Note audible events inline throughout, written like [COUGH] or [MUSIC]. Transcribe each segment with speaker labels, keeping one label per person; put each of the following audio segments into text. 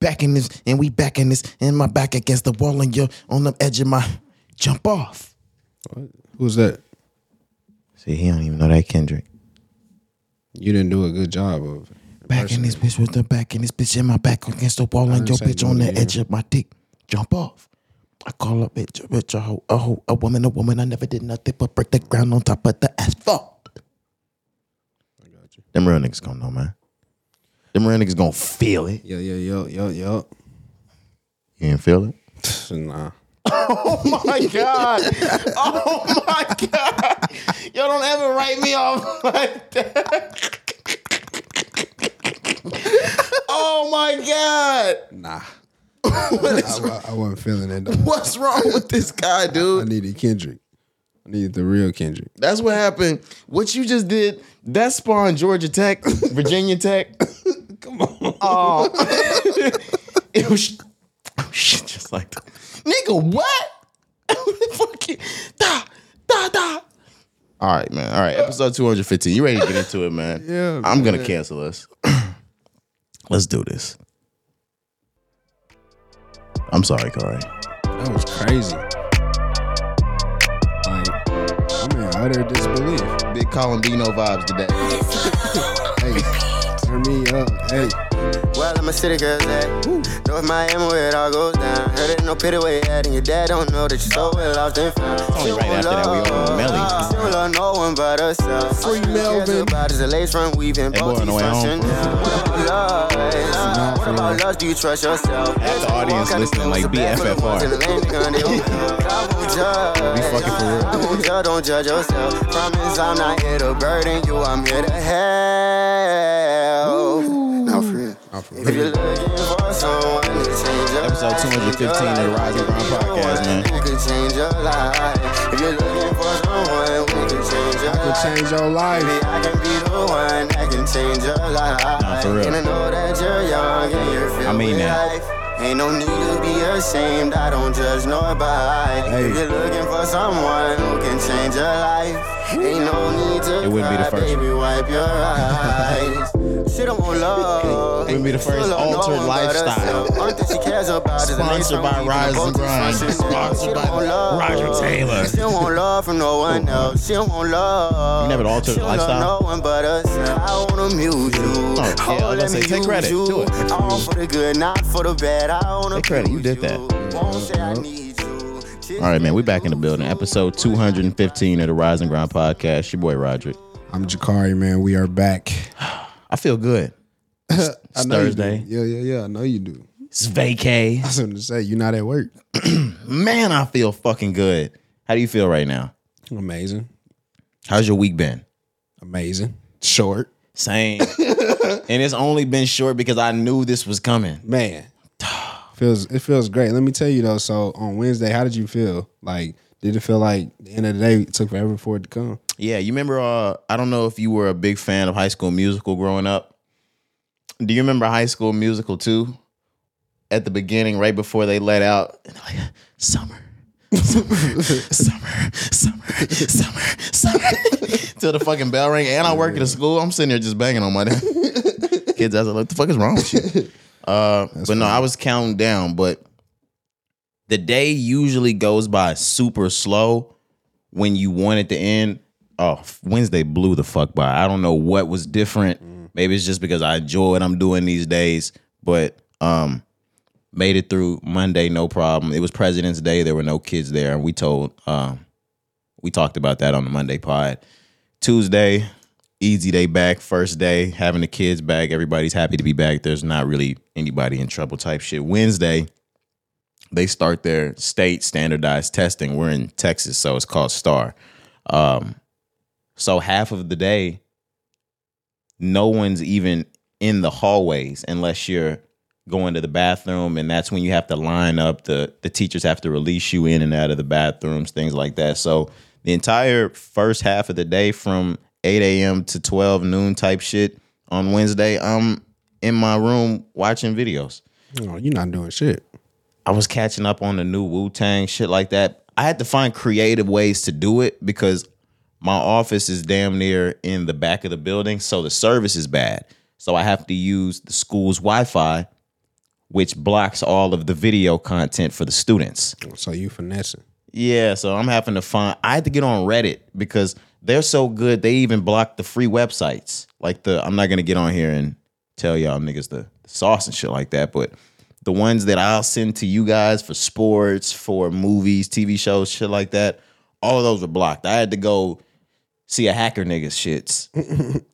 Speaker 1: back in this, and we back in this, and my back against the wall, and you're on the edge of my jump off.
Speaker 2: Who's that?
Speaker 1: See, he don't even know that Kendrick.
Speaker 2: You didn't do a good job of.
Speaker 1: Back in this bitch with the back in this bitch and my back against the wall and
Speaker 2: didn't
Speaker 1: your
Speaker 2: say
Speaker 1: bitch
Speaker 2: go
Speaker 1: on the
Speaker 2: there.
Speaker 1: edge of my dick. Jump off. I call a bitch a bitch a hoe a hoe a woman a woman. I never did nothing but break the ground on top of the asphalt.
Speaker 2: I got you.
Speaker 1: Them real niggas gonna know, man. Them real niggas gonna feel it.
Speaker 2: Yo, yo, yo, yo, yo.
Speaker 1: You ain't feel it?
Speaker 2: Nah.
Speaker 3: Oh my god! Oh my god! Y'all don't ever write me off [LAUGHS] like that. Oh my god!
Speaker 2: [LAUGHS] Nah.
Speaker 1: What
Speaker 2: I,
Speaker 1: is-
Speaker 2: wa- I wasn't feeling it. Though.
Speaker 1: what's wrong with this guy,
Speaker 2: I
Speaker 1: dude?
Speaker 2: needed Kendrick. I needed the real Kendrick.
Speaker 3: That's what happened. What you just did, that spawned Georgia Tech, [LAUGHS] Virginia Tech. [LAUGHS]
Speaker 2: Come on.
Speaker 3: Oh. [LAUGHS] it was shit just like that. Nigga, what? [LAUGHS] Fucking da da da. All right, man. All right, episode 215. You ready to get into it, [LAUGHS] man?
Speaker 2: Yeah,
Speaker 3: I'm gonna cancel us. [CLEARS THROAT] Let's do this. I'm sorry, Corey.
Speaker 2: That was crazy. Like, I'm in utter disbelief.
Speaker 3: Big Colombino vibes today.
Speaker 2: Hey, turn me up. Hey,
Speaker 4: Well, I'm a city girl, that Though it's Miami where it all goes down. Heard it no pity where you at, and your dad don't know that you're so well off and found. Only
Speaker 3: right after that, we open Melly.
Speaker 4: She don't love no one but herself. Free
Speaker 2: Melvin.
Speaker 4: about is the lace front weaving,
Speaker 3: That boy
Speaker 4: both
Speaker 3: on the way home.
Speaker 4: What about love? What
Speaker 3: [LAUGHS]
Speaker 4: about love? Do you trust yourself?
Speaker 3: Half the audience listening like BFFR.
Speaker 4: Be
Speaker 3: fucking for real.
Speaker 4: I won't judge, don't judge yourself. Promise I'm not here to burden you, I'm here to help. No, for real. If you're looking for someone to change your
Speaker 3: Episode
Speaker 4: life,
Speaker 3: 215 of the Rising Ground Podcast, man.
Speaker 4: We could change your life. If you're looking for someone, we could change your
Speaker 2: could
Speaker 4: life.
Speaker 2: change your life.
Speaker 4: Maybe I can be the one that can change your life.
Speaker 3: Nah, for real.
Speaker 4: And I know that you're young and you're filled
Speaker 3: I mean
Speaker 4: with
Speaker 3: that.
Speaker 4: life. Ain't no need to be ashamed. I don't judge nobody.
Speaker 2: Hey.
Speaker 4: If you're looking for someone who can change your life, ain't no need to.
Speaker 3: It wouldn't be the
Speaker 4: cry,
Speaker 3: first.
Speaker 4: Baby, wipe
Speaker 3: [LAUGHS]
Speaker 4: your eyes. She don't want love.
Speaker 3: Wouldn't be the
Speaker 4: Still
Speaker 3: first
Speaker 4: don't know
Speaker 3: altered
Speaker 4: about
Speaker 3: lifestyle.
Speaker 4: herself. Only thing she cares about is the next
Speaker 3: Sponsored
Speaker 4: one
Speaker 3: by
Speaker 4: we
Speaker 3: Rise
Speaker 4: both
Speaker 3: and Grind.
Speaker 4: dysfunctional. She
Speaker 3: Sponsored
Speaker 4: don't
Speaker 3: by
Speaker 4: want love.
Speaker 3: Roger Taylor.
Speaker 4: She don't want love from no one else. She don't want love.
Speaker 3: You never altered
Speaker 4: She don't love
Speaker 3: lifestyle? Oh,
Speaker 4: no no one but us. I wanna muse you.
Speaker 3: yeah, I was gonna
Speaker 4: let
Speaker 3: say,
Speaker 4: me
Speaker 3: take
Speaker 4: use
Speaker 3: credit.
Speaker 4: You.
Speaker 3: Do it. Mm.
Speaker 4: All for the good, not for the bad. I wanna
Speaker 3: Take credit. You
Speaker 4: abuse
Speaker 3: did that.
Speaker 4: Won't say I need you. Just
Speaker 3: All right, man, we back in the building. Episode 215 of the Rising Ground Podcast. Your boy Roderick.
Speaker 2: I'm Jakari, man. We are back.
Speaker 3: I feel good.
Speaker 2: I
Speaker 3: [LAUGHS] It's
Speaker 2: know you do.
Speaker 3: Thursday.
Speaker 2: Yeah, yeah, yeah. I know you do.
Speaker 3: It's vacay.
Speaker 2: I was going to say, you're not at work.
Speaker 3: Man, I feel fucking good. How do you feel right now?
Speaker 2: Amazing.
Speaker 3: How's your week been?
Speaker 2: Amazing. Short.
Speaker 3: Same. [LAUGHS] and it's only been short because I knew this was coming.
Speaker 2: Man. [SIGHS] feels It feels great. Let me tell you, though. So, on Wednesday, how did you feel? Like, did it feel like the end of the day, it took forever for it to come?
Speaker 3: Yeah, you remember uh I don't know if you were a big fan of High School Musical growing up. Do you remember High School Musical 2? At the beginning, right before they let out, and they're like, summer, summer, summer, summer, summer, summer. [LAUGHS] Till the fucking bell ring. And I work at a school. I'm sitting there just banging on my kids. I was like, what the fuck is wrong with you? Uh, but no, I was counting down. But the day usually goes by super slow when you want it to end. Oh, Wednesday blew the fuck by. I don't know what was different. Maybe it's just because I enjoy what I'm doing these days. But um, made it through Monday, no problem. It was President's Day. There were no kids there, and we told um, we talked about that on the Monday pod. Tuesday, easy day back, first day, having the kids back. Everybody's happy to be back. There's not really anybody in trouble type shit. Wednesday, they start their state standardized testing. We're in Texas, so it's called STAR. Um, so half of the day, no one's even in the hallways unless you're going to the bathroom, and that's when you have to line up. the The teachers have to release you in and out of the bathrooms, things like that. So the entire first half of the day, from 8 a.m. to 12 noon type shit on Wednesday, I'm in my room watching videos.
Speaker 2: No, you're not doing shit.
Speaker 3: I was catching up on the new Wu Tang shit like that. I had to find creative ways to do it because my office is damn near in the back of the building, so the service is bad. So I have to use the school's Wi Fi which blocks all of the video content for the students.
Speaker 2: So you finessing.
Speaker 3: Yeah, so I'm having to find. I had to get on Reddit because they're so good. They even block the free websites. Like the I'm not gonna get on here and tell y'all niggas the, the sauce and shit like that, but the ones that I'll send to you guys for sports, for movies, TV shows, shit like that, all of those were blocked. I had to go see a hacker nigga's shits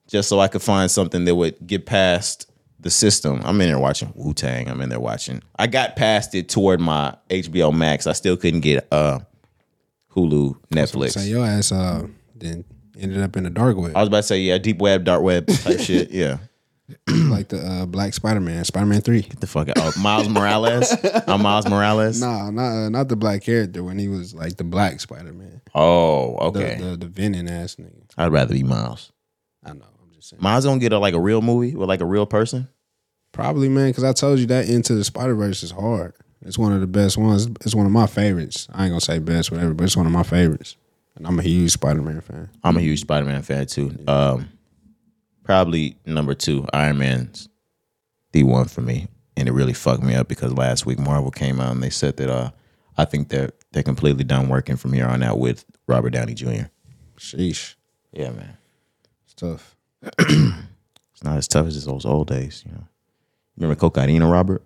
Speaker 2: [LAUGHS]
Speaker 3: just so I could find something that would get past the system. I'm in there watching Wu Tang. I'm in there watching. I got past it toward my HBO Max. I still couldn't get uh Hulu,
Speaker 2: So
Speaker 3: Netflix.
Speaker 2: your ass uh then ended up in the dark web,
Speaker 3: I was about to say yeah, deep web, dark web
Speaker 2: [LAUGHS]
Speaker 3: type shit. Yeah,
Speaker 2: like the uh, Black Spider Man, Spider Man Three.
Speaker 3: the fuck. Oh, Miles
Speaker 2: [LAUGHS]
Speaker 3: Morales. I'm Miles Morales.
Speaker 2: Nah, not uh, not the black character when he was like the Black Spider Man,
Speaker 3: Oh,
Speaker 2: the,
Speaker 3: okay.
Speaker 2: the the Venom ass nigga.
Speaker 3: I'd rather be Miles.
Speaker 2: I know. I'm just saying.
Speaker 3: Miles gonna get a, like a real movie with like a real person.
Speaker 2: Probably man, because I told you that Into the Spider Verse is hard. It's one of the best ones. It's one of my favorites. I ain't gonna say best, whatever, but it's one of my favorites. And I'm a huge Spider Man fan.
Speaker 3: I'm a huge Spider Man fan too. Um, probably number two, Iron Man's the one for me, and it really fucked me up because last week Marvel came out and they said that uh, I think they're they're completely done working from here on out with Robert Downey Jr.
Speaker 2: Sheesh,
Speaker 3: Yeah, man,
Speaker 2: it's tough.
Speaker 3: it's not as tough as those old days, you know. Remember Cocaina Robert?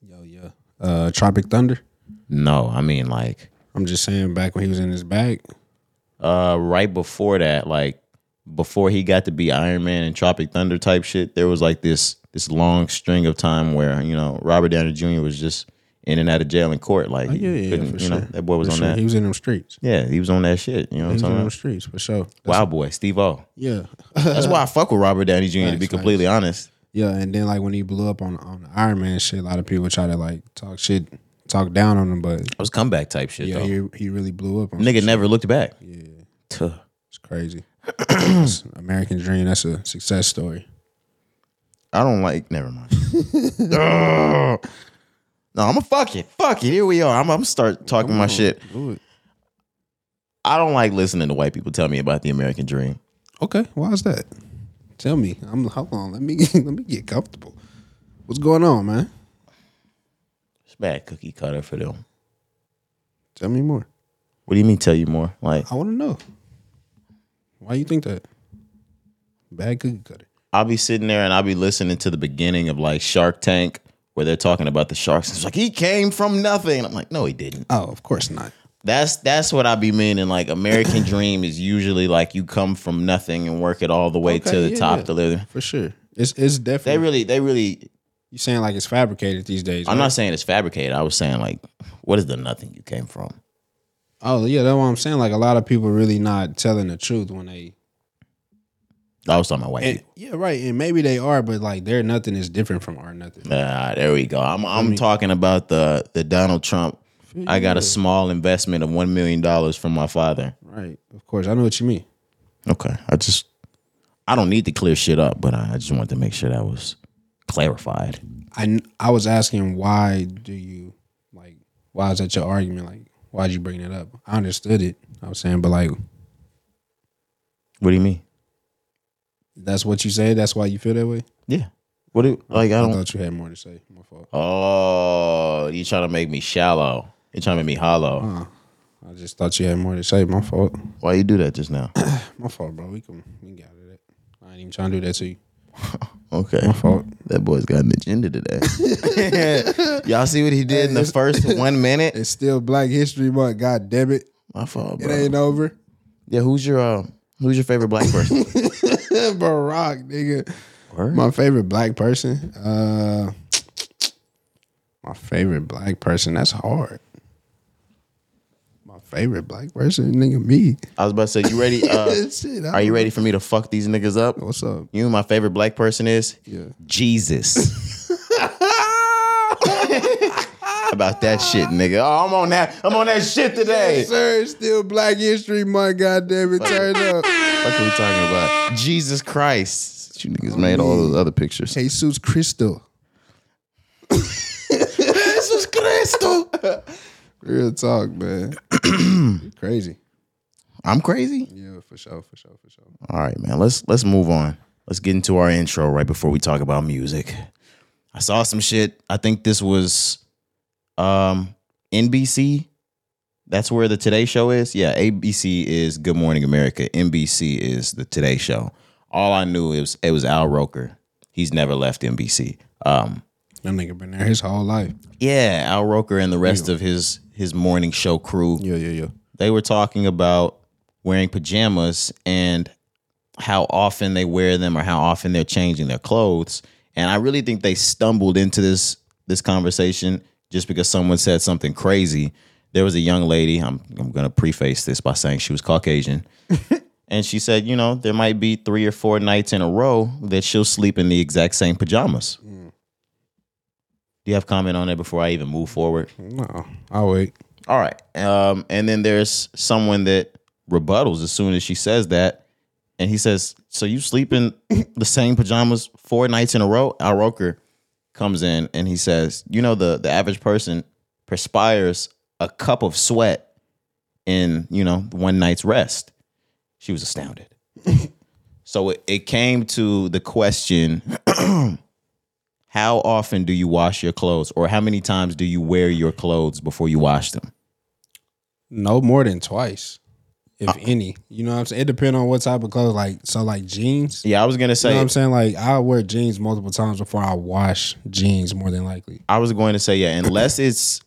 Speaker 2: Yo, yeah. Uh, Tropic Thunder.
Speaker 3: No, I mean like
Speaker 2: I'm just saying, back when he was in his bag,
Speaker 3: uh, right before that, like before he got to be Iron Man and Tropic Thunder type shit, there was like this this long string of time where you know Robert Downey Jr. was just in and out of jail and court.
Speaker 2: Oh,
Speaker 3: Like, he couldn't- you know, that boy was
Speaker 2: For
Speaker 3: on
Speaker 2: sure.
Speaker 3: that.
Speaker 2: He was in them streets.
Speaker 3: yeah, he was on that shit. You know what I'm
Speaker 2: He was
Speaker 3: talking
Speaker 2: in them
Speaker 3: about?
Speaker 2: streets for sure.
Speaker 3: Wow, boy, Steve O.
Speaker 2: Yeah, [LAUGHS]
Speaker 3: That's why I fuck with Robert Downey Jr. to be
Speaker 2: Facts,
Speaker 3: completely honest.
Speaker 2: yeah. And then like when he blew up on on the Iron Man shit, a lot of people try to like talk shit, talk down on him, but
Speaker 3: It was comeback type shit
Speaker 2: yeah,
Speaker 3: though.
Speaker 2: he he really blew up on.
Speaker 3: Nigga
Speaker 2: some shit.
Speaker 3: never looked back. Yeah. Tuh.
Speaker 2: it's crazy. It's an American Dream. That's a
Speaker 3: [CLEARS THROAT]
Speaker 2: success story.
Speaker 3: I don't like. Never mind. Ugh. no, I'm a fuck it. Fuck it. Here we are. I'm. I'm start talking my shit. I don't like listening to white people tell me about the American dream.
Speaker 2: Okay, why is that? Tell me. I'm hold on. Let me [LAUGHS] let me get comfortable. What's going on, man?
Speaker 3: It's bad cookie cutter for them.
Speaker 2: Tell me more.
Speaker 3: What do you mean? Tell you more? Like
Speaker 2: I want to know. Why you think that? Bad cookie cutter.
Speaker 3: I'll be sitting there and I'll be listening to the beginning of like Shark Tank where they're talking about the sharks. It's like he came from nothing. And I'm like, no, he didn't.
Speaker 2: Oh, of course not.
Speaker 3: That's that's what I be meaning. Like
Speaker 2: [COUGHS]
Speaker 3: American dream is usually like you come from nothing and work it all the way
Speaker 2: Okay,
Speaker 3: to the
Speaker 2: yeah,
Speaker 3: top
Speaker 2: yeah.
Speaker 3: to live.
Speaker 2: For sure. It's it's
Speaker 3: They
Speaker 2: definitely
Speaker 3: really, they really.
Speaker 2: you saying like it's fabricated these days.
Speaker 3: I'm
Speaker 2: right?
Speaker 3: not saying it's fabricated. I was saying like, what is the nothing you came from?
Speaker 2: Oh yeah, that's what I'm saying. Like a lot of people really not telling the truth when they
Speaker 3: I was talking about white
Speaker 2: and,
Speaker 3: people.
Speaker 2: yeah, right. And maybe they are, but like their nothing is different from our nothing.
Speaker 3: Ah, there we go. I'm I'm talking about the the Donald Trump. I got a small investment of one million dollars from my father.
Speaker 2: Right. Of course. I know what you mean.
Speaker 3: Okay, I just I don't need to clear shit up, but I I just wanted to make sure that was clarified.
Speaker 2: I kn- I was asking why do you like why is that your argument? Like, why'd you bring that up? I understood it. I was saying, but like
Speaker 3: What do you mean?
Speaker 2: that's what you say, that's why you feel that way?
Speaker 3: Yeah. What do like I
Speaker 2: I,
Speaker 3: don't
Speaker 2: thought you had more to say. My fault.
Speaker 3: Oh, you trying to make me shallow. You're trying to make me hollow.
Speaker 2: I just thought you had more to say. My fault.
Speaker 3: Why you do that just now?
Speaker 2: My fault, bro. We can we can get out of that. I ain't even trying to do that to you.
Speaker 3: [COUGHS] Okay.
Speaker 2: Fault.
Speaker 3: That boy's got an agenda [LAUGHS] today. Y'all see what he did in the first one [LAUGHS] minute?
Speaker 2: It's still Black History Month. God damn it.
Speaker 3: My fault,
Speaker 2: It
Speaker 3: bro.
Speaker 2: ain't over.
Speaker 3: Yeah, who's your uh, who's your favorite black person?
Speaker 2: Barack, nigga.
Speaker 3: Word.
Speaker 2: My favorite black person. Uh my favorite black person. That's hard. My favorite black person, nigga, me.
Speaker 3: I was about to say, you ready? Uh,
Speaker 2: Shit, I
Speaker 3: are you
Speaker 2: don't-
Speaker 3: ready for me to fuck these niggas up?
Speaker 2: What's up?
Speaker 3: You know who my favorite black person is?
Speaker 2: Yeah.
Speaker 3: Jesus. About that shit, nigga. Oh, I'm on that. I'm on that shit today.
Speaker 2: Sir, it's still Black History Month. God damn it, turn up.
Speaker 3: What are we talking about? Jesus Christ. You niggas made all those other pictures.
Speaker 2: Jesus Cristo.
Speaker 3: Jesus Cristo.
Speaker 2: Real talk,
Speaker 3: [CLEARS THROAT]
Speaker 2: man. Crazy.
Speaker 3: I'm crazy.
Speaker 2: Yeah, for sure, for sure, for sure.
Speaker 3: All right, man. Let's let's move on. Let's get into our intro right before we talk about music. I saw some shit. I think this was um NBC. That's where the Today Show is. Yeah, ABC is Good Morning America. NBC is the Today Show. All I knew is it was Al Roker. He's never left NBC. Um,
Speaker 2: That nigga been there his whole life.
Speaker 3: yeah, Al Roker and the rest of his his morning show crew.
Speaker 1: Yeah, yeah, yeah.
Speaker 3: They were talking about wearing pajamas and how often they wear them or how often they're changing their clothes. And I really think they stumbled into this this conversation just because someone said something crazy. There was a young lady, I'm I'm gonna preface this by saying she was Caucasian. and she said, you know, there might be three or four nights in a row that she'll sleep in the exact same pajamas. Do you have comment on that before I even move forward?
Speaker 2: No, I'll wait.
Speaker 3: All right. Um, and then there's someone that rebuttals as soon as she says that. And he says, So you sleep in [LAUGHS] the same pajamas four nights in a row? Al Roker comes in and he says, You know, the, the average person perspires a cup of sweat in, you know, one night's rest. She was astounded. [LAUGHS] so it, it came to the question [CLEARS THROAT] how often do you wash your clothes or how many times do you wear your clothes before you wash them?
Speaker 2: No more than twice, if any. You know what I'm saying? It depends on what type of clothes. Like so, like jeans.
Speaker 3: Yeah, I was gonna say.
Speaker 2: You know what I'm saying? Like I wear jeans multiple times before I wash jeans. More than likely.
Speaker 3: I was going to say yeah, unless it's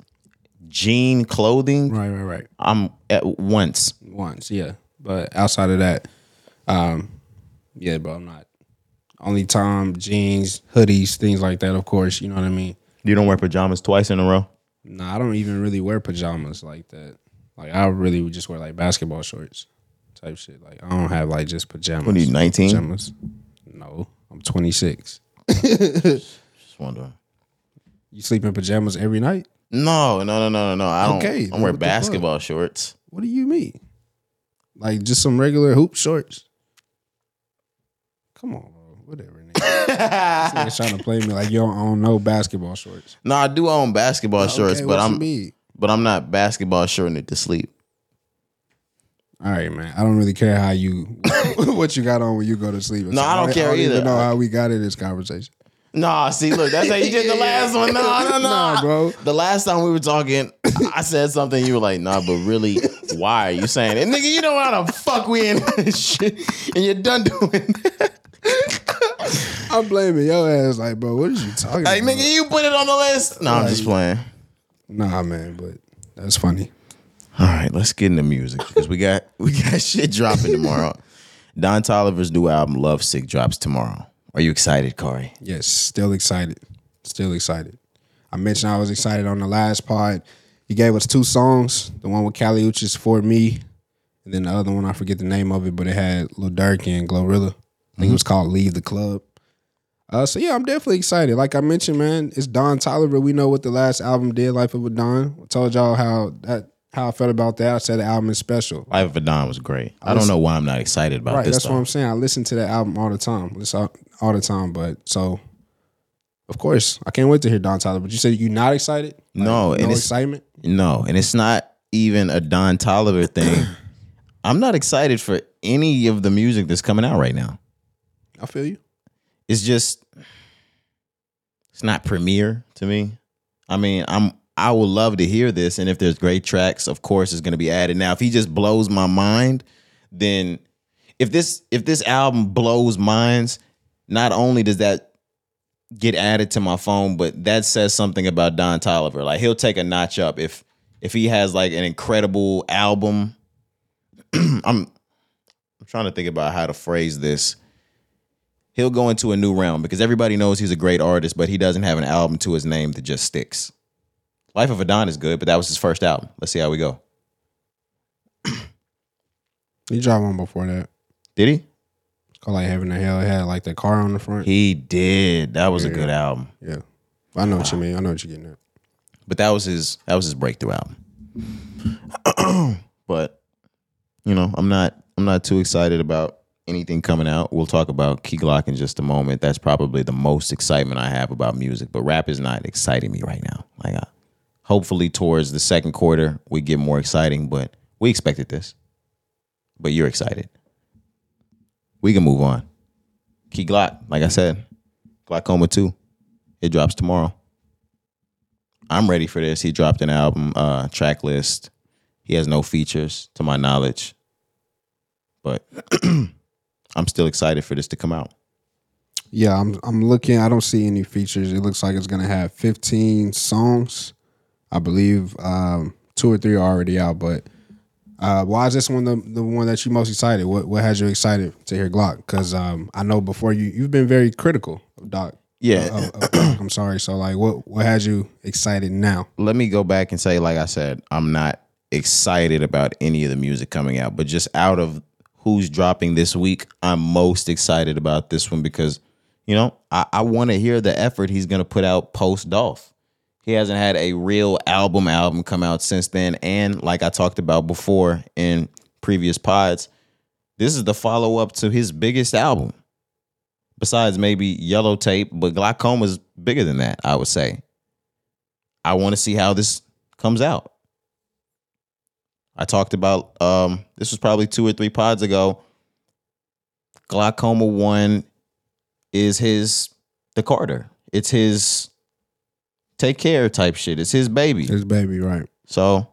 Speaker 3: jean clothing,
Speaker 2: Right, right, right.
Speaker 3: I'm at once.
Speaker 2: Once, yeah. But outside of that, um, yeah, bro, I'm not. Only time jeans, hoodies, things like that. Of course, you know what I mean.
Speaker 3: You don't wear pajamas twice in a row.
Speaker 2: No, I don't even really wear pajamas like that. Like I really would just wear like basketball shorts type shit. Like I don't have like just pajamas.
Speaker 3: What are you, 19?
Speaker 2: Pajamas. No, I'm 26.
Speaker 3: Just wondering.
Speaker 2: You sleep in pajamas every night?
Speaker 3: No, no, no, no, no, no. I don't.
Speaker 2: Okay,
Speaker 3: I wear
Speaker 2: what the
Speaker 3: basketball shorts.
Speaker 2: What do you mean? Like just some regular hoop shorts? Come on, bro. Whatever.
Speaker 3: [LAUGHS]
Speaker 2: Nigga. this nigga's trying to play me like you don't own no basketball shorts.
Speaker 3: No, I do own basketball shorts,
Speaker 2: Okay,
Speaker 3: but
Speaker 2: what you
Speaker 3: I'm
Speaker 2: mean?
Speaker 3: but I'm not basketball shorting it to sleep.
Speaker 2: All right, man. I don't really care
Speaker 3: [LAUGHS]
Speaker 2: how you [LAUGHS] what you got on when you go to sleep.
Speaker 3: No, I don't care
Speaker 2: even
Speaker 3: either.
Speaker 2: know how we got in this conversation.
Speaker 3: Nah, see, look, that's how you did the last one. No, no, no,
Speaker 2: [LAUGHS] Nah, bro.
Speaker 3: The last time we were talking, I said something. You were like, "Nah, but really, why are you saying it, nigga? You know how the fuck we in this shit, and you're done doing." that.
Speaker 2: I'm blaming your ass. Like, bro, what is you talking
Speaker 3: Like,
Speaker 2: about?
Speaker 3: nigga, you put it on the list. No, I'm just playing.
Speaker 2: Nah, man, but that's funny.
Speaker 3: All right, let's get into music because we got [LAUGHS] we got shit dropping [LAUGHS] tomorrow. Don Tolliver's new album, Love Sick, drops tomorrow. Are you excited, Corey?
Speaker 2: Yes, still excited. Still excited. I mentioned I was excited on the last pod. You gave us two songs. The one with Cali Uchis for me, and then the other one I forget the name of it, but it had Lil Durk and Glorilla. I think it was called "Leave the Club." Uh, so yeah, I'm definitely excited. Like I mentioned, man, it's Don Tolliver. We know what the last album did, "Life of a Don." I told y'all how that how I felt about that. I said the album is special.
Speaker 3: Life of Don was great. I don't know why I'm not excited about
Speaker 2: Right,
Speaker 3: this.
Speaker 2: that's
Speaker 3: though.
Speaker 2: what I'm saying. I listen to that album all the time. Listen all- all the time, but so of course I can't wait to hear Don Tyler. But you said you're not excited? Like,
Speaker 3: No, and
Speaker 2: no
Speaker 3: it's-
Speaker 2: excitement.
Speaker 3: No, and it's not even a Don Tolliver [COUGHS] thing. I'm not excited for any of the music that's coming out right now.
Speaker 2: I feel you.
Speaker 3: It's just it's not premiere to me. I mean, I'm I would love to hear this and if there's great tracks, of course it's going to be added. Now, if he just blows my mind, then if this if this album blows minds, not only does that get added to my phone, but that says something about Don Tolliver. Like he'll take a notch up if if he has like an incredible album. [CLEARS THROAT] I'm I'm trying to think about how to phrase this. He'll go into a new realm because everybody knows he's a great artist, but he doesn't have an album to his name that just sticks. Life of a Don is good, but that was his first album. Let's see how we go.
Speaker 2: He dropped one before that.
Speaker 3: Did he?
Speaker 2: It's called like Heaven to Hell. It had like the car on the front.
Speaker 3: He did. That was a good album.
Speaker 2: yeah, I know what you mean. I know what you're getting at.
Speaker 3: but that was his that was his breakthrough album. [CLEARS THROAT] but you know, I'm not I'm not too excited about anything coming out. We'll talk about Key Glock in just a moment. That's probably the most excitement I have about music, but rap is not exciting me right now. Like I, hopefully towards the second quarter we get more exciting, but we expected this. But you're excited. We can move on. Key Glock, like I said, Glaucoma 2 It drops tomorrow. I'm ready for this. He dropped an album, uh, track list. He has no features to my knowledge. But [CLEARS THROAT] I'm still excited for this to come out.
Speaker 2: Yeah, I'm I'm looking. I don't see any features. It looks like it's gonna have 15 songs. I believe um, two or three are already out. But uh, why is this one the, the one that you most excited? What what has you excited to hear Glock? Because um, I know before you you've been very critical of Doc.
Speaker 3: Yeah.
Speaker 2: of- of Glock, [COUGHS] I'm sorry. So like, what what has you excited now?
Speaker 3: let me go back and say, like I said, I'm not excited about any of the music coming out, but just out of who's dropping this week, I'm most excited about this one because, you know, I, I want to hear the effort he's going to put out post Dolph. He hasn't had a real album album come out since then. And like I talked about before in previous pods, this is the follow up to his biggest album. Besides maybe Yellow Tape, but Glaucoma's bigger than that, I would say. I want to see how this comes out. I talked about um, this was probably two or three pods ago. Glaucoma one is his the Carter. It's his take care type shit. It's his baby.
Speaker 2: His baby, right?
Speaker 3: So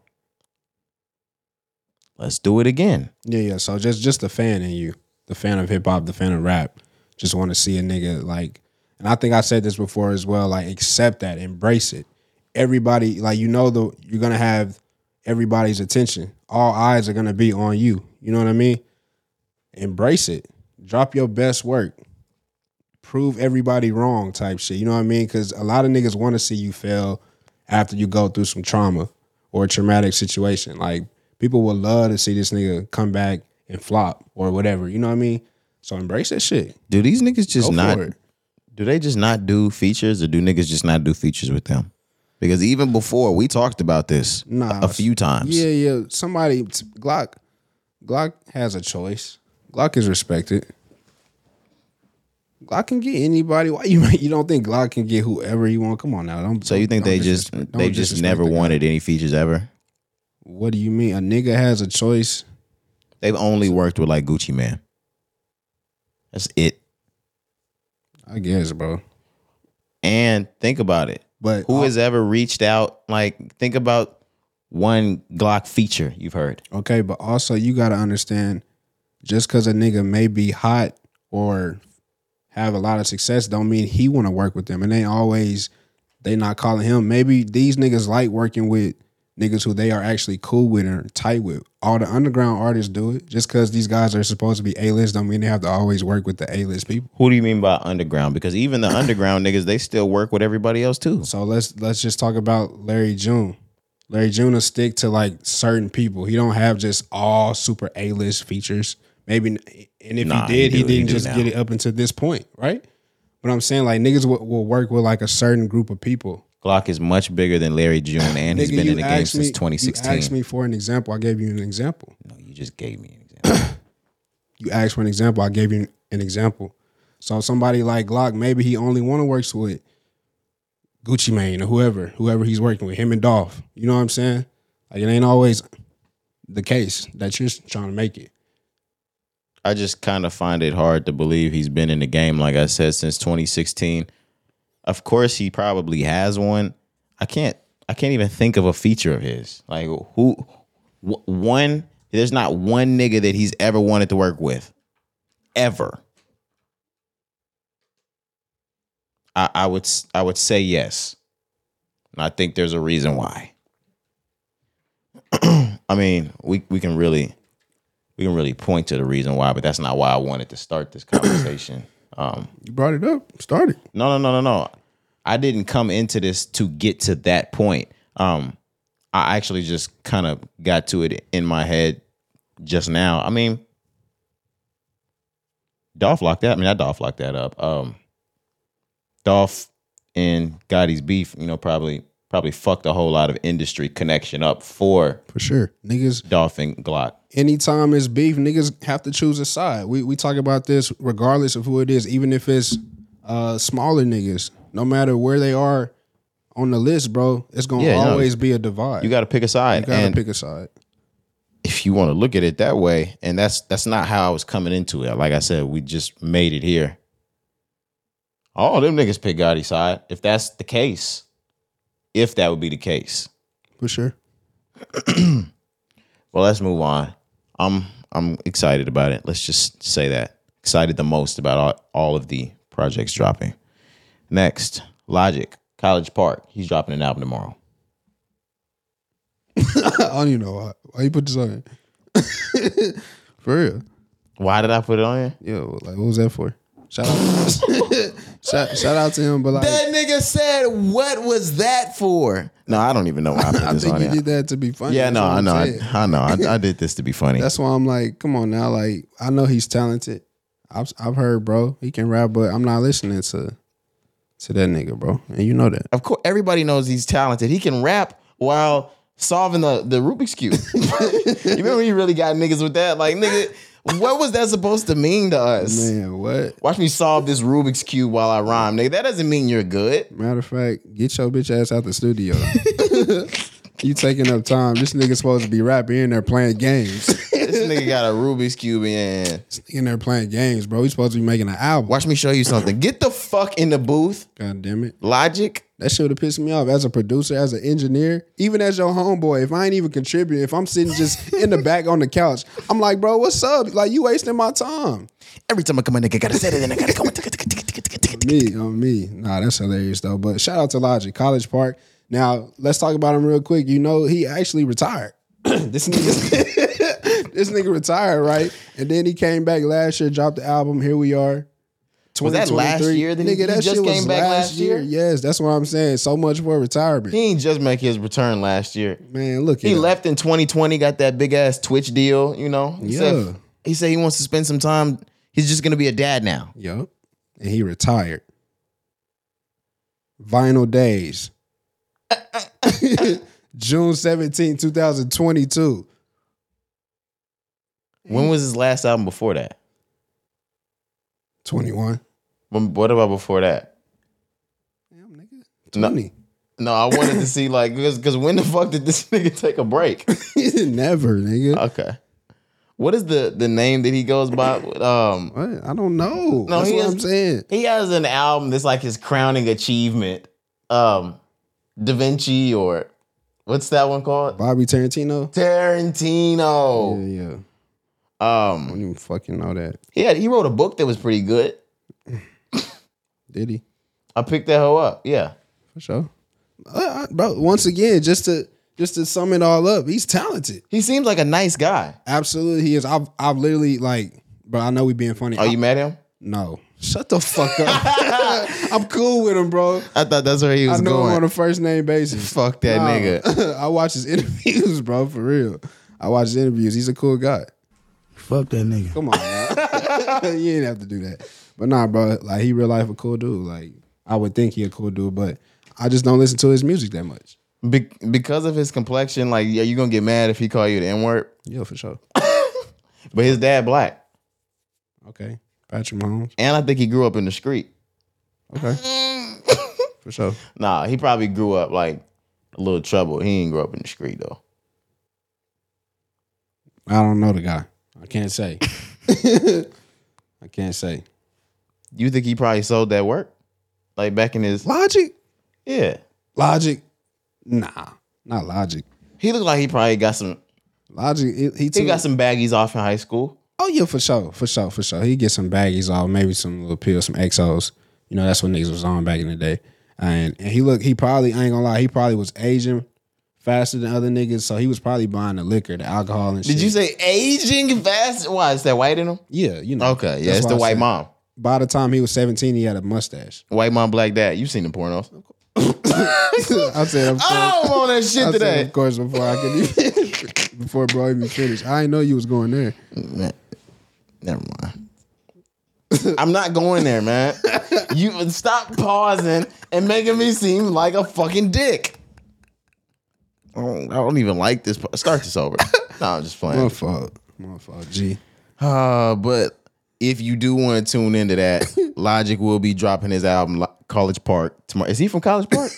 Speaker 3: let's do it again.
Speaker 2: Yeah, yeah. So just just the fan in you, the fan of hip hop, the fan of rap, just want to see a nigga like, and I think I said this before as well. Like, accept that, embrace it. Everybody, like you know, the you're gonna have everybody's attention. All eyes are gonna be on you. You know what I mean? Embrace it. Drop your best work. Prove everybody wrong, type shit. You know what I mean? Because a lot of niggas want to see you fail after you go through some trauma or a traumatic situation. Like people would love to see this nigga come back and flop or whatever. You know what I mean? So embrace that shit.
Speaker 3: Do these niggas
Speaker 2: Go
Speaker 3: just not
Speaker 2: for it.
Speaker 3: do they just not do features or do niggas just not do features with them? Because even before we talked about this a-
Speaker 2: Nah,
Speaker 3: a few times.
Speaker 2: Yeah, yeah. Somebody t- Glock. Glock has a choice. Glock is respected. Glock can get anybody. Why you [LAUGHS] you don't think Glock can get whoever you want? Come on now. Don't,
Speaker 3: So you think
Speaker 2: don't
Speaker 3: they just
Speaker 2: disrespect- don't
Speaker 3: they just
Speaker 2: disrespect
Speaker 3: never
Speaker 2: the guy.
Speaker 3: wanted any features ever?
Speaker 2: What do you mean? A nigga has a choice.
Speaker 3: They've only worked with like Gucci Man. That's it.
Speaker 2: I guess, bro.
Speaker 3: And think about it.
Speaker 2: But
Speaker 3: Who has ever reached out? Like, think about one Glock feature you've heard.
Speaker 2: Okay, but also you gotta understand, just because a nigga may be hot or have a lot of success, don't mean he want to work with them. And they always they not calling him. Maybe these niggas like working with niggas who they are actually cool with or tight with. All the underground artists do it. Just because these guys are supposed to be A list, don't mean they have to always work with the A list people.
Speaker 3: Who do you mean by underground? Because even the underground
Speaker 2: [COUGHS]
Speaker 3: niggas, they still work with everybody else too.
Speaker 2: So let's let's just talk about Larry June. Larry June will stick to like certain people. He don't have just all super A list features. Maybe and if
Speaker 3: Nah,
Speaker 2: he did,
Speaker 3: he
Speaker 2: he,
Speaker 3: do- he
Speaker 2: didn't
Speaker 3: do
Speaker 2: just
Speaker 3: now.
Speaker 2: get it up until this point, right? But I'm saying like niggas will, will work with like a certain group of people.
Speaker 3: Glock is much bigger than Larry June, and he's
Speaker 2: Nigga,
Speaker 3: been
Speaker 2: you
Speaker 3: in the game
Speaker 2: asked
Speaker 3: since
Speaker 2: me- You asked
Speaker 3: 2016.
Speaker 2: me for an example. I gave you an example.
Speaker 3: no, you just gave me an example.
Speaker 2: you asked for an example. I gave you an example. So somebody like Glock, maybe he only want to works with Gucci Mane or whoever, whoever he's working with, him and Dolph. You know what I'm saying? Like it ain't always the case that you're trying to make it.
Speaker 3: [CLEARS THROAT] I just kind of find it hard to believe he's been in the game, like I said, since 2016. Of course, he probably has one. I can't. I can't even think of a feature of his. Like who? wh- One. There's not one nigga that he's ever wanted to work with, ever. I, I would. s- I would say yes. And I think there's a reason why. [CLEARS THROAT] I mean, we we can really we can really point to the reason why, but that's not why I wanted to start this conversation. [CLEARS THROAT] um,
Speaker 2: You brought it up, started.
Speaker 3: no, no, no, no, no. I didn't come into this to get to that point. Um, I actually just kind of got to it in my head just now. I mean, Dolph locked that. I mean, that Dolph locked that up. Um, Dolph and Gotti's beef, you know, probably probably fucked a whole lot of industry connection up for
Speaker 2: For sure. Niggas
Speaker 3: Dolph and Glock.
Speaker 2: anytime it's beef, niggas have to choose a side. We we talk about this regardless of who it is, even if it's uh smaller niggas, no matter where they are on the list, bro, it's gonna
Speaker 3: Yeah, no.
Speaker 2: always be a divide.
Speaker 3: You got to pick a side.
Speaker 2: You gotta
Speaker 3: and
Speaker 2: pick a side.
Speaker 3: if you want to look at it that way, and that's that's not how I was coming into it. Like I said, we just made it here. All them niggas pick Gotti side. If that's the case, if that would be the case.
Speaker 2: For sure. [LAUGHS]
Speaker 3: Well, let's move on. I'm I'm excited about it. Let's just say that. Excited the most about all, all of the projects dropping. Next, Logic, College Park. He's dropping an album tomorrow.
Speaker 2: I don't even know why. Why you put this on? [LAUGHS] here? for real.
Speaker 3: Why did I put it on here?
Speaker 2: Yo, like, what was that for? Shout out, [LAUGHS] shout, shout out to him, but like,
Speaker 3: That nigga said, "What was that for?" No, I don't even know why [LAUGHS] I put
Speaker 2: I
Speaker 3: this
Speaker 2: think
Speaker 3: on
Speaker 2: you
Speaker 3: here.
Speaker 2: did that to be funny.
Speaker 3: Yeah, no,
Speaker 2: That's what
Speaker 3: I
Speaker 2: I'm
Speaker 3: know, I,
Speaker 2: saying.
Speaker 3: I know, I, I did this to be funny.
Speaker 2: That's why I'm like, come on now. Like, I know he's talented. I've I've heard, bro. He can rap, but I'm not listening to to that nigga, bro. And you know that.
Speaker 3: of course, everybody knows he's talented. He can rap while solving the, the Rubik's Cube. [LAUGHS] you remember he really got niggas with that? Like, nigga, what was that supposed to mean to us?
Speaker 2: Man, what?
Speaker 3: Watch me solve this Rubik's Cube while I rhyme, nigga. That doesn't mean you're good.
Speaker 2: Matter of fact, get your bitch ass out
Speaker 3: [LAUGHS]
Speaker 2: the studio. you taking up time. This nigga supposed to be rapping in there playing games.
Speaker 3: This
Speaker 2: [LAUGHS]
Speaker 3: nigga got a Rubik's Cube in your hand.
Speaker 2: This nigga in there playing games, bro. He's supposed to be making an album.
Speaker 3: Watch me show you something. Get the fuck in the booth,
Speaker 2: God damn it.
Speaker 3: Logic.
Speaker 2: That shit would have pissed me off as a producer, as an engineer, even as your homeboy. If I ain't even contributing, if I'm sitting just in the back on the couch, I'm like, bro, what's up? Like, you wasting my time.
Speaker 1: Every time I come in, nigga, gotta say it, and I gotta come
Speaker 2: Me, on me. Nah, that's hilarious, though. But shout out to Logic, College Park. Now, let's talk about him real quick. You know, he actually retired. this nigga, [LAUGHS] this nigga retired, right? And then he came back last year, dropped the album. Here we are.
Speaker 3: Was that last
Speaker 2: 2023.
Speaker 3: year that he- he just came back last year?
Speaker 2: Yes, that's what I'm saying. So much for
Speaker 3: [LAUGHS]
Speaker 2: retirement.
Speaker 3: He ain't just make his return last year.
Speaker 2: Man, look
Speaker 3: He
Speaker 2: at
Speaker 3: left in 2020, got that big ass Twitch deal, you know? He
Speaker 2: Yeah.
Speaker 3: Said, he said he wants to spend some time. He's just gonna be a dad now.
Speaker 2: Yup. And he retired. Vinyl Days. [LAUGHS] June 17, 2022.
Speaker 3: When was his last album before that?
Speaker 2: 21.
Speaker 3: When, what about before that?
Speaker 2: Damn, nigga.
Speaker 3: No.
Speaker 2: 20.
Speaker 3: No, I wanted to see like because when the fuck did this [LAUGHS] nigga take a break?
Speaker 2: [LAUGHS] Never, nigga.
Speaker 3: Okay, what is the the name that he goes by? Um,
Speaker 2: what? I don't know.
Speaker 3: No,
Speaker 2: That's
Speaker 3: he
Speaker 2: what
Speaker 3: is-
Speaker 2: I'm saying.
Speaker 3: he has an album that's like his crowning achievement. Um, Da Vinci or what's that one called?
Speaker 2: Bobby Tarantino?
Speaker 3: Tarantino.
Speaker 2: Yeah, yeah. I
Speaker 3: Um,
Speaker 2: don't even fucking know that.
Speaker 3: he had, he wrote a book that was pretty good.
Speaker 2: Did he?
Speaker 3: I picked that hoe up. Yeah.
Speaker 2: For sure. Uh, I- bro, once again, just to just to sum it all up, he's talented.
Speaker 3: He seems like a nice guy.
Speaker 2: Absolutely, he is. I've I've literally like, bro. I know we being funny.
Speaker 3: Oh, you met him?
Speaker 2: No. Shut the fuck
Speaker 3: [LAUGHS]
Speaker 2: up. [LAUGHS] I'm cool with him, bro.
Speaker 3: I thought that's where he
Speaker 2: I
Speaker 3: was
Speaker 2: know him on
Speaker 3: going.
Speaker 2: a first name
Speaker 3: [LAUGHS]
Speaker 2: basis.
Speaker 3: Fuck that
Speaker 2: Nah,
Speaker 3: nigga.
Speaker 2: Um, [LAUGHS] I watch his interviews, bro, for real. I watch his interviews. He's a cool guy.
Speaker 1: Fuck that nigga.
Speaker 2: Come on, man. [LAUGHS] you didn't have to do that. But nah, bro, like he real life a cool dude. Like I would think he a cool dude, but I just don't listen to his music that much.
Speaker 3: Be- because of his complexion, like, yeah, you gonna get mad if he call you the N word.
Speaker 2: Yeah, for sure.
Speaker 3: But his dad black,
Speaker 2: Okay. Patrick Mahomes.
Speaker 3: and I think he grew up in the street.
Speaker 2: Okay. for sure.
Speaker 3: Nah, he probably grew up like a little trouble. He ain't grew up in the street though.
Speaker 2: I don't know the guy. I can't say. [LAUGHS] I can't say.
Speaker 3: You think he probably sold that work, like back in his
Speaker 2: Logic.
Speaker 3: yeah?
Speaker 2: Logic, nah, not Logic.
Speaker 3: He looked like he probably got some.
Speaker 2: Logic, he, he
Speaker 3: He
Speaker 2: took.
Speaker 3: got some baggies off in high school.
Speaker 2: oh yeah, for sure, for sure, for sure. He get some baggies off, maybe some little pills, some XOs. You know, that's what niggas was on back in the day. And and he look, he probably I ain't gonna lie, he probably was Asian faster than other niggas, so he was probably buying the liquor, the alcohol, and shit.
Speaker 3: Did you say aging fast? Why is that white in him?
Speaker 2: Yeah, you know.
Speaker 3: Okay, yeah,
Speaker 2: That's
Speaker 3: it's
Speaker 2: why
Speaker 3: the
Speaker 2: I
Speaker 3: white
Speaker 2: said-
Speaker 3: mom,
Speaker 2: By the time he was seventeen, he had a mustache. [LAUGHS]
Speaker 3: white mom, black dad. You seen the pornos?
Speaker 2: I said, of course.
Speaker 3: Oh, I'm on that shit
Speaker 2: I said,
Speaker 3: today.
Speaker 2: of course, before I could even, [LAUGHS] before bro even finished. I didn't know you was going there.
Speaker 3: Never mind. [LAUGHS] I'm not going there, man. You stop pausing and making me seem like a fucking dick. I don't, I don't even like this. part. Start this
Speaker 2: [LAUGHS]
Speaker 3: over. no, I'm just
Speaker 2: My
Speaker 3: playing.
Speaker 2: fault. My fault. G.
Speaker 3: Uh, but if you do want to tune into that,
Speaker 2: [LAUGHS]
Speaker 3: Logic will be dropping his album Lo- College Park tomorrow. Is he from College
Speaker 2: [LAUGHS]
Speaker 3: Park?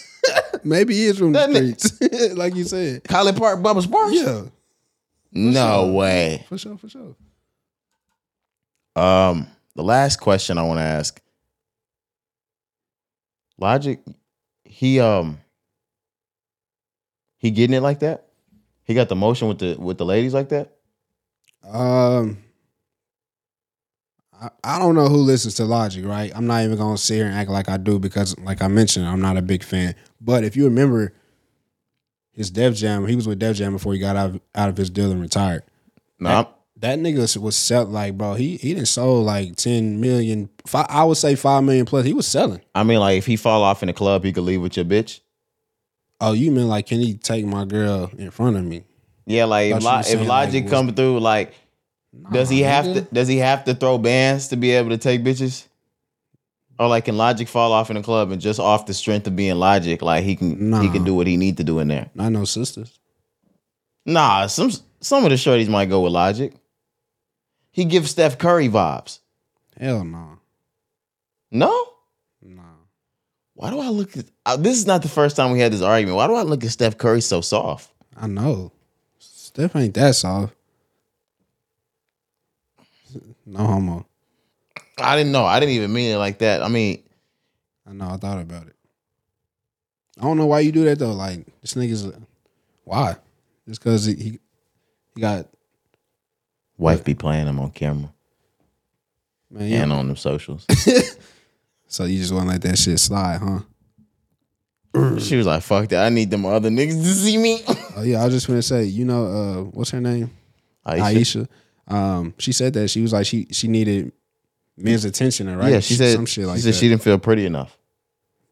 Speaker 2: Maybe he is from
Speaker 3: That
Speaker 2: the
Speaker 3: nigga-
Speaker 2: streets, [LAUGHS] like you said.
Speaker 3: College Park, Bubba Sparks?
Speaker 2: Yeah,
Speaker 3: No way.
Speaker 2: for sure, for sure.
Speaker 3: Um, the last question I want to ask Logic, he um he getting it like that? He got the motion with the with the ladies like that?
Speaker 2: Um, I, I don't know who listens to Logic, right? I'm not even gonna sit here and act like I do because, like I mentioned, I'm not a big fan. But if you remember his Dev Jam, he was with Dev Jam before he got out of, out of his deal and retired.
Speaker 3: No, I'm-
Speaker 2: That nigga was selling like, bro. He he didn't sold like ten million. Five, I would say five million plus. He was selling.
Speaker 3: I mean like if he fall off in the club, he could leave with your bitch.
Speaker 2: Oh, you mean like, can he take my girl in front of me?
Speaker 3: Yeah, like
Speaker 2: Thought
Speaker 3: if,
Speaker 2: you
Speaker 3: Lo-
Speaker 2: was saying,
Speaker 3: if
Speaker 2: like,
Speaker 3: Logic
Speaker 2: was-
Speaker 3: come through, like does he
Speaker 2: Nah,
Speaker 3: have
Speaker 2: nigga.
Speaker 3: to does he have to throw bands to be able to take bitches? Or like can Logic fall off in the club and just off the strength of being Logic, like he can he
Speaker 2: Nah.
Speaker 3: can do what he need to do in there.
Speaker 2: I know sisters.
Speaker 3: Nah, some some of the shorties might go with Logic. He gives Steph Curry vibes.
Speaker 2: Hell no,
Speaker 3: No,
Speaker 2: no.
Speaker 3: why do I look at uh, this? Is not the first time we had this argument. Why do I look at Steph Curry so soft?
Speaker 2: I know. Steph ain't that soft. No homo.
Speaker 3: I didn't know. I didn't even mean it like that. I mean,
Speaker 2: I know. I thought about it. I don't know why you do that though. Like this nigga's why? Just because he, he he got
Speaker 3: wife be playing him on camera
Speaker 2: man. you
Speaker 3: and on them socials. [LAUGHS]
Speaker 2: So you just want to let that shit slide, huh?
Speaker 3: she was like, "Fuck that! I need them other niggas to see me." [LAUGHS]
Speaker 2: Oh yeah, I was just gonna say, you know, uh, what's her name?
Speaker 3: Aisha.
Speaker 2: Aisha. Um, she said that she was like she she needed men's attention, right?
Speaker 3: Yeah, she said.
Speaker 2: some shit like
Speaker 3: she said
Speaker 2: that.
Speaker 3: she didn't feel pretty enough.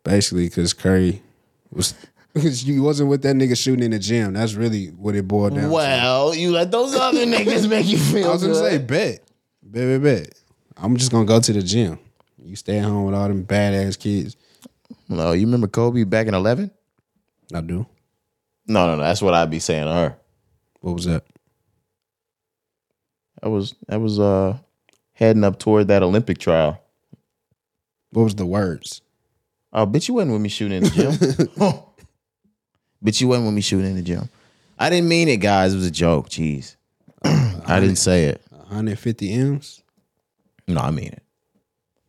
Speaker 2: basically because Curry was [LAUGHS] you wasn't with that nigga shooting in the gym. That's really what it boiled down. to.
Speaker 3: Well, you let
Speaker 2: [LAUGHS]
Speaker 3: those other niggas make you feel.
Speaker 2: I was gonna
Speaker 3: good.
Speaker 2: say bet, bet, bet, bet. I'm just gonna go to the gym. You stay at home with all them badass kids.
Speaker 3: no, you remember Kobe back in eleven?
Speaker 2: I do.
Speaker 3: No, no, no. That's what I'd be saying to her.
Speaker 2: What was that?
Speaker 3: I was, I was uh heading up toward that Olympic trial.
Speaker 2: What was the words?
Speaker 3: Oh, bitch, you wasn't with me shooting in the gym. Huh. bitch, you wasn't with me shooting in the gym. I didn't mean it, guys. It was a joke. Jeez, [CLEARS THROAT] I didn't say it.
Speaker 2: 150 m's.
Speaker 3: No, I mean it.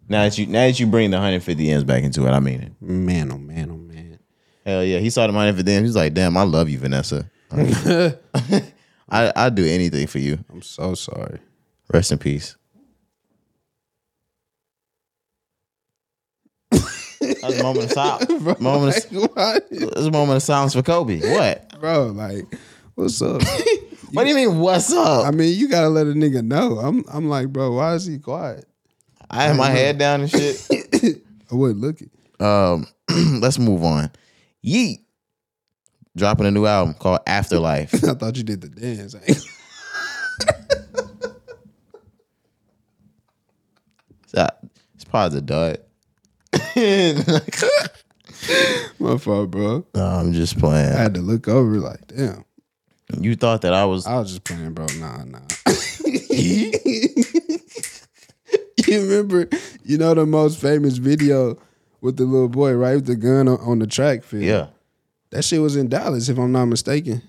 Speaker 3: Now that you, now that you bring the 150 ends back into it, I mean it.
Speaker 2: Man, oh man, oh man.
Speaker 3: Hell yeah, he saw the 150 ends. He's like, damn, I love you, Vanessa. [LAUGHS] I I'd do anything for you.
Speaker 2: I'm so sorry. [LAUGHS]
Speaker 3: Rest in peace. That was a moment of [LAUGHS] silence. Moment of,
Speaker 2: Why?
Speaker 3: it was a moment of silence for Kobe. What?
Speaker 2: Bro, like, what's up?
Speaker 3: What do you mean? What's up?
Speaker 2: I mean, you gotta let a nigga know. I'm I'm like, bro, why is he quiet?
Speaker 3: I had my head down and shit. [LAUGHS]
Speaker 2: I wouldn't look it.
Speaker 3: um, [CLEARS THROAT] let's move on. Yeet dropping a new album called Afterlife.
Speaker 2: [LAUGHS] I thought you did the dance. [LAUGHS]
Speaker 3: So, This pod's a [LAUGHS] dud. No,
Speaker 2: My fault, bro.
Speaker 3: I'm just
Speaker 2: I
Speaker 3: playing.
Speaker 2: had to look over like, damn.
Speaker 3: You thought that I was.
Speaker 2: I was just playing, bro. Nah, nah. [LAUGHS] you remember, you know the most famous video with the little boy, right? With the gun on, on the track field.
Speaker 3: Yeah,
Speaker 2: That shit was in Dallas, if I'm not mistaken.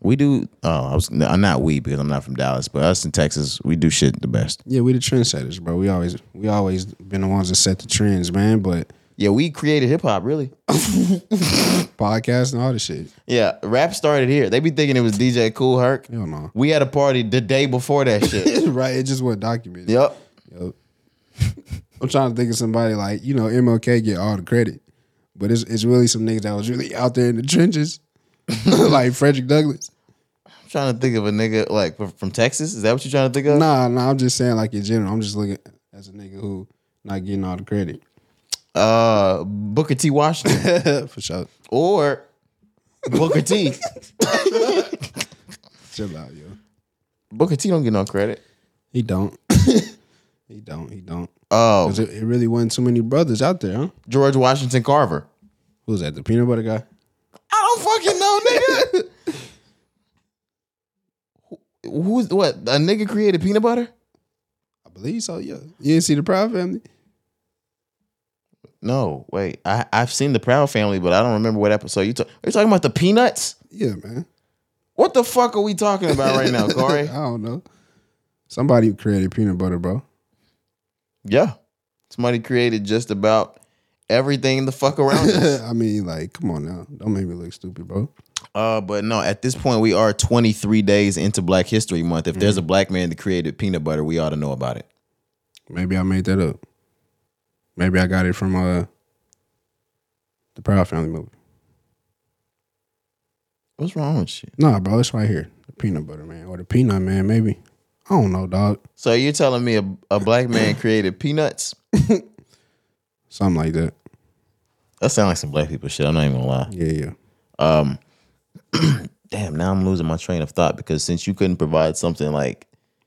Speaker 3: we do. Oh, I was no, not we because I'm not from Dallas, but us in Texas, we do shit the best.
Speaker 2: Yeah, we the trendsetters, bro. We always we always been the ones that set the trends, man. But
Speaker 3: Yeah, we created hip hop, really.
Speaker 2: podcasts and all this shit.
Speaker 3: Yeah, rap started here. They be thinking it was DJ Cool Herc.
Speaker 2: Hell no. [LAUGHS]
Speaker 3: We had a party the day before that [LAUGHS] shit.
Speaker 2: right, it just wasn't documented.
Speaker 3: yep.
Speaker 2: Yup. I'm trying to think of somebody like, you know, MLK get all the credit. But it's it's really some niggas that was really out there in the trenches. [LAUGHS] like Frederick Douglass.
Speaker 3: I'm trying to think of a nigga like from- from Texas. Is that what you're trying to think of?
Speaker 2: Nah, nah, I'm just saying like in general. I'm just looking as a nigga who not getting all the credit. [LAUGHS]
Speaker 3: Uh, Booker T. Washington. [LAUGHS]
Speaker 2: For sure.
Speaker 3: or Booker T.
Speaker 2: Chill out, yo.
Speaker 3: Booker T don't get no credit.
Speaker 2: He don't. [COUGHS] he don't, he don't.
Speaker 3: Oh,
Speaker 2: 'Cause It, it really wasn't too many brothers out there, huh?
Speaker 3: George Washington Carver.
Speaker 2: Who was that? The peanut butter guy?
Speaker 3: I don't fucking know, nigga. [LAUGHS] Who- Who's what? A nigga created peanut butter?
Speaker 2: I believe so, yeah. You didn't see the Proud Family?
Speaker 3: No, wait. I I've seen the Proud Family, but I don't remember what episode you talk. Are you talking about the peanuts?
Speaker 2: Yeah, man.
Speaker 3: What the fuck are we talking about right now,
Speaker 2: I
Speaker 3: Corey?
Speaker 2: don't know. Somebody created peanut butter, bro.
Speaker 3: yeah, somebody created just about everything the fuck around us.
Speaker 2: [LAUGHS] I mean, like, come on now. Don't make me look stupid, bro.
Speaker 3: Uh, but no, at this point, we are 23 days into Black History Month. If there's a black man that created peanut butter, we ought to know about it.
Speaker 2: Maybe I made that up. Maybe I got it from uh the Proud Family movie.
Speaker 3: What's wrong with you?
Speaker 2: Nah, bro, it's right here. The peanut butter man or the peanut man, maybe. I don't know, dog.
Speaker 3: So you're telling me a, a black man created peanuts?
Speaker 2: Something like that.
Speaker 3: That sounds like some black people shit. I'm not even gonna lie. Um,
Speaker 2: Yeah, yeah.
Speaker 3: [CLEARS THROAT] Damn, now I'm losing my train of thought because since you couldn't provide something like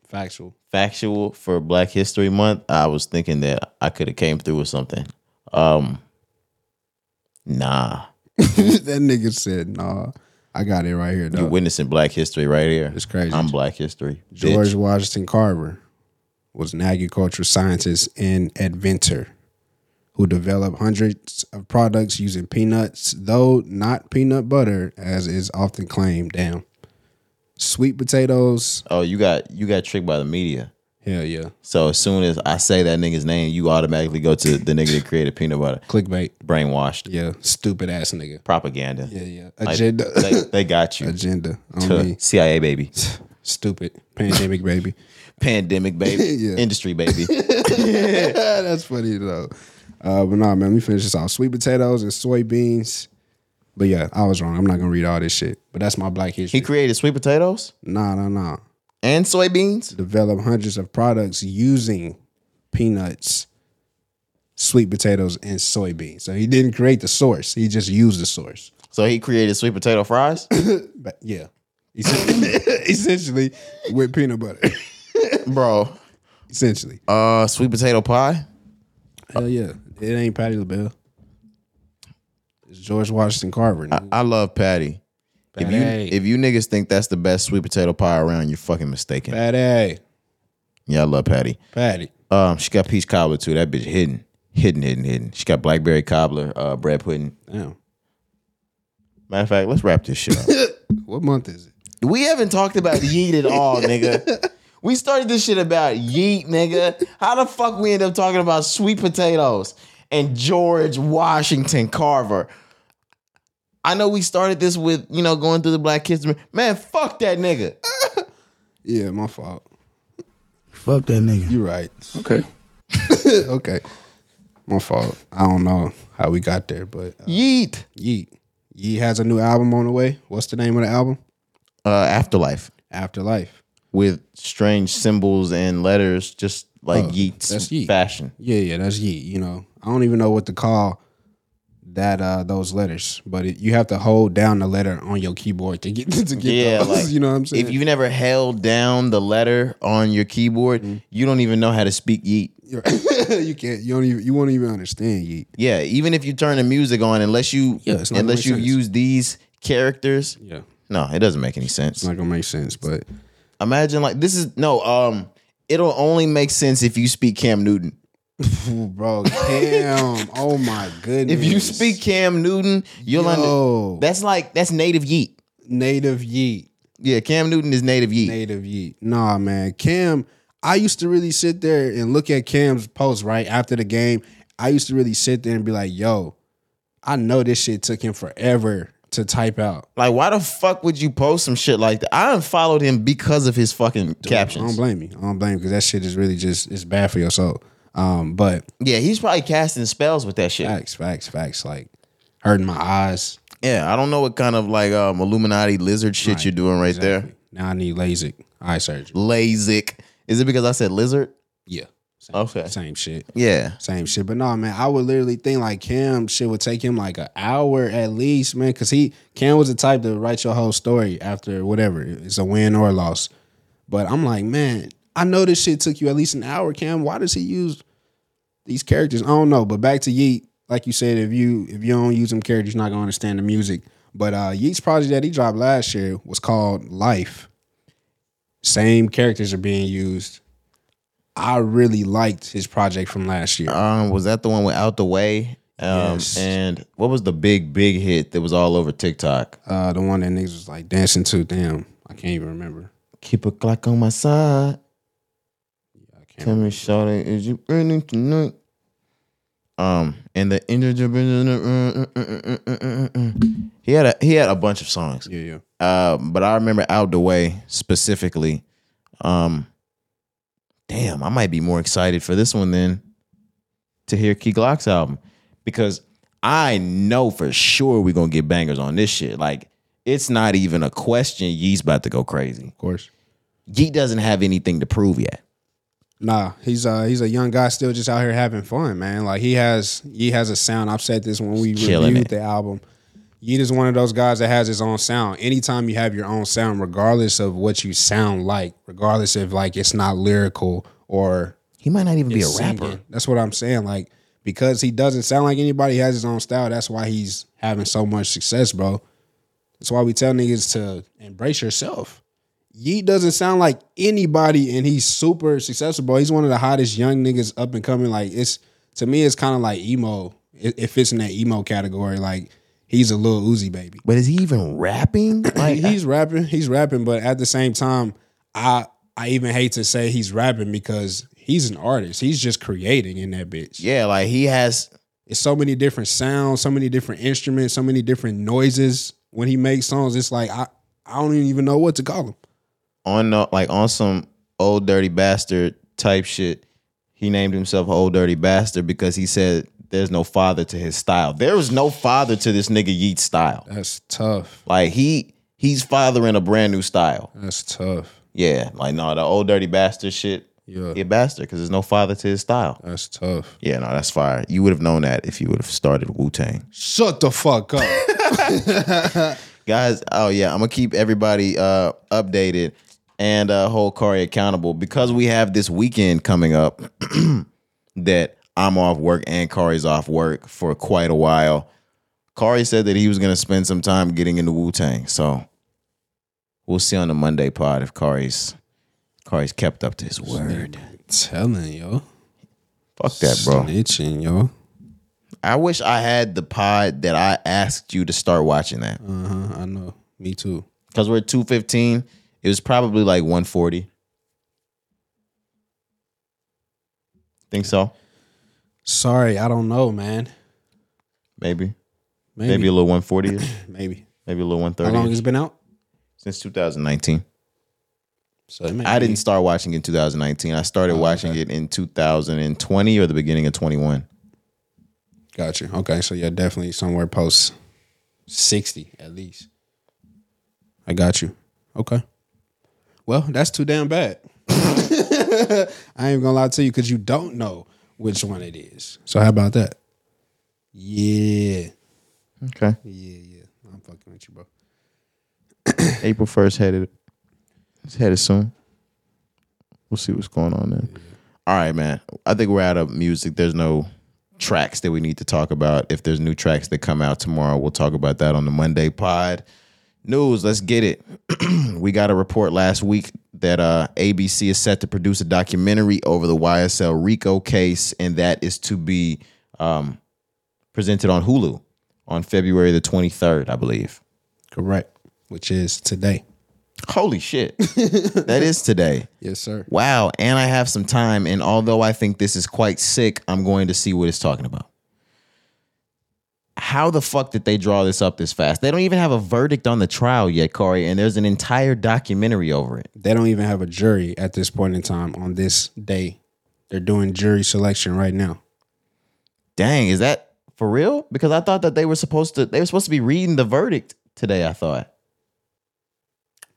Speaker 2: Factual.
Speaker 3: factual for Black History Month, I was thinking that I could have came through with something. Um, nah,
Speaker 2: [LAUGHS] that nigga said, nah. I got it right here,
Speaker 3: you're
Speaker 2: dog.
Speaker 3: witnessing Black History right here.
Speaker 2: Uh, It's crazy.
Speaker 3: I'm Black History.
Speaker 2: George
Speaker 3: bitch.
Speaker 2: Washington Carver was an agricultural scientist and inventor who developed hundreds of products using peanuts, though not peanut butter, as is often claimed. Damn. Sweet potatoes.
Speaker 3: Oh, you got you got tricked by the media.
Speaker 2: Hell yeah.
Speaker 3: So as soon as I say that nigga's name, you automatically go to the nigga that created peanut butter.
Speaker 2: Clickbait.
Speaker 3: Brainwashed
Speaker 2: Yeah. Stupid ass nigga.
Speaker 3: propaganda.
Speaker 2: Yeah, yeah.
Speaker 3: Like,
Speaker 2: Agenda.
Speaker 3: they, they got you.
Speaker 2: [LAUGHS] Agenda.
Speaker 3: Tuh.
Speaker 2: On me.
Speaker 3: CIA
Speaker 2: [LAUGHS]
Speaker 3: baby,
Speaker 2: Stupid. Pandemic baby.
Speaker 3: pandemic baby,
Speaker 2: [LAUGHS] Yeah.
Speaker 3: industry baby.
Speaker 2: [LAUGHS] That's funny though. Uh, but nah, man, let me finish this off. Sweet potatoes and soybeans. But yeah, I was wrong. I'm not gonna read all this shit. But that's my black history.
Speaker 3: he created sweet potatoes
Speaker 2: nah, nah, nah.
Speaker 3: and soybeans.
Speaker 2: Develop hundreds of products using peanuts, sweet potatoes, and soybeans. So he didn't create the source. He just used the source.
Speaker 3: So he created sweet potato
Speaker 2: [LAUGHS]
Speaker 3: fries,
Speaker 2: But yeah, [LAUGHS] essentially with peanut butter. [LAUGHS]
Speaker 3: bro.
Speaker 2: essentially.
Speaker 3: Uh, sweet potato pie.
Speaker 2: Hell yeah. It ain't Patty LaBelle. It's George Washington Carver. nigga.
Speaker 3: I love patty. If you
Speaker 2: Patty.
Speaker 3: if you niggas think that's the best sweet potato pie around, you're fucking mistaken.
Speaker 2: Patty.
Speaker 3: Yeah, I love patty.
Speaker 2: Patty.
Speaker 3: Um, she got peach cobbler too. That bitch hidden, hidden, hidden, hidden. She got blackberry cobbler, uh, bread pudding.
Speaker 2: Damn.
Speaker 3: Matter of fact, let's wrap this shit up.
Speaker 2: What month is it?
Speaker 3: we haven't talked about yeet at
Speaker 2: [LAUGHS]
Speaker 3: all, nigga. We started this shit about yeet, nigga. How the fuck we end up talking about sweet potatoes and George Washington Carver? I know we started this with, you know, going through the black history. Man, fuck that nigga.
Speaker 2: Yeah, my fault.
Speaker 1: Fuck that nigga.
Speaker 2: You're right.
Speaker 1: Okay.
Speaker 2: [LAUGHS] okay. My fault. I don't know how we got there, but uh,
Speaker 3: Yeet.
Speaker 2: Yeet. Yeet has a new album on the way. What's the name of the album?
Speaker 3: Uh, afterlife
Speaker 2: Afterlife.
Speaker 3: with strange symbols and letters, just like
Speaker 2: Oh,
Speaker 3: yeet's
Speaker 2: that's yeet.
Speaker 3: fashion.
Speaker 2: Yeah, yeah, that's Yeet. You know, I don't even know what to call that uh those letters, but it, you have to hold down the letter on your keyboard to get [LAUGHS] to get
Speaker 3: Yeah,
Speaker 2: those.
Speaker 3: like,
Speaker 2: you know what I'm saying? [LAUGHS]
Speaker 3: If you never held down the letter on your keyboard,
Speaker 2: Mm-hmm.
Speaker 3: you don't even know how to speak yeet.
Speaker 2: You're right. you can't. You don't even. You won't even understand Yeet.
Speaker 3: Yeah, even if you turn the music on, unless you
Speaker 2: Yeah, it's not gonna
Speaker 3: unless
Speaker 2: make
Speaker 3: you
Speaker 2: sense.
Speaker 3: use these characters,
Speaker 2: Yeah,
Speaker 3: no, it doesn't make any sense.
Speaker 2: it's not gonna make sense, but
Speaker 3: Imagine like this is no, um, it'll only make sense if you speak Cam Newton.
Speaker 2: Ooh, bro, damn. oh my goodness.
Speaker 3: If you speak Cam Newton, you'll
Speaker 2: Yo.
Speaker 3: under, that's like that's native yeet.
Speaker 2: native yeet,
Speaker 3: Yeah, Cam Newton is native yeet.
Speaker 2: native yeet. Nah, man. Cam, I used to really sit there and look at Cam's post right after the game. I used to really sit there and be like, yo, I know this shit took him forever to type out.
Speaker 3: Like, why the fuck would you post some shit like that? I unfollowed him because of his fucking
Speaker 2: I don't
Speaker 3: captions.
Speaker 2: blame you. I don't blame you because that shit is really just it's bad for your soul. Um, but
Speaker 3: Yeah, he's probably casting spells with that shit.
Speaker 2: facts, facts, facts, like hurting my eyes.
Speaker 3: Yeah, I don't know what kind of like um Illuminati lizard shit you're doing right there.
Speaker 2: Now I need LASIK eye surgery.
Speaker 3: LASIK. Is it because I said lizard?
Speaker 2: Yeah. Same,
Speaker 3: Okay.
Speaker 2: Same shit.
Speaker 3: Yeah.
Speaker 2: Same shit. But no, man, I would literally think like Cam shit would take him like an hour at least, man. Cause he Cam was the type to write your whole story after whatever. It's a win or a loss. But I'm like, man, I know this shit took you at least an hour, Cam. Why does he use these characters? I don't know. But back to Yeet, like you said, if you if you don't use them characters, you're not gonna understand the music. But uh Yeet's project that he dropped last year was called Life. Same characters are being used. I really liked his project from last year.
Speaker 3: Um, was that the one with Out the Way? Um,
Speaker 2: Yes.
Speaker 3: and what was the big big hit that was all over TikTok?
Speaker 2: Uh, the one that niggas was like dancing to. Damn, I can't even remember.
Speaker 3: Keep a clock on my side.
Speaker 2: I can't.
Speaker 3: Tell me, shawty, is you burning tonight? Um, and uh, the uh, he had a he had a bunch of songs.
Speaker 2: Yeah, yeah.
Speaker 3: Uh, but I remember Out the Way specifically. Um, damn, I might be more excited for this one than to hear Key Glock's album because I know for sure we're gonna get bangers on this shit. Like, it's not even a question. Yee's about to go crazy.
Speaker 2: Of course.
Speaker 3: Yee doesn't have anything to prove yet.
Speaker 2: Nah, he's uh he's a young guy still just out here having fun, man. Like he has he has a sound. I've said this when we
Speaker 3: Killing
Speaker 2: reviewed
Speaker 3: it.
Speaker 2: the album. Yeet is one of those guys that has his own sound. Anytime you have your own sound, regardless of what you sound like, regardless if like it's not lyrical or
Speaker 3: He might not even be a
Speaker 2: singing.
Speaker 3: rapper.
Speaker 2: That's what I'm saying. Like because he doesn't sound like anybody, he has his own style. That's why he's having so much success, bro. That's why we tell niggas to embrace yourself. Yeet doesn't sound like anybody, and he's super successful, bro. He's one of the hottest young niggas up and coming. Like it's to me, it's kind of like emo. It, it fits in that emo category. Like he's a little Uzi baby.
Speaker 3: But is he even rapping? Like,
Speaker 2: [COUGHS] He- he's rapping, he's rapping, but at the same time, I I even hate to say he's rapping because he's an artist. He's just creating in that bitch.
Speaker 3: yeah, like he has
Speaker 2: It's so many different sounds, so many different instruments, so many different noises when he makes songs. It's like I I don't even know what to call him.
Speaker 3: on the, like on some old dirty bastard type shit. He named himself old dirty bastard because he said there's no father to his style. There was no father to this nigga Yeet style.
Speaker 2: That's tough.
Speaker 3: Like he he's fathering a brand new style.
Speaker 2: That's tough.
Speaker 3: Yeah, like no, the old dirty bastard shit.
Speaker 2: Yeah.
Speaker 3: He a bastard because there's no father to his style.
Speaker 2: That's tough.
Speaker 3: Yeah, no, that's fire. You would have known that if you would have started Wu Tang.
Speaker 2: Shut the fuck up.
Speaker 3: [LAUGHS] guys oh yeah i'm gonna keep everybody uh updated and uh hold Kari accountable because we have this weekend coming up [CLEARS THROAT] that i'm off work and Kari's off work for quite a while Kari said that he was gonna spend some time getting into wu-tang so we'll see on the monday pod if Kari's Kari's kept up to his word
Speaker 2: Telling yo.
Speaker 3: fuck that bro
Speaker 2: Snitching, yo.
Speaker 3: i wish i had the pod that i asked you to start watching that
Speaker 2: Uh-huh. I know. Me too.
Speaker 3: because we're at 215 it was probably like 140 think so
Speaker 2: Sorry, I don't know, man.
Speaker 3: maybe
Speaker 2: Maybe.
Speaker 3: maybe, a little 140
Speaker 2: Maybe.
Speaker 3: maybe a little
Speaker 2: How long
Speaker 3: 130
Speaker 2: has it been out?
Speaker 3: since 2019
Speaker 2: So it may
Speaker 3: i
Speaker 2: be-
Speaker 3: didn't start watching it in 2019 i
Speaker 2: Oh,
Speaker 3: started watching it in 2020 or the beginning of 21
Speaker 2: Got you. Okay, so yeah, definitely somewhere post sixty at least. I got you. Okay. Well, that's too damn bad. [LAUGHS] I ain't gonna lie to you because you don't know which one it is. So how about that? Yeah,
Speaker 3: okay
Speaker 2: yeah, yeah. I'm fucking with you, bro.
Speaker 3: [LAUGHS] april 1st headed it's headed soon we'll see what's going on then all right man i think we're out of music there's no tracks that we need to talk about if there's new tracks that come out tomorrow we'll talk about that on the monday pod news let's get it [CLEARS THROAT] we got a report last week that uh, abc is set to produce a documentary over the ysl rico case and that is to be um, presented on hulu on february the 23rd i believe
Speaker 2: Correct. Which is today.
Speaker 3: Holy shit. that is today.
Speaker 2: Yes, sir.
Speaker 3: Wow. And I have some time. And although I think this is quite sick, I'm going to see what it's talking about. How the fuck did they draw this up this fast? They don't even have a verdict on the trial yet, Corey, and there's an entire documentary over it.
Speaker 2: They don't even have a jury at this point in time on this day. They're doing jury selection right now.
Speaker 3: Dang, is that for real? Because I thought that they were supposed to they were supposed to be reading the verdict today, I thought.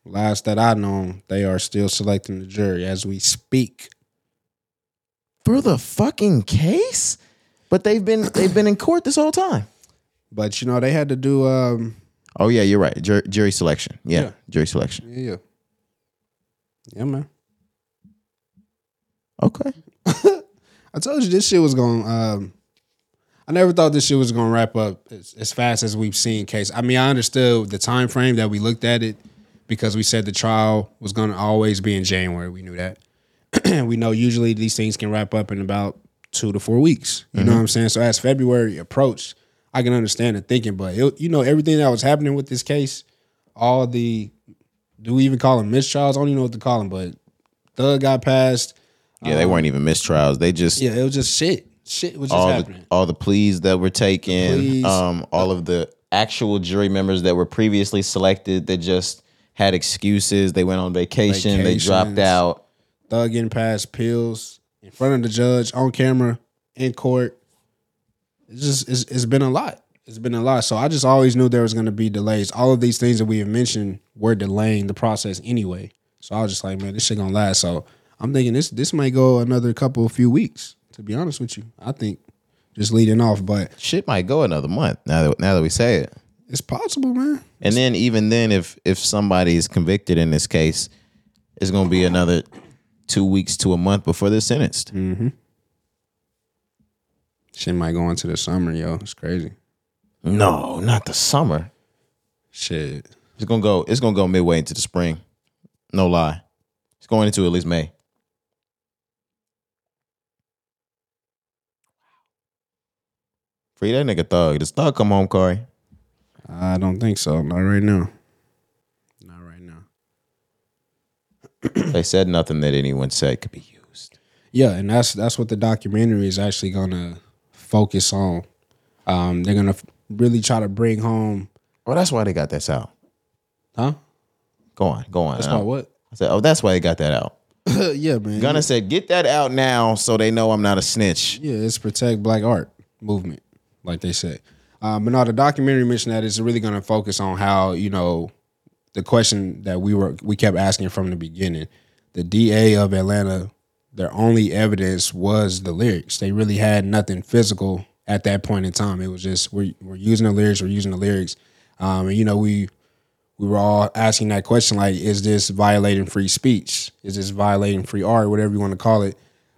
Speaker 2: Last that I know, they are still selecting the jury as we speak.
Speaker 3: For the fucking case? But they've been they've been in court this whole time.
Speaker 2: But you know, they had to do um
Speaker 3: Oh yeah, you're right. Jur- jury selection. yeah.
Speaker 2: Yeah.
Speaker 3: jury selection.
Speaker 2: yeah. Yeah, man.
Speaker 3: Okay.
Speaker 2: I told you this shit was going um I never thought this shit was going to wrap up as, as fast as we've seen case. I mean, I understood the time frame that we looked at it because we said the trial was going to always be in January. We knew that. [CLEARS THROAT] we know usually these things can wrap up in about 2 to 4 weeks. You know what I'm saying? So as February approached, I can understand the thinking, but it, you know everything that was happening with this case, all the do we even call them mistrials? I don't even know what to call them, but Thug got passed.
Speaker 3: Um, Yeah, they weren't even mistrials. They just
Speaker 2: Yeah, it was just shit. shit was just
Speaker 3: all the
Speaker 2: happening.
Speaker 3: all the pleas that were taken,
Speaker 2: pleas.
Speaker 3: um, all of the actual jury members that were previously selected that just had excuses. They went on vacation, they dropped
Speaker 2: Vacations.
Speaker 3: out.
Speaker 2: Thug getting past pills in front of the judge on camera in court. It's just it's, it's been a lot. It's been a lot. So I just always knew there was going to be delays. All of these things that we have mentioned were delaying the process anyway. So I was just like, man, this shit gonna last. So I'm thinking this this might go another couple few weeks. To be honest with you, I think just leading off, but
Speaker 3: Shit might go another month now that now that we say it.
Speaker 2: it's possible, man.
Speaker 3: And then even then, if if somebody is convicted in this case, it's going to be another two weeks to a month before they're sentenced.
Speaker 2: Shit might go into the summer, yo. It's crazy.
Speaker 3: No, not the summer.
Speaker 2: Shit.
Speaker 3: It's gonna go. It's gonna go midway into the spring. No lie, it's going into at least May. Free that nigga thug. Does thug come home, Corey? [CLEARS THROAT]
Speaker 2: I don't think so. Not right now. Not right now.
Speaker 3: they said nothing that anyone said could be used.
Speaker 2: Yeah, and that's that's what the documentary is actually gonna focus on. Um, they're gonna f- really try to bring home,
Speaker 3: Well, Oh, that's why they got this out.
Speaker 2: huh?
Speaker 3: Go on, go on.
Speaker 2: That's
Speaker 3: Um,
Speaker 2: not what. [LAUGHS]
Speaker 3: I said, oh, that's why they got that out.
Speaker 2: yeah, man.
Speaker 3: Gunna said, "Get that out now, so they know I'm not a snitch."
Speaker 2: Yeah, it's protect black art movement, like they say. Um, but no, the documentary mentioned that it's really going to focus on how you know the question that we were we kept asking from the beginning. The DA of Atlanta, their only evidence was the lyrics. They really had nothing physical at that point in time. It was just we're we're using the lyrics, we're using the lyrics, um, and you know we we were all asking that question like, is this violating free speech? Is this violating free art? Whatever you want to call it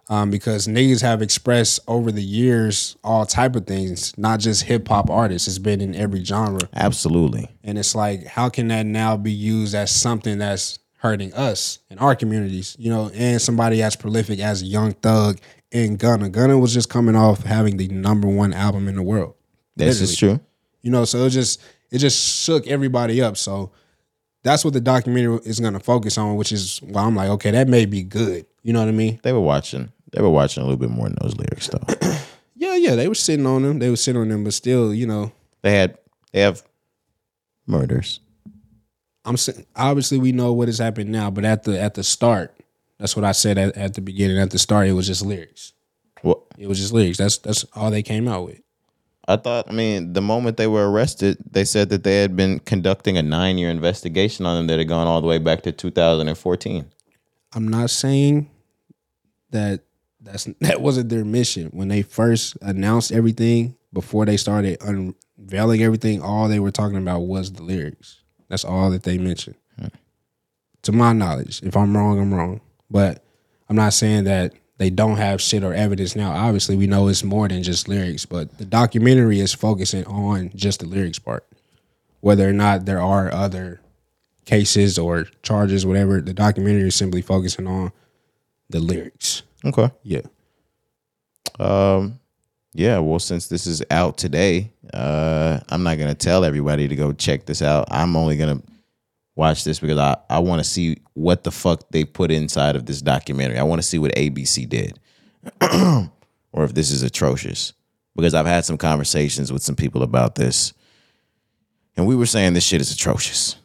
Speaker 2: um, because niggas have expressed over the years all type of things, not just hip hop artists. It's been in every genre,
Speaker 3: Absolutely.
Speaker 2: and it's like, how can that now be used as something that's hurting us and our communities? You know, and somebody as prolific as Young Thug and Gunna. Gunna was just coming off having the number one album in the world.
Speaker 3: This is true.
Speaker 2: You know, so it just it just shook everybody up. So that's what the documentary is going to focus on, which is why I'm like, okay, that may be good. You know what I mean?
Speaker 3: They were watching. They were watching a little bit more than those lyrics, though. [CLEARS THROAT]
Speaker 2: Yeah, yeah, they were sitting on them. They were sitting on them, but still, you know,
Speaker 3: they had. They have murders.
Speaker 2: I'm si- obviously we know what has happened now, but at the at the start, that's what I said at, at the beginning. At the start, it was just lyrics.
Speaker 3: Well,
Speaker 2: It was just lyrics. That's that's all they came out with.
Speaker 3: I thought. I mean, the moment they were arrested, they said that they had been conducting a nine-year investigation on them that had gone all the way back to 2014.
Speaker 2: I'm not saying that that's [LAUGHS] that wasn't their mission when they first announced everything. Before they started unveiling everything, all they were talking about was the lyrics. That's all that they mentioned. To my knowledge, if I'm wrong, I'm wrong. But I'm not saying that they don't have shit or evidence now. Obviously, we know it's more than just lyrics, but the documentary is focusing on just the lyrics part. Whether or not there are other cases or charges, whatever. The documentary is simply focusing on the lyrics.
Speaker 3: Okay.
Speaker 2: Yeah.
Speaker 3: Um, yeah, well, since this is out today, uh, I'm not gonna tell everybody to go check this out. I'm only gonna watch this because I, I want to see what the fuck they put inside of this documentary. I want to see what ABC did, [CLEARS THROAT] or if this is atrocious. Because I've had some conversations with some people about this, and we were saying this shit is atrocious.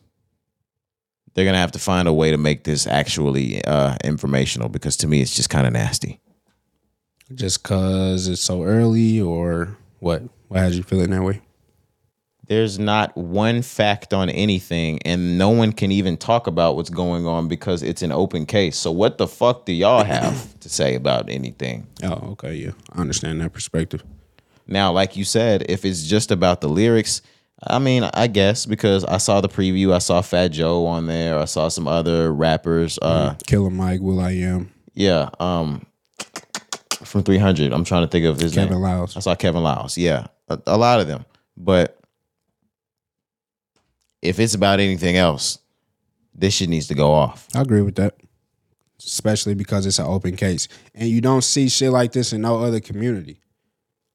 Speaker 3: They're gonna have to find a way to make this actually uh, informational because to me it's just kind of nasty.
Speaker 2: Just cause it's so early or what? Why had you feeling that way?
Speaker 3: there's not one fact on anything and no one can even talk about what's going on because it's an open case. So what the fuck do y'all have to say about anything?
Speaker 2: Oh, okay, yeah. I understand that perspective.
Speaker 3: Now, like you said, if it's just about the lyrics, I mean, I guess because I saw the preview, I saw Fat Joe on there, I saw some other rappers uh
Speaker 2: Killer Mike, Will I Am,
Speaker 3: yeah, um from 300. I'm trying to think of his name.
Speaker 2: Kevin Lyles.
Speaker 3: I saw Kevin Lyles. Yeah, a, a lot of them. But if it's about anything else, this shit needs to go off.
Speaker 2: I agree with that. Especially because it's an open case. And you don't see shit like this in no other community.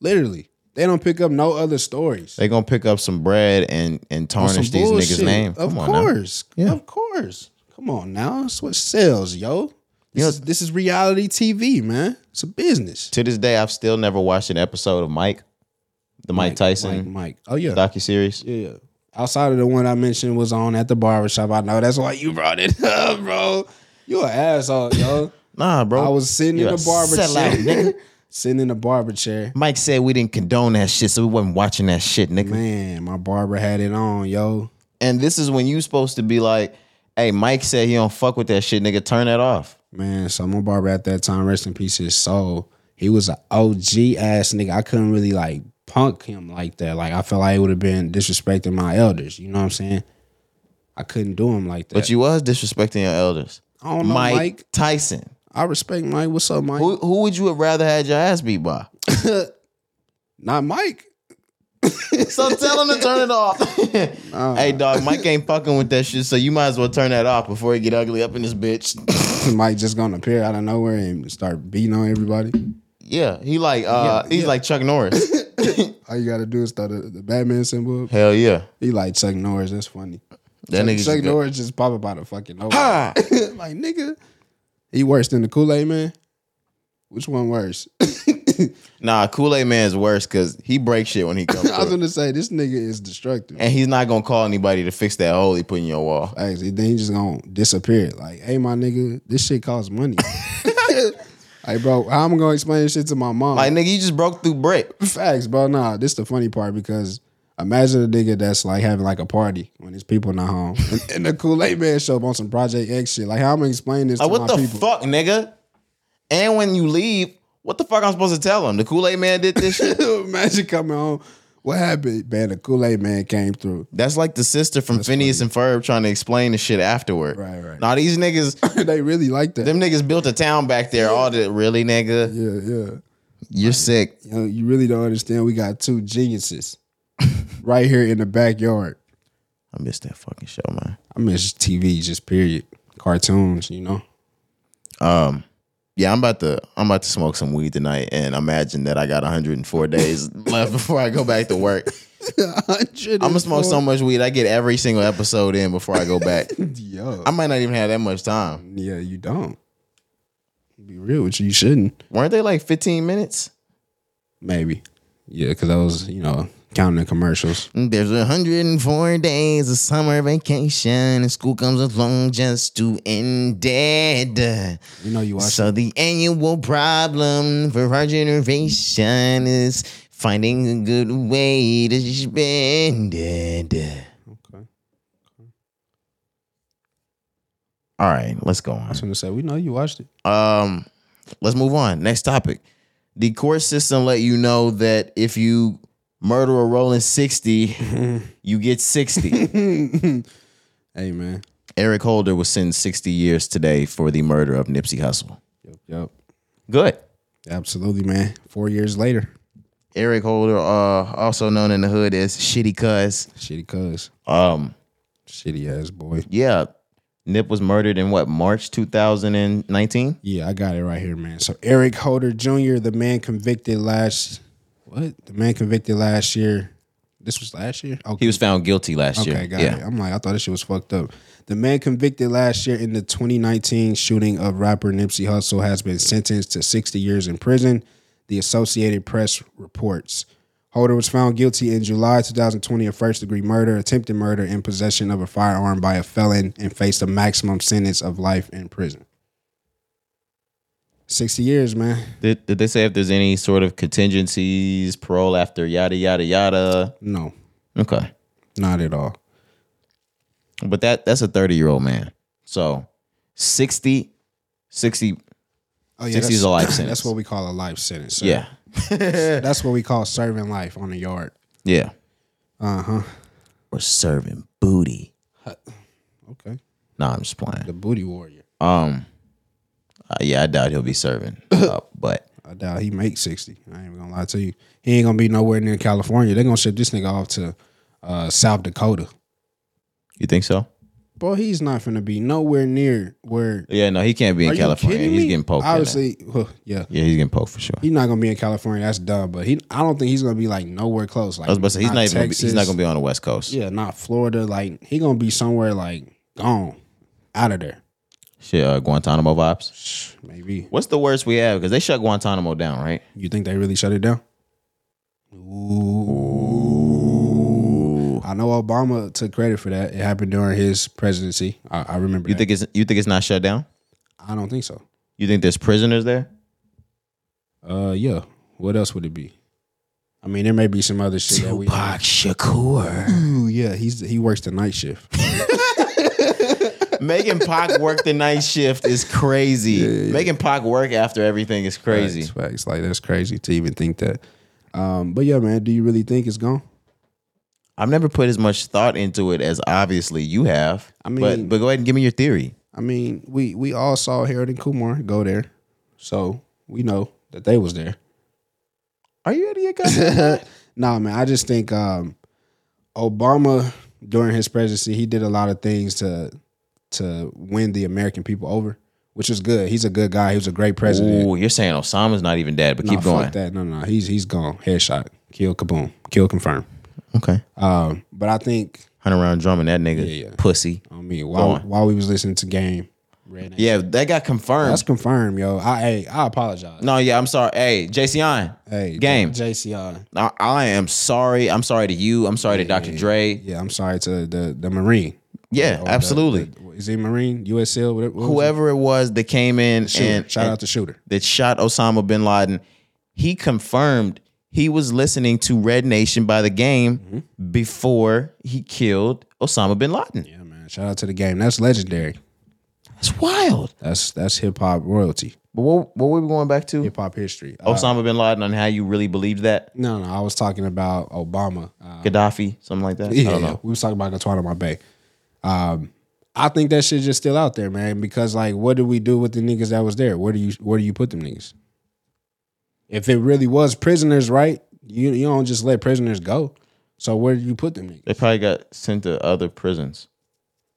Speaker 2: Literally. They don't pick up no other stories.
Speaker 3: They gonna pick up some bread and and
Speaker 2: on some
Speaker 3: tarnish these niggas'
Speaker 2: bullshit.
Speaker 3: name.
Speaker 2: Of
Speaker 3: Come on now.
Speaker 2: course. Of course. Come on now. That's what sells, yo. This, is, this is reality TV, man. It's a business.
Speaker 3: To this day, I've still never watched an episode of Mike, the Mike,
Speaker 2: Like
Speaker 3: Tyson
Speaker 2: Mike. Oh yeah.
Speaker 3: docu series.
Speaker 2: Yeah, yeah. Outside of the one I mentioned was on at the barbershop. I know that's why you brought it [LAUGHS] up, bro. You an
Speaker 3: [LAUGHS]
Speaker 2: asshole, yo.
Speaker 3: Nah, bro.
Speaker 2: I was sitting
Speaker 3: You're
Speaker 2: in
Speaker 3: a
Speaker 2: a barber
Speaker 3: sellout,
Speaker 2: chair. [LAUGHS]
Speaker 3: nigga.
Speaker 2: sitting in a barber chair.
Speaker 3: Mike said we didn't condone that shit, so we wasn't watching that shit, nigga.
Speaker 2: Man, my barber had it on, yo.
Speaker 3: And this is when you supposed to be like, "Hey, Mike said he don't fuck with that shit, nigga. Turn that off."
Speaker 2: Man, so my barber at that time, rest in peace, his soul. He was an OG ass nigga. I couldn't really like punk him like that. Like I felt like it would have been disrespecting my elders. You know what I'm saying? I couldn't do him like that.
Speaker 3: But you was disrespecting your elders.
Speaker 2: I don't know, Mike.
Speaker 3: Tyson.
Speaker 2: I respect Mike. What's up, Mike?
Speaker 3: Who who would you have rather had your ass beat by?
Speaker 2: Not Mike.
Speaker 3: [LAUGHS]
Speaker 2: [LAUGHS]
Speaker 3: So tell him to turn it off. [LAUGHS] hey dog, Mike ain't fucking with that shit, so you might as well turn that off before it get ugly up in this bitch. [LAUGHS]
Speaker 2: Mike just gonna appear out of nowhere and start beating on everybody.
Speaker 3: yeah, he like uh he's like Chuck [LAUGHS] Norris.
Speaker 2: All you gotta do is throw the, the Batman symbol up.
Speaker 3: Hell yeah.
Speaker 2: He like Chuck Norris. That's funny.
Speaker 3: That nigga's
Speaker 2: Chuck
Speaker 3: good.
Speaker 2: Norris just pop up out of fucking nowhere. [LAUGHS] like nigga, he worse than the Kool Aid Man. Which one worse? [LAUGHS]
Speaker 3: Nah, Kool-Aid man's worse cause he breaks shit [LAUGHS] when he comes.
Speaker 2: I was
Speaker 3: through.
Speaker 2: gonna say this nigga is destructive.
Speaker 3: and he's not gonna call anybody to fix that hole he put in your wall.
Speaker 2: Actually, then he just gonna disappear. Like, hey, my nigga, this shit
Speaker 3: [LAUGHS]
Speaker 2: costs money. [LAUGHS] like, bro, how am I gonna explain this shit to my mom?
Speaker 3: Like nigga, you just broke through brick.
Speaker 2: [LAUGHS] Facts, bro. Nah, this the funny part because imagine a nigga that's like having like a party when his people not
Speaker 3: [LAUGHS]
Speaker 2: home, and, and the Kool Aid Man show up on some Project X shit. Like, how I'm gonna explain this
Speaker 3: Like
Speaker 2: to
Speaker 3: Uh, what
Speaker 2: my
Speaker 3: the
Speaker 2: people?
Speaker 3: fuck, nigga? And when you leave, what the fuck I'm supposed to tell him? The Kool-Aid man did this
Speaker 2: [LAUGHS]
Speaker 3: shit.
Speaker 2: imagine coming home. What happened, man? The Kool Aid Man came through.
Speaker 3: [LAUGHS] That's like the sister from Phineas and Ferb trying to explain the shit afterward.
Speaker 2: Right, right.
Speaker 3: Now these niggas,
Speaker 2: [LAUGHS] they really like that.
Speaker 3: them niggas built a town back there. All the really nigga,
Speaker 2: yeah, yeah.
Speaker 3: you're sick.
Speaker 2: You, know, you really don't understand. We got two geniuses [LAUGHS] right here in the backyard.
Speaker 3: I missed that fucking show, man.
Speaker 2: I miss TV, just period. Cartoons, you know.
Speaker 3: Um, yeah, I'm about to I'm about to smoke some weed tonight and imagine that I got 104 days [LAUGHS] left before I go back to work. [LAUGHS] I'm gonna smoke so much weed I get every single episode in before I go back.
Speaker 2: Yo.
Speaker 3: I might not even have that much time.
Speaker 2: Yeah, you don't. Be real with you, you shouldn't.
Speaker 3: Weren't they like 15 minutes?
Speaker 2: Maybe. Yeah, because I was, you know, counting the commercials.
Speaker 3: There's 104 days of summer vacation, and school comes along just to end it.
Speaker 2: You know, you watch.
Speaker 3: So the annual problem for our generation is finding a good way to spend it.
Speaker 2: okay.
Speaker 3: All right, let's go
Speaker 2: I
Speaker 3: on.
Speaker 2: was gonna say, we know you
Speaker 3: [LAUGHS]
Speaker 2: watched it.
Speaker 3: Um, let's move on. Next topic. The court system let you know that if you murder a rolling 60, you get 60.
Speaker 2: Hey, man.
Speaker 3: Eric Holder was sentenced 60 years today for the murder of Nipsey Hussle.
Speaker 2: Yep, yep.
Speaker 3: Good.
Speaker 2: Absolutely, man. Four years later,
Speaker 3: Eric Holder, uh, also known in the hood as Shitty Cuz.
Speaker 2: shitty cuz,
Speaker 3: Um,
Speaker 2: shitty ass boy.
Speaker 3: yeah, Nip was murdered in what March 2019.
Speaker 2: Yeah, I got it right here, man. So Eric Holder Jr., the man convicted last, what? The man convicted last year. This was last year. Okay,
Speaker 3: He was found guilty last year.
Speaker 2: Okay, got
Speaker 3: yeah,
Speaker 2: it. I'm like, I thought this shit was fucked up. The man convicted last year in the 2019 shooting of rapper Nipsey Hussle has been sentenced to 60 years in prison. The Associated Press reports. Holder was found guilty in July 2020 of first degree murder, attempted murder, and possession of a firearm by a felon, and faced a maximum sentence of life in prison. 60 years, man.
Speaker 3: Did, did they say if there's any sort of contingencies, parole after yada yada yada?
Speaker 2: No,
Speaker 3: Okay,
Speaker 2: not at all.
Speaker 3: but that that's a 30 year old man. So 60, 60,
Speaker 2: Oh, yeah,
Speaker 3: 60 is
Speaker 2: [COUGHS] that's-
Speaker 3: a life sentence.
Speaker 2: That's what we call a life sentence. sir.
Speaker 3: yeah,
Speaker 2: That's what we call serving life on the yard.
Speaker 3: yeah.
Speaker 2: Uh huh.
Speaker 3: We're serving booty.
Speaker 2: Okay.
Speaker 3: Nah, I'm just playing.
Speaker 2: The booty warrior.
Speaker 3: Um, uh, yeah, I doubt he'll be [COUGHS] serving, uh, but
Speaker 2: I doubt he makes sixty. I ain't even gonna lie to you. He ain't gonna be nowhere near California. They're gonna ship this nigga off to uh, South Dakota.
Speaker 3: you think so?
Speaker 2: Bro, he's not gonna be nowhere near where
Speaker 3: Yeah, no, he can't be in
Speaker 2: Are you
Speaker 3: California.
Speaker 2: kidding
Speaker 3: He's
Speaker 2: me?
Speaker 3: getting poked. in there.
Speaker 2: Obviously, huh, yeah.
Speaker 3: yeah, he's getting poked for sure.
Speaker 2: He's not gonna be in California. That's dumb. But he, I don't think he's gonna be like nowhere close. Like
Speaker 3: I was about to say he's not, even. Gonna be, he's
Speaker 2: Texas.
Speaker 3: not gonna be on the West Coast.
Speaker 2: Yeah, not Florida. Like he gonna be somewhere like gone, out of there.
Speaker 3: Shit, uh, Guantanamo vibes.
Speaker 2: Maybe.
Speaker 3: What's the worst we have? Because they shut Guantanamo down, right?
Speaker 2: You think they really shut it down? Ooh. I know Obama took credit for that. It happened during his presidency. I, I remember.
Speaker 3: You
Speaker 2: that.
Speaker 3: think it's you think it's not shut down?
Speaker 2: I don't think so.
Speaker 3: You think there's prisoners [LAUGHS] there?
Speaker 2: Uh, yeah. What else would it be? I mean, there may be some other shit that we.
Speaker 3: Shakur.
Speaker 2: Ooh, yeah. He's he works the night shift.
Speaker 3: Making Pac work the night shift is crazy. Making Pac work after everything is crazy.
Speaker 2: Facts, facts. Like that's crazy to even think that. Um, but yeah, man. Do you really think it's gone?
Speaker 3: I've never put as much thought into it as obviously you have.
Speaker 2: I
Speaker 3: I
Speaker 2: mean-
Speaker 3: mean, but, but go ahead and give me your theory.
Speaker 2: I mean, we we all saw Harold and Kumar go there, so we know that they was there.
Speaker 3: Are you out of your goddamn-
Speaker 2: [LAUGHS] Nah, man, I just think um, Obama during his presidency, he did a lot of things to to win the American people over, which is good. He's a good guy. He was a great president.
Speaker 3: Ooh, you're saying Osama's not even dead, but
Speaker 2: Nah,
Speaker 3: keep going.
Speaker 2: Fuck that. No, no, no. he's he's gone. Headshot. Kill kaboom. Kill confirm.
Speaker 3: Okay.
Speaker 2: Um, but I think
Speaker 3: Hunter round drumming that nigga
Speaker 2: Yeah, yeah.
Speaker 3: pussy.
Speaker 2: I mean while
Speaker 3: on.
Speaker 2: while we was listening to game, Red Nation-
Speaker 3: Yeah, that got confirmed.
Speaker 2: that's confirmed, yo. I hey, I apologize.
Speaker 3: no, yeah, I'm sorry. Hey, JCI.
Speaker 2: Hey,
Speaker 3: game.
Speaker 2: J- JCI.
Speaker 3: I, I am sorry. I'm sorry to you. I'm sorry to Dr. Dre.
Speaker 2: Yeah, I'm sorry to the the Marine.
Speaker 3: Yeah,
Speaker 2: Or the-
Speaker 3: absolutely.
Speaker 2: the- is he Marine? USL? Whatever. what was it?
Speaker 3: Whoever it was that came in
Speaker 2: Shooter.
Speaker 3: and,
Speaker 2: shout
Speaker 3: and
Speaker 2: out to Shooter.
Speaker 3: that shot Osama bin Laden, he confirmed he was listening to Red Nation by the game before he killed Osama bin Laden.
Speaker 2: Yeah, man. Shout out to the game. That's legendary.
Speaker 3: That's wild.
Speaker 2: That's that's hip hop royalty.
Speaker 3: But what what were we going back to?
Speaker 2: Hip hop history. Uh,
Speaker 3: Osama bin Laden and how you really believed that?
Speaker 2: no, no. I was talking about Obama.
Speaker 3: [LAUGHS]
Speaker 2: Uh,
Speaker 3: Gaddafi, something like that.
Speaker 2: yeah,
Speaker 3: I don't
Speaker 2: yeah.
Speaker 3: know.
Speaker 2: we was talking about Guantanamo Bay. Um, I think that shit just still out there, man. Because like, what do we do with the niggas that was there? Where do you where do you put them niggas? If it really was prisoners, right? You you don't just let prisoners go. So where do you put them niggas?
Speaker 3: They probably got sent to other prisons.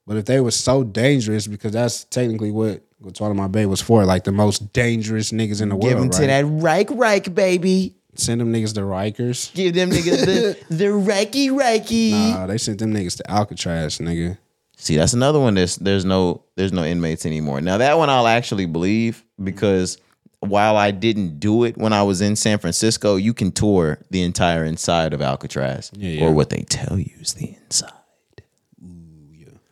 Speaker 2: But if they were so dangerous, because that's technically what Guantanamo Bay was for, like the most dangerous niggas in the
Speaker 3: Give
Speaker 2: world.
Speaker 3: them to
Speaker 2: right?
Speaker 3: that Reich Reich, baby.
Speaker 2: Send them niggas to Rikers.
Speaker 3: Give them niggas
Speaker 2: [LAUGHS]
Speaker 3: the, the Reiki Reiki.
Speaker 2: Nah, they sent them niggas to Alcatraz, nigga.
Speaker 3: See, that's another one. There's there's no there's no inmates anymore. Now that one I'll actually believe because while I didn't do it when I was in San Francisco, you can tour the entire inside of Alcatraz,
Speaker 2: yeah.
Speaker 3: or what they tell you is the inside.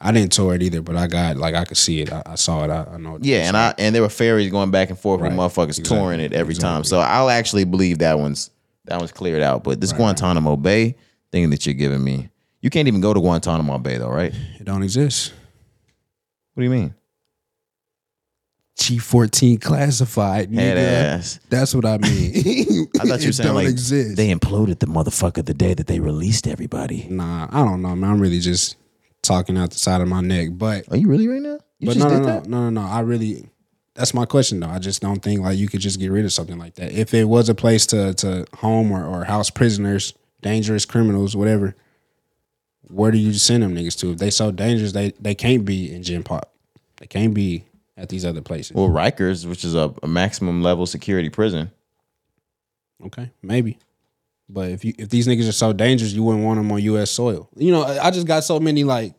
Speaker 2: I didn't tour it either, but I got like I could see it. I, I saw it. I, I know. It
Speaker 3: Yeah, and I and there were ferries going back and forth with motherfuckers touring it every time. So I'll actually believe that one's that one's cleared out. But this Guantanamo Bay thing that you're giving me, you can't even go to Guantanamo Bay though, right?
Speaker 2: it don't exist.
Speaker 3: What do you mean?
Speaker 2: G fourteen classified.
Speaker 3: Head
Speaker 2: Nigga.
Speaker 3: ass.
Speaker 2: That's what I [LAUGHS] mean.
Speaker 3: I thought you were
Speaker 2: It
Speaker 3: saying
Speaker 2: don't
Speaker 3: like
Speaker 2: exist.
Speaker 3: they imploded the motherfucker the day that they released everybody.
Speaker 2: nah, I don't know, man. I'm really just talking out the side of my neck, but
Speaker 3: Are you really right now? You
Speaker 2: but
Speaker 3: just
Speaker 2: no, no,
Speaker 3: did
Speaker 2: no,
Speaker 3: that?
Speaker 2: no, no, no. I really. That's my question though. I just don't think like you could just get rid of something like that. If it was a place to to home or, or house prisoners, dangerous criminals, whatever, where do you send them niggas to? If they so dangerous, they they can't be in Gym Park. They can't be at these other places.
Speaker 3: Well, Rikers, which is a, a maximum level security prison.
Speaker 2: okay, maybe. But if you if these niggas are so dangerous, you wouldn't want them on U.S. soil. You know, I I just got so many like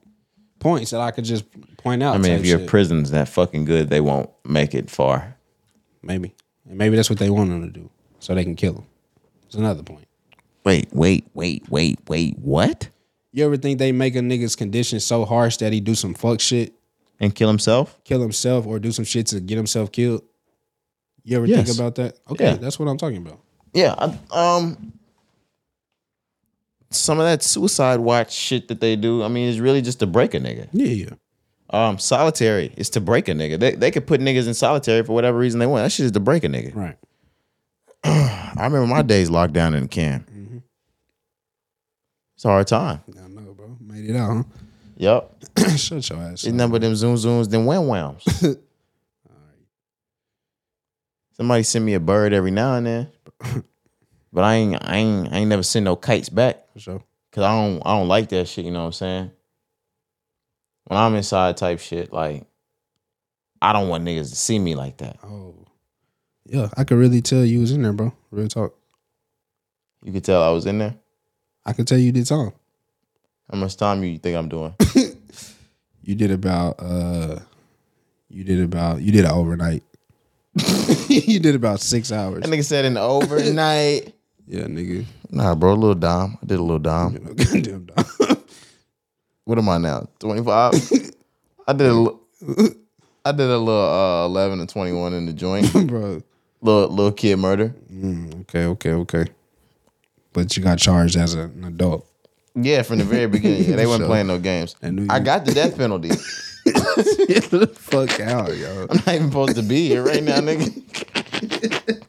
Speaker 2: points that I could just point out.
Speaker 3: I mean, if your
Speaker 2: shit.
Speaker 3: prison's that fucking good, they won't make it far.
Speaker 2: maybe and maybe that's what they want them to do, so they can kill them. It's another point.
Speaker 3: Wait, wait, wait, wait, wait. What?
Speaker 2: You ever think they make a nigga's condition so harsh that he do some fuck shit,
Speaker 3: And kill himself?
Speaker 2: kill himself, or do some shit to get himself killed? You ever
Speaker 3: Yes.
Speaker 2: think about that? Okay,
Speaker 3: Yeah.
Speaker 2: that's what I'm talking about.
Speaker 3: Yeah. I, um. Some of that suicide watch shit that they do, I mean, it's really just to break a nigga.
Speaker 2: Yeah, yeah.
Speaker 3: Um, solitary is to break a nigga. They, they could put niggas in solitary for whatever reason they want. That shit is to break a nigga.
Speaker 2: Right.
Speaker 3: I remember my days locked down in the camp. It's a hard time.
Speaker 2: I know, bro. Made it out,
Speaker 3: Yep.
Speaker 2: huh? [COUGHS] Shut your ass.
Speaker 3: It's
Speaker 2: up.
Speaker 3: nothing but them zoom zooms, then wham whams. Somebody send me a bird every now and then, but I ain't, I ain't, I ain't never send no kites back
Speaker 2: For sure.
Speaker 3: because I don't, I don't like that shit. You know what I'm saying? When I'm inside, type shit, like I don't want niggas to see me like that.
Speaker 2: Oh. Yeah, I could really tell you was in there, bro. Real talk.
Speaker 3: You could tell I was in there.
Speaker 2: I could tell you did time.
Speaker 3: How much time you think I'm doing?
Speaker 2: You did about uh You did about you did an overnight. [LAUGHS] you did about six hours.
Speaker 3: That nigga said an overnight.
Speaker 2: Yeah, nigga.
Speaker 3: [LAUGHS]
Speaker 2: [LAUGHS]
Speaker 3: nah, bro, a little dom. I did a little dom.
Speaker 2: Goddamn dog. [LAUGHS]
Speaker 3: What am I now? Twenty five. I did a. li- I did a little uh, eleven and twenty one in the joint.
Speaker 2: Bro.
Speaker 3: little little kid murder.
Speaker 2: Okay, okay, okay. But you got charged as an [LAUGHS] adult.
Speaker 3: Yeah, from the very beginning. Yeah, they weren't
Speaker 2: Sure.
Speaker 3: playing no games.
Speaker 2: I knew
Speaker 3: I
Speaker 2: you-
Speaker 3: got the death penalty. [LAUGHS]
Speaker 2: Get the fuck out, yo.
Speaker 3: I'm not even supposed to be here right now, nigga.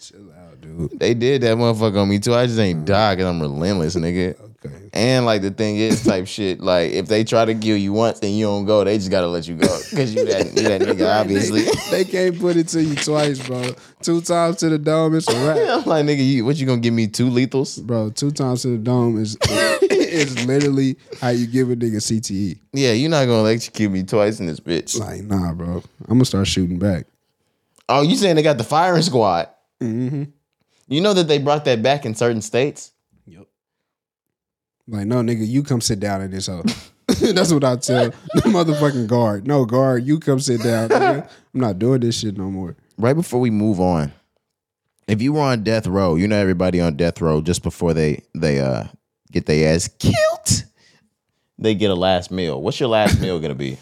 Speaker 2: Chill out, dude.
Speaker 3: They did that motherfucker on me too. I just ain't die because I'm relentless, nigga.
Speaker 2: Okay.
Speaker 3: And like the thing is, type shit. Like if they try to kill you once and you don't go, they just gotta let you go because you that you that nigga obviously. [LAUGHS]
Speaker 2: They can't put it to you twice, bro. Two times to the dome, it's a wrap.
Speaker 3: I'm like nigga, you, what you gonna give me two lethals?
Speaker 2: Bro, two times to the dome is [LAUGHS] is literally how you give a nigga CTE.
Speaker 3: Yeah, you're not gonna execute me twice in this bitch.
Speaker 2: Like, nah, bro. I'm gonna start shooting back.
Speaker 3: Oh, you saying they got the firing squad?
Speaker 2: Mm-hmm.
Speaker 3: You know that they brought that back in certain states.
Speaker 2: Like, no, nigga, you come sit down in this hole. [LAUGHS] That's what I tell the motherfucking guard. No, guard, you come sit down. nigga. I'm not doing this shit no more.
Speaker 3: right before we move on, if you were on death row, you know everybody on death row just before they they uh get their ass killed, they get a last meal. What's your last meal gonna be?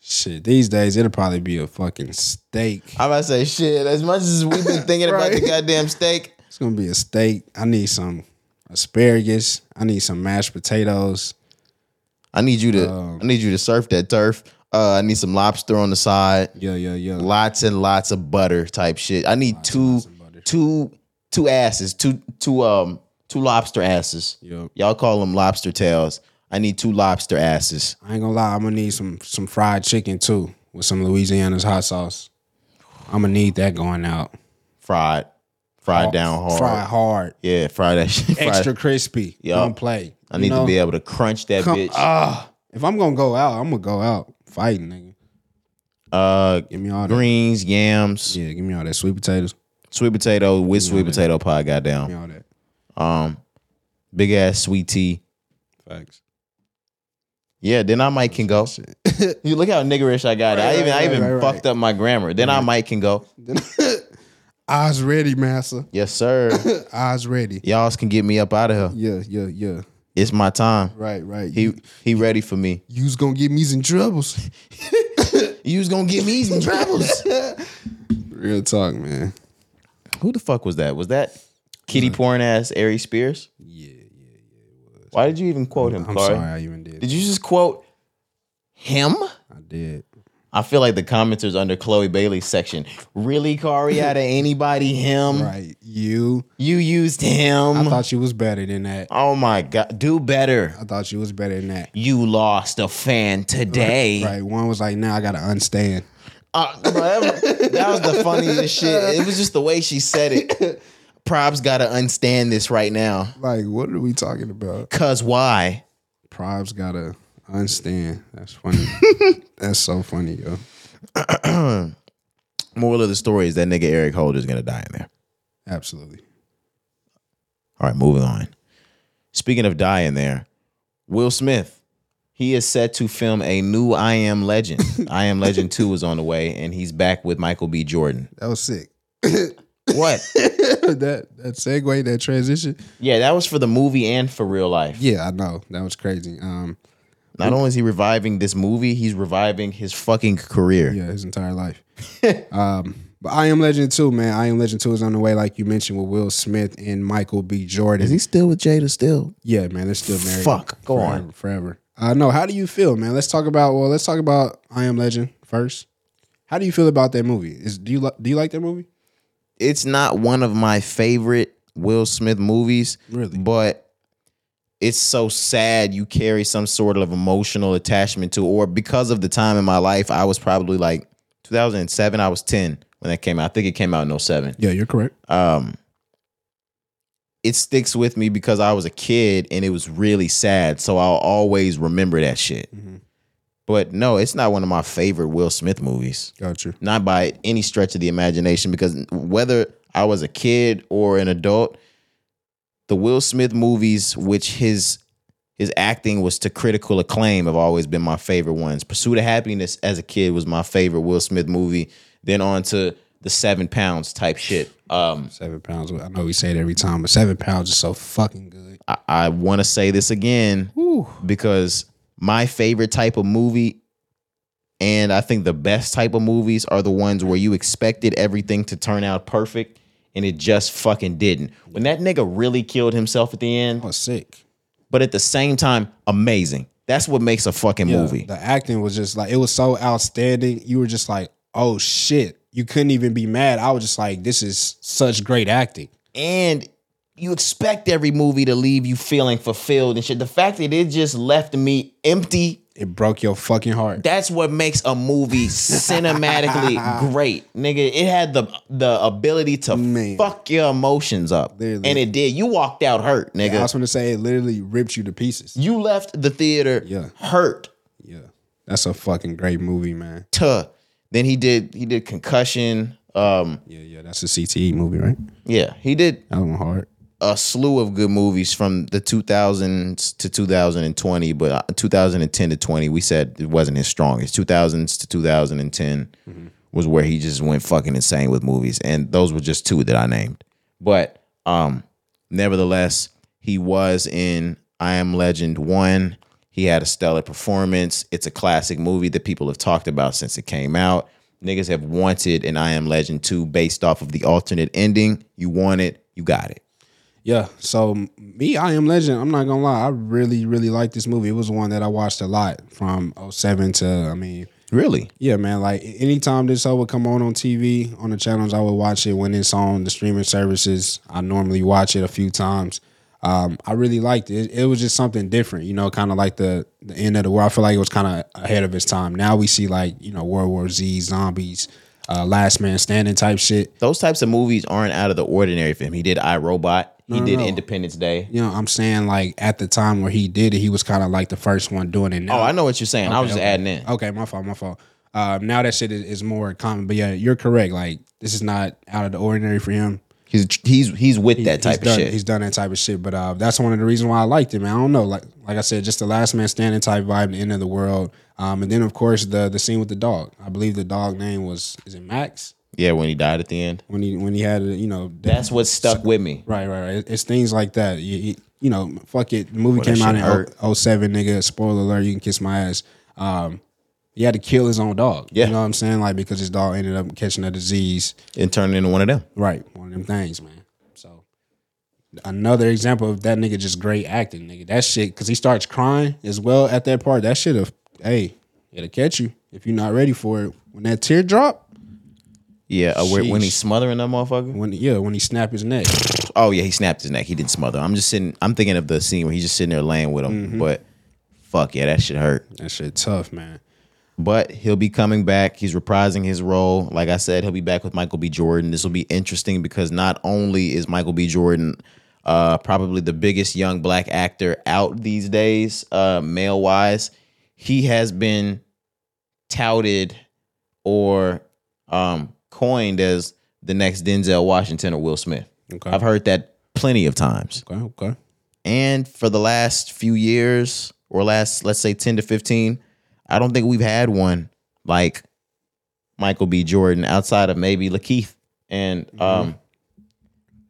Speaker 2: Shit, these days it'll probably be a fucking steak.
Speaker 3: [LAUGHS] I'm about to say shit. As much as we've been thinking about
Speaker 2: Right.
Speaker 3: the goddamn steak,
Speaker 2: It's gonna be a steak. I need some asparagus. I need some mashed potatoes.
Speaker 3: I need you to I need you to surf that turf. Uh, I need some lobster on the side,
Speaker 2: Yeah, yeah, yeah.
Speaker 3: lots and lots of butter type shit. I need two two two asses, two two um two lobster asses.
Speaker 2: Yup.
Speaker 3: Y'all call them lobster tails. I need two lobster asses.
Speaker 2: I ain't gonna lie, I'm gonna need some some fried chicken too with some Louisiana's hot sauce. I'm gonna need that going out.
Speaker 3: fried, fried down hard.
Speaker 2: Fried hard.
Speaker 3: Yeah, fried that [LAUGHS] shit. Fried.
Speaker 2: Extra crispy.
Speaker 3: Yup.
Speaker 2: Don't play.
Speaker 3: I need to be able to crunch that bitch.
Speaker 2: Ah, if I'm gonna go out, I'm gonna go out fighting, nigga.
Speaker 3: Uh,
Speaker 2: Give me all that.
Speaker 3: greens, yams,
Speaker 2: Yeah, give me all that sweet potatoes.
Speaker 3: sweet potato with sweet potato pie. Goddamn, Um,
Speaker 2: Give me all that.
Speaker 3: big ass sweet tea.
Speaker 2: Facts.
Speaker 3: Yeah, then I might can go. [LAUGHS] you look how niggerish I got. it. I
Speaker 2: Right,
Speaker 3: even
Speaker 2: right,
Speaker 3: I even
Speaker 2: right, right,
Speaker 3: fucked up my grammar. Then I might can go.
Speaker 2: [LAUGHS] Eyes ready, massa.
Speaker 3: Yes, sir.
Speaker 2: [LAUGHS] Eyes ready.
Speaker 3: Y'all can get me up out of here.
Speaker 2: Yeah, yeah, yeah.
Speaker 3: It's my time.
Speaker 2: Right, right.
Speaker 3: He he ready for me.
Speaker 2: you's gonna get me some troubles.
Speaker 3: You was gonna give me some
Speaker 2: [LAUGHS]
Speaker 3: troubles.
Speaker 2: Real talk, man.
Speaker 3: Who the fuck was that? Was that
Speaker 2: Mm.
Speaker 3: kitty porn ass Ari Spears? Yeah, yeah, yeah. Why did you even quote him?
Speaker 2: I'm
Speaker 3: Sorry.
Speaker 2: sorry, I even did.
Speaker 3: Did you just quote him?
Speaker 2: I did.
Speaker 3: I feel like the commenters under Chloe Bailey's section. Really, Kari,
Speaker 2: [LAUGHS]
Speaker 3: out of anybody, him?
Speaker 2: Right. You.
Speaker 3: You used him.
Speaker 2: I thought you was better than that.
Speaker 3: oh my God. Do better.
Speaker 2: I thought you was better than that.
Speaker 3: You lost a fan today.
Speaker 2: Right. One was like, now I gotta unstand.
Speaker 3: Uh, bro, that, that was the funniest shit. It was just the way she said
Speaker 2: [LAUGHS]
Speaker 3: it. Prob's got to unstand this right now.
Speaker 2: Like, what are we talking about?
Speaker 3: Because why?
Speaker 2: Probs gotta unstand.
Speaker 3: [LAUGHS]
Speaker 2: That's funny. That's so funny, yo.
Speaker 3: Moral of the story is that nigga Eric Holder is going to die in there.
Speaker 2: Absolutely.
Speaker 3: All right, moving on. Speaking of dying there, Will Smith, he is set to film a new I Am
Speaker 2: [LAUGHS]
Speaker 3: Legend. I Am Legend 2 is on the way, and he's back with Michael B. Jordan.
Speaker 2: That was sick. [LAUGHS]
Speaker 3: What?
Speaker 2: that that segue, that transition.
Speaker 3: yeah, that was for the movie and for real life.
Speaker 2: Yeah, I know. That was crazy. Um,
Speaker 3: Not only is he reviving this movie, he's reviving his fucking career.
Speaker 2: yeah, his
Speaker 3: [LAUGHS]
Speaker 2: entire life. um, but I Am Legend 2, man. I Am Legend 2 is on the way, like you mentioned, with Will Smith and Michael B. Jordan.
Speaker 3: Is he still with Jada still?
Speaker 2: Yeah, man, they're still married.
Speaker 3: Fuck, go
Speaker 2: forever,
Speaker 3: on.
Speaker 2: forever. Uh, no, how do you feel, man? Let's talk about. Well, let's talk about I Am Legend first. How do you feel about that movie? Is do you li- do you like that movie?
Speaker 3: It's not one of my favorite Will Smith movies.
Speaker 2: Really?
Speaker 3: But it's so sad you carry some sort of emotional attachment to or because of the time in my life I was probably like 2007 I was 10 when that came out. I think it came out in 07.
Speaker 2: Yeah, you're correct.
Speaker 3: Um it sticks with me because I was a kid and it was really sad, so I'll always remember that shit.
Speaker 2: Mhm.
Speaker 3: But no, it's not one of my favorite Will Smith movies
Speaker 2: Got you.
Speaker 3: not by any stretch of the imagination because whether I was a kid or an adult, the Will Smith movies, which his His acting was to critical acclaim have always been my favorite ones. Pursuit of Happiness as a kid was my favorite Will Smith movie. Then on to the Seven Pounds type shit. Um,
Speaker 2: Seven pounds. I know we say it every time, but seven pounds is so fucking good.
Speaker 3: I, I want to say this again because my favorite type of movie and I think the best type of movies are the ones where you expected everything to turn out perfect and it just fucking didn't. When that nigga really killed himself at the end,
Speaker 2: I was sick.
Speaker 3: but at the same time, amazing. That's what makes a fucking movie.
Speaker 2: The acting was just like it was so outstanding. You were just like, oh shit. You couldn't even be mad. I was just like, this is such great acting.
Speaker 3: and you expect every movie to leave you feeling fulfilled and shit. The fact that it just left me empty,
Speaker 2: It broke your fucking heart.
Speaker 3: that's what makes a movie
Speaker 2: [LAUGHS]
Speaker 3: cinematically great. Nigga, it had the the ability to
Speaker 2: Man.
Speaker 3: fuck your emotions up.
Speaker 2: Literally.
Speaker 3: And it did. You walked out hurt, nigga.
Speaker 2: I was going to say it literally ripped you to pieces.
Speaker 3: you left the theater
Speaker 2: Yeah.
Speaker 3: hurt.
Speaker 2: Yeah. That's a fucking great movie, man.
Speaker 3: Tuh. Then he did he did concussion. Um,
Speaker 2: Yeah, yeah. That's a CTE movie, right?
Speaker 3: yeah, he did
Speaker 2: That one hard.
Speaker 3: a slew of good movies from the 2000s to 2020, but uh, 2010 to 20, we said it wasn't his strongest. 2000s to 2010 was where he just went fucking insane with movies, and those were just two that I named. But um, nevertheless, he was in I Am Legend one. He had a stellar performance. It's a classic movie that people have talked about since it came out. Niggas have wanted an I Am Legend 2 based off of the alternate ending. You want it, you got it.
Speaker 2: Yeah. So m- me, I am legend. I'm not gonna lie. I really, really like this movie. It was one that I watched a lot from 07 to I mean,
Speaker 3: Really?
Speaker 2: yeah, man. Like anytime this show would come on on TV on the channels, I would watch it when it's on the streaming services. I normally watch it a few times. Um, I really liked it. It was just something different, you know, kind of like the the end of the world. I feel like it was kind of ahead of its time. Now we see like you know World War Z, zombies, uh, Last Man Standing type shit.
Speaker 3: Those types of movies aren't out of the ordinary for him. He did I Robot. He
Speaker 2: no,
Speaker 3: did
Speaker 2: no.
Speaker 3: Independence Day.
Speaker 2: You know, I'm saying like at the time where he did it, he was kind of like the first one doing it. Now,
Speaker 3: Oh, I know what you're saying. I was just
Speaker 2: okay.
Speaker 3: adding in.
Speaker 2: Okay, my fault, my fault. Uh, now that shit is, is more common, but yeah, you're correct. Like this is not out of the ordinary for him.
Speaker 3: He's he's he's with that type
Speaker 2: he's done,
Speaker 3: of shit.
Speaker 2: He's done that type of shit, but uh, that's one of the reasons why I liked it, man. I don't know, like like I said, just the last man standing type vibe, the end of the world, um, and then of course the the scene with the dog. I believe the dog name was is it Max
Speaker 3: yeah, when he died at the end.
Speaker 2: when he when he had you know
Speaker 3: That's what stuck with me.
Speaker 2: Right, right, right. It- It's things like that. You, you, you know, fuck it. The movie
Speaker 3: that
Speaker 2: came out
Speaker 3: shit
Speaker 2: in
Speaker 3: hurt.
Speaker 2: oh seven, nigga. Spoiler alert, you can kiss my ass. Um, he had to kill his own dog.
Speaker 3: Yeah.
Speaker 2: You know what I'm saying? Like, because his dog ended up catching a disease.
Speaker 3: And turned into one of them.
Speaker 2: Right. One of them things, man. So, another example of that nigga just great acting, nigga. That shit, because he starts crying as well at that part. That shit have, hey, it'll catch you if you're not ready for it. When that tear drop,
Speaker 3: Yeah, uh, where- when
Speaker 2: Sheesh.
Speaker 3: he's smothering that motherfucker.
Speaker 2: when, yeah, when he snapped his neck.
Speaker 3: Oh yeah, he snapped his neck. He didn't smother. I'm just sitting. I'm thinking of the scene where he's just sitting there laying with him.
Speaker 2: Mm-hmm.
Speaker 3: But fuck yeah, that shit hurt.
Speaker 2: That shit tough, man.
Speaker 3: but he'll be coming back. He's reprising his role. Like I said, he'll be back with Michael B. Jordan. This will be interesting because not only is Michael B. Jordan uh, probably the biggest young black actor out these days, uh, male wise, he has been touted or um, coined as the next Denzel Washington or Will Smith.
Speaker 2: Okay.
Speaker 3: I've heard that plenty of times.
Speaker 2: Okay, okay.
Speaker 3: And for the last few years, or last, let's say 10 to 15, I don't think we've had one like Michael B. Jordan outside of maybe Lakeith. And
Speaker 2: Mm-hmm.
Speaker 3: um,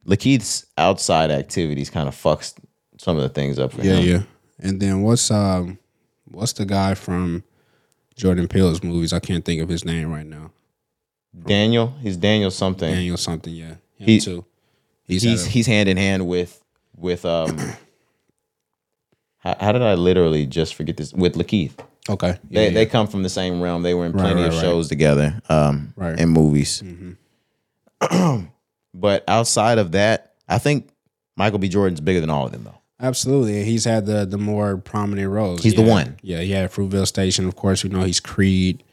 Speaker 3: Lakeith's outside activities kind of fucks some of the things up for
Speaker 2: Yeah,
Speaker 3: him.
Speaker 2: yeah. And then what's um what's the guy from Jordan Peele's movies? I can't think of his name right now.
Speaker 3: Daniel, he's Daniel something.
Speaker 2: Daniel something, yeah. Him
Speaker 3: He-
Speaker 2: too. He's,
Speaker 3: He's
Speaker 2: had
Speaker 3: he's hand in hand with with um. [COUGHS] how, how did I literally just forget this with Lakeith?
Speaker 2: a- okay. Yeah,
Speaker 3: They
Speaker 2: yeah.
Speaker 3: they come from the same realm. They were in
Speaker 2: Right,
Speaker 3: plenty
Speaker 2: right,
Speaker 3: of
Speaker 2: right.
Speaker 3: shows together, um,
Speaker 2: Right. Mm-hmm.
Speaker 3: and movies. [CLEARS THROAT] but outside of that, I think Michael B. Jordan's bigger than all of them, though.
Speaker 2: Absolutely. And he's had the the more prominent roles.
Speaker 3: He's the
Speaker 2: Yeah.
Speaker 3: one.
Speaker 2: Yeah, yeah. Fruitville Station, of course, we know he's Creed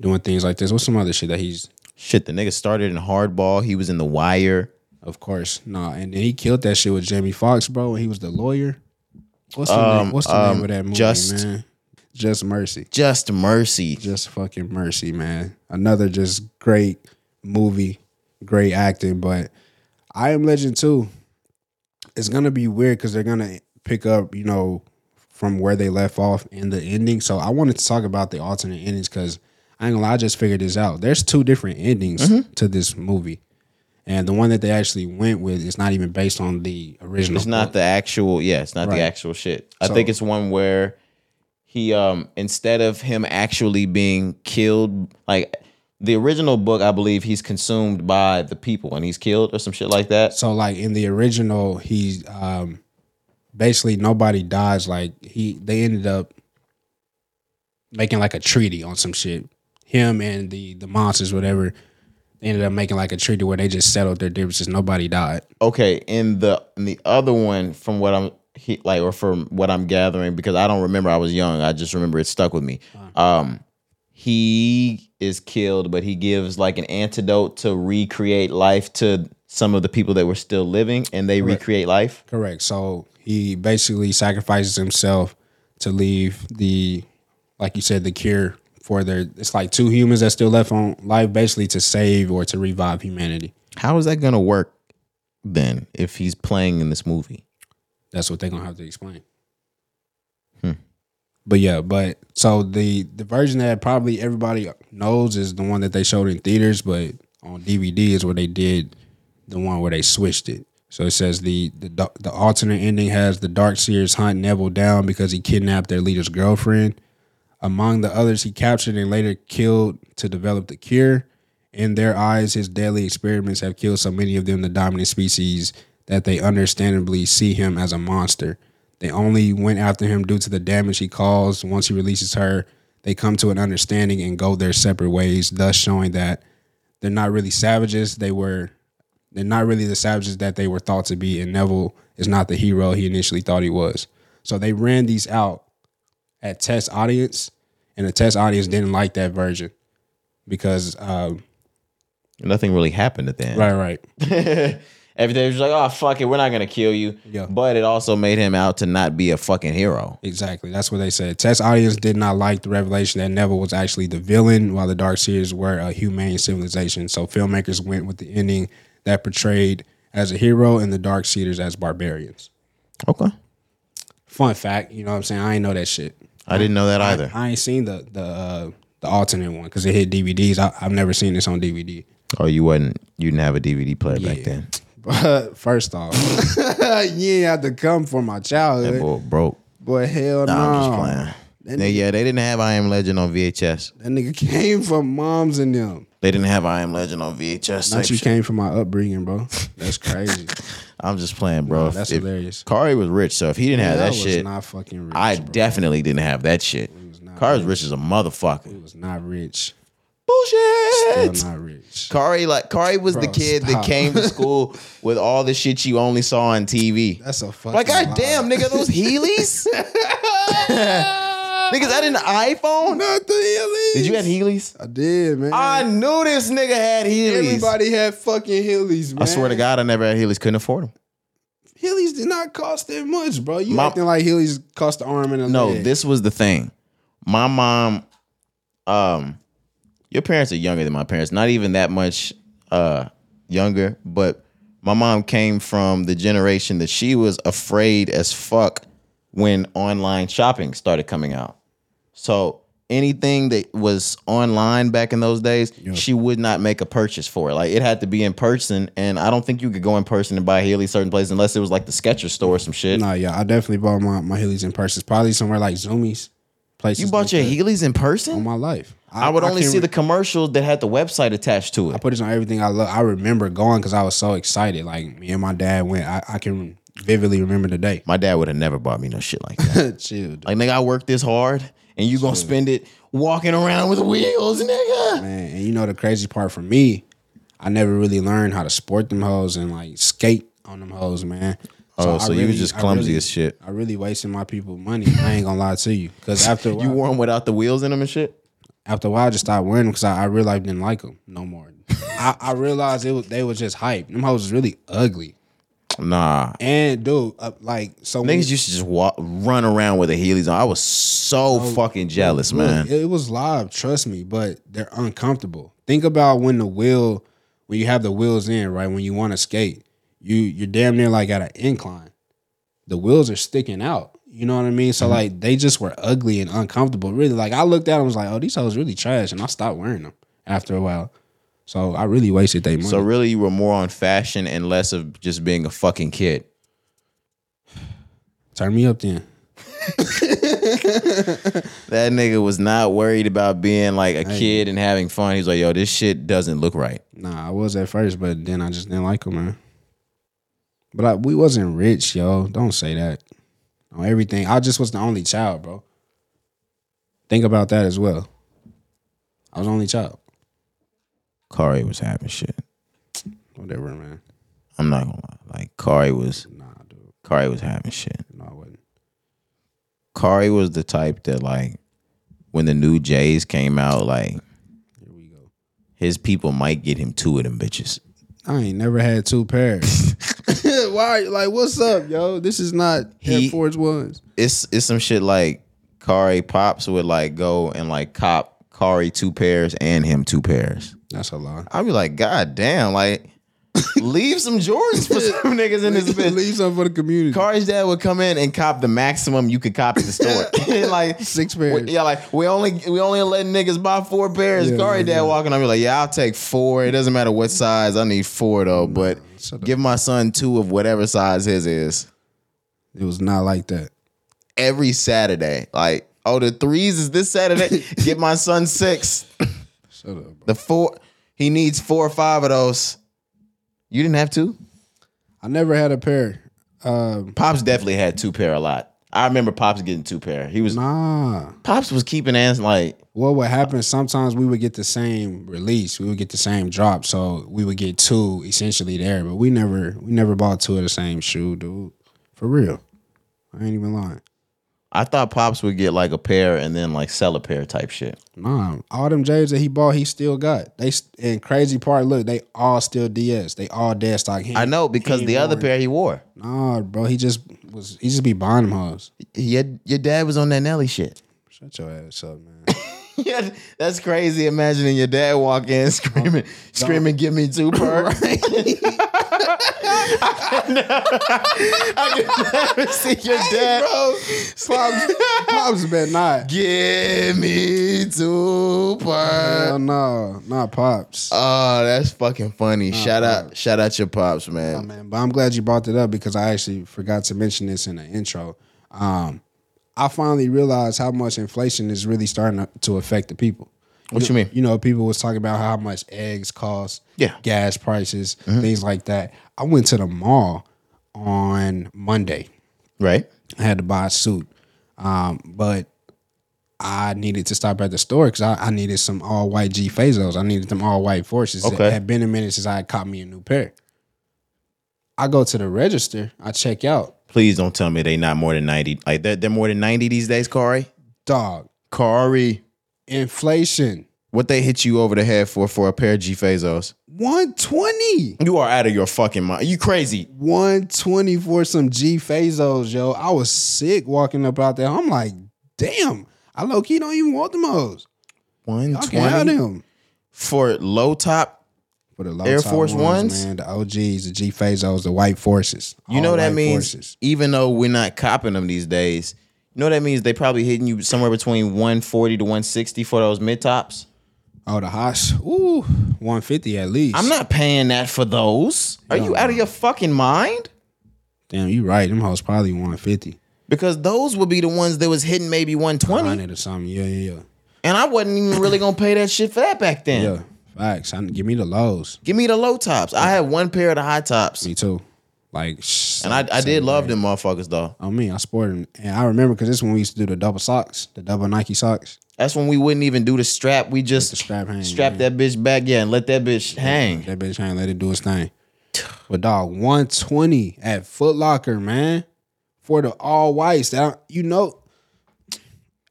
Speaker 2: doing things like this. What's some other shit that he's
Speaker 3: Shit, the nigga started in Hardball. He was in The Wire.
Speaker 2: of course. Nah. And then he killed that shit with Jamie Foxx, bro, when he was the lawyer. What's the
Speaker 3: Um,
Speaker 2: name? What's the
Speaker 3: um,
Speaker 2: name of that movie,
Speaker 3: Just-
Speaker 2: man? Just Mercy.
Speaker 3: Just mercy.
Speaker 2: just fucking mercy, man. Another just great movie, great acting. But I Am Legend too. It's gonna be weird because they're gonna pick up, you know, from where they left off in the ending. So I wanted to talk about the alternate endings because I ain't gonna lie, I just figured this out. There's two different endings
Speaker 3: Mm-hmm.
Speaker 2: to this movie. And the one that they actually went with is not even based on the original.
Speaker 3: It's not the actual. Yeah, it's not
Speaker 2: Right.
Speaker 3: the actual shit. I
Speaker 2: So-
Speaker 3: think it's one where he, um, instead of him actually being killed, like the original book, I believe he's consumed by the people and he's killed or some shit like that.
Speaker 2: So like in the original, he um basically nobody dies. Like he they ended up making like a treaty on some shit. Him and the the monsters, whatever, they ended up making like a treaty where they just settled their differences. Nobody died.
Speaker 3: Okay, in the in the other one, from what I'm he, like, or from what I'm gathering, because I don't remember, I was young. I just remember it stuck with me.
Speaker 2: Uh-huh.
Speaker 3: Um, he is killed, but he gives like an antidote to recreate life to some of the people that were still living, and they recreate life.
Speaker 2: Correct. So he basically sacrifices himself to leave the, like you said, the cure for their. It's like two humans that still left on life, basically to save or to revive humanity.
Speaker 3: How is that gonna work then if he's playing in this movie?
Speaker 2: That's what they're gonna have to explain. But yeah, but so the the version that probably everybody knows is the one that they showed in theaters, but on DVD is where they did the one where they switched it. So it says the the do- the alternate ending has the dark seers hunt Neville down because he kidnapped their leader's girlfriend. Among the others he captured and later killed to develop the cure. In their eyes, his deadly experiments have killed so many of them, the dominant species, that they understandably see him as a monster. They only went after him due to the damage he caused. Once he releases her, they come to an understanding and go their separate ways, thus showing that they're not really savages. They were, they're not really the savages that they were thought to be. And Neville is not the hero he initially thought he was. So they ran these out at test audience, and the test audience didn't like that version because um,
Speaker 3: Nothing really happened at the end.
Speaker 2: Right, right.
Speaker 3: [LAUGHS] Everything was just like, oh fuck it, we're not gonna kill you.
Speaker 2: Yeah.
Speaker 3: But it also made him out to not be a fucking hero.
Speaker 2: Exactly. That's what they said. Test audience did not like the revelation that Neville was actually the villain, while the Dark Seers were a humane civilization. So filmmakers went with the ending that portrayed as a hero and the Dark Seers as barbarians.
Speaker 3: Okay.
Speaker 2: Fun fact, you know what I'm saying? I ain't know that shit.
Speaker 3: I didn't know that either.
Speaker 2: I ain't seen the the uh, the alternate one because it hit DVDs. I, I've never seen this on DVD.
Speaker 3: Oh, you wasn't you didn't have a DVD player back then.
Speaker 2: [LAUGHS] But first off, [LAUGHS] you ain't have to come for my
Speaker 3: That
Speaker 2: childhood.
Speaker 3: boy broke.
Speaker 2: But hell no.
Speaker 3: Nah, I'm just playing. They- yeah, they didn't have I Am Legend on VHS.
Speaker 2: That nigga [LAUGHS] came from moms and them.
Speaker 3: They didn't have I Am Legend on VHS.
Speaker 2: Not
Speaker 3: Type
Speaker 2: you
Speaker 3: shit.
Speaker 2: came from my upbringing, bro.
Speaker 3: [LAUGHS]
Speaker 2: That's crazy.
Speaker 3: I'm just playing, bro.
Speaker 2: that's
Speaker 3: If-
Speaker 2: hilarious.
Speaker 3: Kari was rich, so if he didn't have that
Speaker 2: was
Speaker 3: shit,
Speaker 2: not fucking rich.
Speaker 3: I
Speaker 2: bro.
Speaker 3: definitely didn't have that shit. Kari's rich as a motherfucker.
Speaker 2: It was not rich. Still
Speaker 3: Bullshit.
Speaker 2: not rich.
Speaker 3: Kari like Kari was the
Speaker 2: Bro,
Speaker 3: kid
Speaker 2: stop.
Speaker 3: that came
Speaker 2: [LAUGHS]
Speaker 3: to school with all the shit you only saw on TV.
Speaker 2: That's a fucking
Speaker 3: like,
Speaker 2: lie.
Speaker 3: god damn, nigga, those
Speaker 2: [LAUGHS]
Speaker 3: Heelys. [LAUGHS] Niggas, that an iPhone?
Speaker 2: Not the Heelys.
Speaker 3: Did you have Heelys?
Speaker 2: I did, man.
Speaker 3: I knew this nigga had Heelys.
Speaker 2: Everybody had fucking Heelys, man.
Speaker 3: I swear to God, I never had Heelys. Couldn't afford them.
Speaker 2: Heelys did not cost that much, bro. You
Speaker 3: My-
Speaker 2: acting like Heelys cost the arm and a
Speaker 3: No,
Speaker 2: leg.
Speaker 3: this was the thing. My mom, um, your parents are younger than my parents. Not even that much uh younger, but my mom came from the generation that she was afraid as fuck when online shopping started coming out. So anything that was online back in those days, she would not make a purchase for it. Like it had to be in person, and I don't think you could go in person and buy Healy certain places unless it was like the Skechers store or some shit.
Speaker 2: Nah, yeah, I definitely bought my, my Heelys in person. Probably somewhere like Zoomies. Places
Speaker 3: you bought
Speaker 2: like
Speaker 3: your
Speaker 2: that.
Speaker 3: Heelys in person?
Speaker 2: on my life.
Speaker 3: I would only
Speaker 2: can
Speaker 3: see
Speaker 2: re-
Speaker 3: the commercials that had the website attached to
Speaker 2: I
Speaker 3: it.
Speaker 2: put this on everything I love. I remember going because I was so excited. Like me and my dad went. I, I can vividly remember the day. [LAUGHS]
Speaker 3: My dad would have never bought me no shit like that.
Speaker 2: Chill, dude.
Speaker 3: like, nigga, I worked this hard, and you gonna spend it walking around with wheels, nigga.
Speaker 2: man. And you know the crazy part for me, I never really learned how to sport them hoes and like skate on them hoes, man.
Speaker 3: Oh,
Speaker 2: I
Speaker 3: so you was just
Speaker 2: I
Speaker 3: clumsy as shit.
Speaker 2: I really wasted my people money. I ain't gonna lie to you,
Speaker 3: [LAUGHS]
Speaker 2: because after a
Speaker 3: You
Speaker 2: while,
Speaker 3: wore them without the wheels in them and shit.
Speaker 2: after a while, I just stopped wearing them because I, I realized I didn't like them no more. I, I realized it was they was just hype. Them hoes was really ugly.
Speaker 3: Nah,
Speaker 2: And dude, uh, like so when-
Speaker 3: niggas used to just walk, run around with the Heelys on. I was so fucking jealous, man.
Speaker 2: Look, It was live, trust me, but they're uncomfortable. Think about when the wheel, when you have the wheels in, right? When you want to skate, you you're damn near like at an incline. The wheels are sticking out. You know what I mean? So
Speaker 3: Mm-hmm.
Speaker 2: like they just were ugly and uncomfortable. Really, like I looked at them and was like, oh, these hoes really trash, and I stopped wearing them after a while. So I really wasted their money.
Speaker 3: So really, you were more on fashion and less of just being a fucking kid.
Speaker 2: Turn me up then.
Speaker 3: That nigga was not worried about being like a kid and having fun. He's like, yo, this shit doesn't look right.
Speaker 2: Nah, I was at first, but then I just didn't like them, man. But I, we wasn't rich, yo. Don't say that. On everything, I just was the only child, bro. Think about that as well. I was the only child.
Speaker 3: Kari was having shit.
Speaker 2: Whatever, man.
Speaker 3: I'm not gonna lie. Like Kari was,
Speaker 2: Nah, dude.
Speaker 3: Kari was having shit.
Speaker 2: No, I wasn't.
Speaker 3: Kari was the type that like when the new Jays came out, like
Speaker 2: Here we go.
Speaker 3: his people might get him two of them bitches.
Speaker 2: I ain't never had two pairs. [LAUGHS] Why? Like, what's up, yo? This is not
Speaker 3: He-
Speaker 2: Air Force Ones.
Speaker 3: It's it's some shit like Kari Pops would like go and like cop Kari two pairs and him two pairs.
Speaker 2: That's a lie.
Speaker 3: I'd be like, God damn, [LAUGHS] like leave some Jordans for some niggas in this bitch.
Speaker 2: Leave something for the community.
Speaker 3: Kari's dad would come in and cop the maximum you could cop at the [LAUGHS] store. like
Speaker 2: Six pairs.
Speaker 3: we- yeah, like we only we only letting niggas buy four pairs.
Speaker 2: Yeah,
Speaker 3: Kari
Speaker 2: yeah,
Speaker 3: dad
Speaker 2: yeah.
Speaker 3: walking, I'll be like, yeah, I'll take four. It doesn't matter what size. I need four though. But
Speaker 2: shut up.
Speaker 3: give my son two of whatever size his is.
Speaker 2: It was not like that.
Speaker 3: Every Saturday, like oh the threes is this Saturday.
Speaker 2: [LAUGHS]
Speaker 3: Get my son six.
Speaker 2: Shut up, bro.
Speaker 3: The four he needs four or five of those. You didn't have two.
Speaker 2: I never had a pair. Um,
Speaker 3: Pops definitely had two pair a lot. I remember Pops getting two pair. He was
Speaker 2: nah.
Speaker 3: Pops was keeping ass like
Speaker 2: What would happen? Sometimes we would get the same release. We would get the same drop. So we would get two essentially there. But we never, we never bought two of the same shoe, dude. For real, I ain't even lying.
Speaker 3: I thought Pops would get like a pair and then like sell a pair type shit.
Speaker 2: Nah, all them J's that he bought, he still got. They s- and crazy part, look, they all still DS. They all dead stock. He-
Speaker 3: I know because
Speaker 2: he
Speaker 3: the other
Speaker 2: wore-
Speaker 3: pair he wore.
Speaker 2: Nah, bro, he just was. He just be buying them hoes.
Speaker 3: Your, your dad was on that Nelly shit.
Speaker 2: Shut your ass up, man.
Speaker 3: [LAUGHS] yeah, that's crazy. Imagining your dad walk in screaming, screaming, "Give me [LAUGHS] two per!" I can never see your dad.
Speaker 2: Pops, Pops bet
Speaker 3: [LAUGHS]
Speaker 2: not.
Speaker 3: Give me two per.
Speaker 2: Hell no, not Pops.
Speaker 3: Oh, Um, that's fucking funny. shout out, shout out your pops, man.
Speaker 2: Oh, man, but I'm glad you brought it up because I actually forgot to mention this in the intro. Um, I finally realized how much inflation is really starting to affect the people.
Speaker 3: What you mean?
Speaker 2: You know, people was talking about how much eggs cost,
Speaker 3: Yeah. Mm-hmm.
Speaker 2: gas prices, things like that. I went to the mall on Monday.
Speaker 3: Right?
Speaker 2: I had to buy a suit, um, but I needed to stop at the store because I, I needed some all white G Fazos. I needed them all white forces.
Speaker 3: Okay.
Speaker 2: It had been a minute since I had caught me a new pair. I go to the register. I check out.
Speaker 3: Please don't tell me they not more than ninety. Like they're, they're more than ninety these days, Kari.
Speaker 2: Dog,
Speaker 3: Kari,
Speaker 2: inflation
Speaker 3: what they hit you over the head for for a pair of G Fazos?
Speaker 2: one twenty.
Speaker 3: You are out of your fucking mind. You crazy?
Speaker 2: 120 for some G Fazos, yo. I was sick walking up out there. I'm like, damn, I low key don't even want them hoes.
Speaker 3: One
Speaker 2: I can have
Speaker 3: twenty
Speaker 2: them.
Speaker 3: for low top.
Speaker 2: For the low
Speaker 3: Air
Speaker 2: top
Speaker 3: Force Ones?
Speaker 2: man, the OGs, the G Fazos, the White Forces.
Speaker 3: You know
Speaker 2: All
Speaker 3: what that
Speaker 2: white
Speaker 3: means.
Speaker 2: Forces.
Speaker 3: Even though we're not copping them these days, you know what that means. They probably hitting you somewhere between one forty to one sixty for those mid tops.
Speaker 2: Oh, the Haas, ooh, one fifty at least.
Speaker 3: I'm not paying that for those. Are you out of your fucking mind?
Speaker 2: Damn, you right. Them hoes probably one fifty,
Speaker 3: because those would be the ones that was hitting maybe 120
Speaker 2: hundred or something. Yeah, yeah, yeah,
Speaker 3: and i wasn't even really gonna pay that shit for that back then
Speaker 2: yeah. Facts. I, give me the lows.
Speaker 3: give me the low tops i had one pair of the high tops
Speaker 2: Me too. Like, shh,
Speaker 3: and i, I
Speaker 2: same
Speaker 3: did love
Speaker 2: way.
Speaker 3: them motherfuckers though
Speaker 2: Oh me, I sported them, and I remember because this is when we used to do the double socks, the double Nike socks.
Speaker 3: that's when we wouldn't even do the strap we just
Speaker 2: the strap hang,
Speaker 3: strap
Speaker 2: yeah.
Speaker 3: that bitch back yeah and let that bitch hang
Speaker 2: That bitch ain't let it do its thing. But dog, 120 at Foot Locker, man. For the all whites. That you know.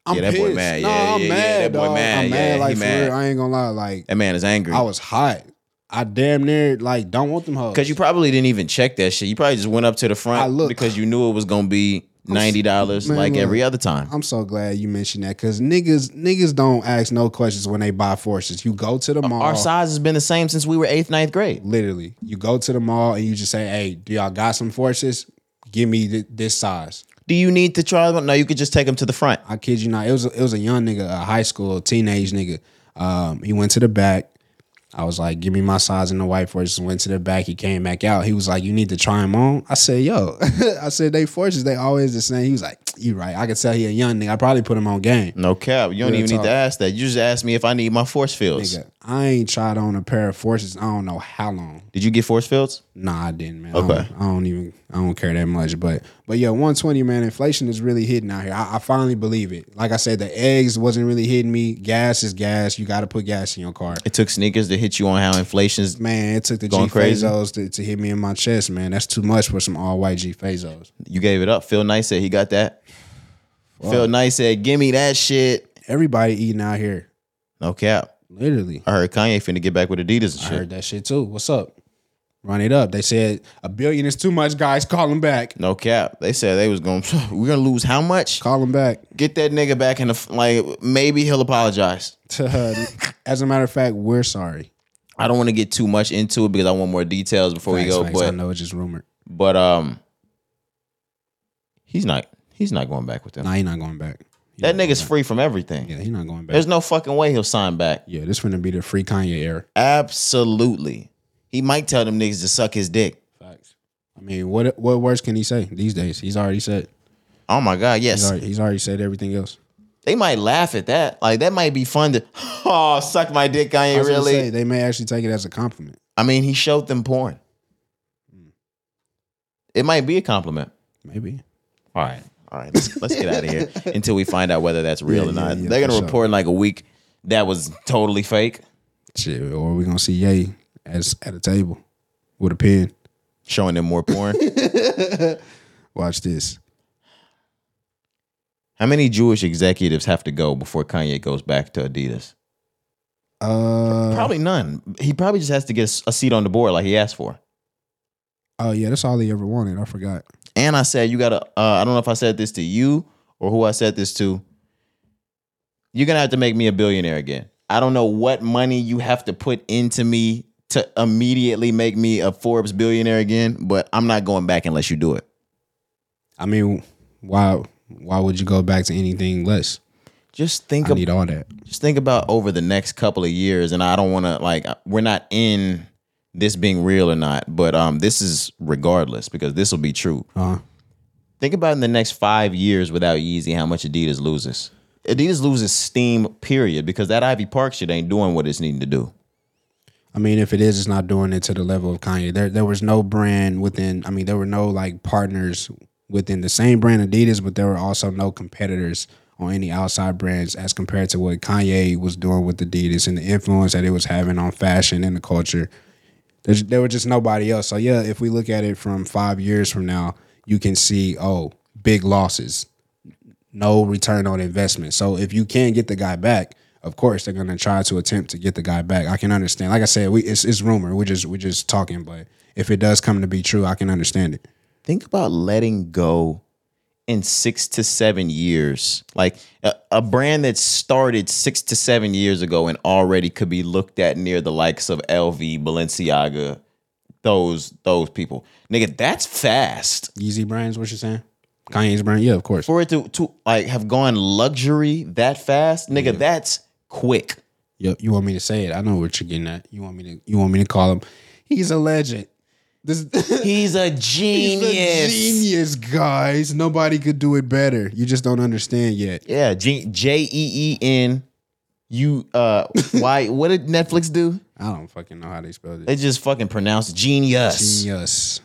Speaker 2: I'm
Speaker 3: Yeah, that boy
Speaker 2: pissed.
Speaker 3: mad.
Speaker 2: No,
Speaker 3: Yeah,
Speaker 2: I'm
Speaker 3: yeah, yeah,
Speaker 2: mad.
Speaker 3: that boy
Speaker 2: dog.
Speaker 3: mad.
Speaker 2: I'm
Speaker 3: Yeah,
Speaker 2: mad.
Speaker 3: he
Speaker 2: Like for
Speaker 3: mad.
Speaker 2: real. I ain't gonna lie. Like
Speaker 3: that man is angry
Speaker 2: I was hot. I damn near like don't want them hoes.
Speaker 3: because you probably didn't even check that shit you probably just went up to the front
Speaker 2: I looked.
Speaker 3: because you knew it was gonna be $90
Speaker 2: man,
Speaker 3: like
Speaker 2: look.
Speaker 3: every other time
Speaker 2: I'm so glad you mentioned that because niggas niggas don't ask no questions when they buy forces. You go to the mall.
Speaker 3: our size has been the same since we were eighth ninth grade
Speaker 2: literally, you go to the mall and you just say, "Hey, do y'all got some forces? Give me th- this size."
Speaker 3: Do you need to try them? No, you could just take them to the front.
Speaker 2: I kid you not. It was a, it was a young nigga, a high school teenage nigga. Um, he went to the back. I was like, "Give me my size in the white forces." Went to the back. He came back out. He was like, "You need to try them on." I said, "Yo," [LAUGHS] I said, "They forces. They always the same." He was like, "You right." I could tell he a young nigga. I probably put him on game.
Speaker 3: No cap. You don't
Speaker 2: Real
Speaker 3: even
Speaker 2: talk.
Speaker 3: need to ask that. You just asked me if I need my force fields.
Speaker 2: Nigga, I ain't tried on a pair of forces. I don't know how long.
Speaker 3: Did you get force fields?
Speaker 2: Nah, I didn't, man. I,
Speaker 3: Okay.
Speaker 2: don't, I don't even I don't care that much. But but yeah, 120, man, inflation is really hitting out here. I, I finally believe it. Like I said, the eggs wasn't really hitting me. Gas is gas. You gotta put gas in your car.
Speaker 3: It took sneakers to hit you on how inflation's
Speaker 2: Man, it took the
Speaker 3: Going
Speaker 2: G
Speaker 3: crazy.
Speaker 2: Fazos to, to hit me in my chest, man. That's too much for some all white G Fazos.
Speaker 3: you gave it up. Phil Knight said he got that. Phil Knight said, "Give me that shit."
Speaker 2: Everybody eating out here.
Speaker 3: No cap.
Speaker 2: Literally.
Speaker 3: I heard Kanye finna get back with Adidas and
Speaker 2: I
Speaker 3: shit.
Speaker 2: heard that shit too. What's up? Run it up. They said a billion is too much, guys. Call them back.
Speaker 3: No cap. They said they was going. We're gonna [LAUGHS] lose how much?
Speaker 2: Call them back. [LAUGHS]
Speaker 3: Get that nigga back in the f- like. Maybe he'll apologize.
Speaker 2: As a matter of fact, we're sorry.
Speaker 3: I don't want to get too much into it because I want more details before we
Speaker 2: Facts,
Speaker 3: go.
Speaker 2: facts. I
Speaker 3: but
Speaker 2: know it's just rumored.
Speaker 3: but um, he's not. He's not going back with them.
Speaker 2: Nah, he not going back. He
Speaker 3: that
Speaker 2: not
Speaker 3: nigga's
Speaker 2: going
Speaker 3: free from everything.
Speaker 2: back. Yeah, he not going back.
Speaker 3: There's no fucking way he'll sign back.
Speaker 2: yeah, this finna be the free Kanye era.
Speaker 3: Absolutely. He might tell them niggas to suck his dick.
Speaker 2: Facts. I mean, what what worse can he say these days? He's already said.
Speaker 3: Oh my god.
Speaker 2: He's
Speaker 3: Yes.
Speaker 2: already, he's already said everything else.
Speaker 3: they might laugh at that. Like that might be fun to [LAUGHS] oh suck my dick,
Speaker 2: I
Speaker 3: Kanye.
Speaker 2: was gonna
Speaker 3: Really?
Speaker 2: say, they may actually take it as a compliment.
Speaker 3: I mean, he showed them porn. It might be a compliment.
Speaker 2: Maybe.
Speaker 3: All right, all right. Let's, let's get out of
Speaker 2: [LAUGHS]
Speaker 3: here until we find out whether that's real
Speaker 2: Yeah,
Speaker 3: or
Speaker 2: yeah,
Speaker 3: not.
Speaker 2: yeah,
Speaker 3: They're gonna
Speaker 2: for sure.
Speaker 3: report in like a week that was totally fake.
Speaker 2: Shit, or we gonna see Ye as at a table with a pen.
Speaker 3: Showing them more
Speaker 2: [LAUGHS]
Speaker 3: porn.
Speaker 2: Watch this.
Speaker 3: How many Jewish executives have to go before Kanye goes back to Adidas?
Speaker 2: Uh
Speaker 3: Probably none. He probably just has to get a seat on the board like he asked for.
Speaker 2: oh yeah, that's all he ever wanted. I forgot.
Speaker 3: And I said, you gotta, uh, I don't know if I said this to you or who I said this to. You're gonna have to make me a billionaire again. I don't know what money you have to put into me to immediately make me a Forbes billionaire again, but I'm not going back unless you do it.
Speaker 2: I mean, why why would you go back to anything less?
Speaker 3: Just think,
Speaker 2: I
Speaker 3: ab-
Speaker 2: need all that.
Speaker 3: just think about over the next couple of years, and I don't want to like uh, we're not in this being real or not, but um, this is regardless because this will be true.
Speaker 2: Uh
Speaker 3: Think about in the next five years without Yeezy, how much Adidas loses. Adidas loses steam, period, because that Ivy Park shit ain't doing what it's needing to do.
Speaker 2: I mean, if it is, it's not doing it to the level of Kanye. There, there was no brand within. I mean, there were no like partners within the same brand Adidas, but there were also no competitors on any outside brands as compared to what Kanye was doing with Adidas and the influence that it was having on fashion and the culture. There's, there was just nobody else. So yeah, if we look at it from five years from now, you can see oh, big losses, no return on investment. So if you can get the guy back, of course they're gonna try to attempt to get the guy back. I can understand. Like I said, we it's it's rumor. We're just we're just talking, but if it does come to be true, I can understand it.
Speaker 3: Think about letting go in six to seven years. Like a, a brand that started six to seven years ago and already could be looked at near the likes of LV, Balenciaga, those those people. Nigga, that's fast.
Speaker 2: Yeezy brands, what you saying? Kanye's brand, yeah, of course.
Speaker 3: For it to, to like have gone luxury that fast, nigga, that's quick.
Speaker 2: Yep, you want me to say it? I know what you're getting at. You want me to you want me to call him? He's a legend. This
Speaker 3: [LAUGHS]
Speaker 2: [LAUGHS]
Speaker 3: He's a
Speaker 2: he's
Speaker 3: genius.
Speaker 2: a genius, guys. Nobody could do it better. You just don't understand yet.
Speaker 3: Yeah, G- J E E N. You uh, why? What did Netflix do?
Speaker 2: I don't fucking know how they spelled it.
Speaker 3: They just fucking pronounced genius.
Speaker 2: Genius.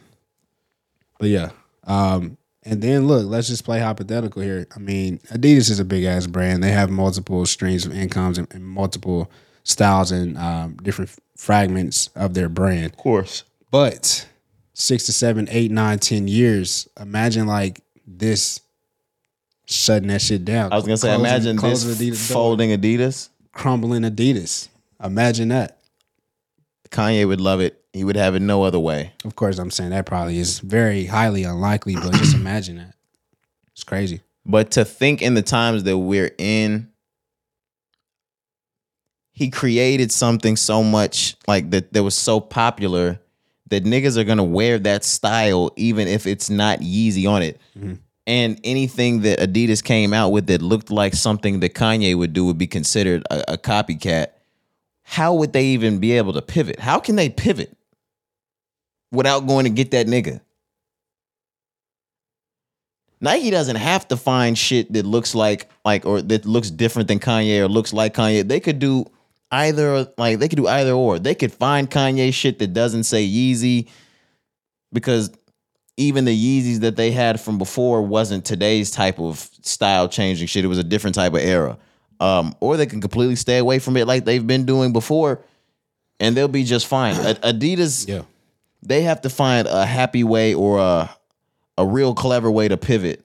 Speaker 2: But yeah. Um, and then look, let's just play hypothetical here. I mean, Adidas is a big ass brand. They have multiple streams of incomes and, and multiple styles and um, different fragments of their brand.
Speaker 3: Of course.
Speaker 2: But six to seven, eight, nine, ten years, imagine like this shutting that shit down.
Speaker 3: I was gonna say, imagine this
Speaker 2: Adidas door,
Speaker 3: folding Adidas.
Speaker 2: crumbling Adidas. Imagine that.
Speaker 3: Kanye would love it. He would have it no other way.
Speaker 2: Of course, I'm saying that probably is very highly unlikely, but just imagine that. It's crazy.
Speaker 3: But to think in the times that we're in, he created something so much like that that was so popular that niggas are gonna wear that style even if it's not Yeezy on it. and anything that Adidas came out with that looked like something that Kanye would do would be considered a, a copycat, how would they even be able to pivot? How can they pivot without going to get that nigga? Nike doesn't have to find shit that looks like like or that looks different than Kanye or looks like Kanye. They could do either like they could do either or. They could find Kanye shit that doesn't say Yeezy because even the Yeezys that they had from before wasn't today's type of style changing shit. It was a different type of era. Um, or they can completely stay away from it like they've been doing before and they'll be just fine. Ad- Adidas
Speaker 2: Yeah.
Speaker 3: they have to find a happy way or a a real clever way to pivot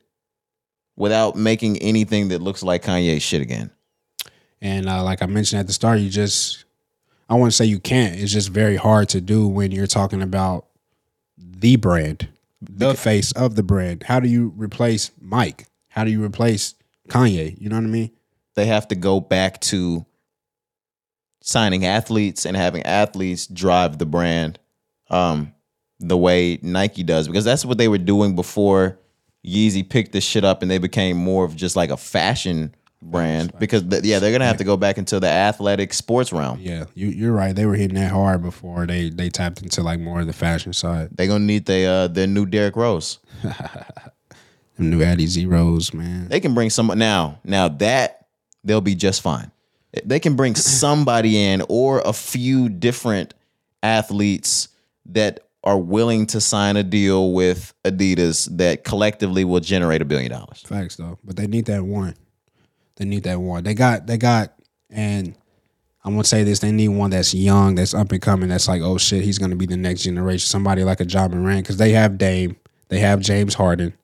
Speaker 3: without making anything that looks like Kanye shit again.
Speaker 2: And uh, like I mentioned at the start, you just, I wouldn't say you can't. It's just very hard to do when you're talking about the brand, the face of the brand. How do you replace Mike? How do you replace Kanye? You know what I mean?
Speaker 3: They have to go back to signing athletes and having athletes drive the brand um, the way Nike does because that's what they were doing before Yeezy picked this shit up and they became more of just like a fashion brand because th- yeah they're gonna have to go back into the athletic sports realm.
Speaker 2: Yeah, you, you're right. They were hitting that hard before they they tapped into like more of the fashion side.
Speaker 3: They're gonna need their uh, their new Derrick Rose.
Speaker 2: Them new Addy Zeros, man.
Speaker 3: they can bring someone now. Now that they'll be just fine. They can [CLEARS THROAT] bring somebody in or a few different athletes that are willing to sign a deal with Adidas that collectively will generate a billion dollars.
Speaker 2: Facts though, but they need that one. They need that one. They got they got, and I'm gonna say this: they need one that's young, that's up and coming, that's like, oh shit, he's gonna be the next generation. Somebody like a John Moran, because they have Dame, they have James Harden.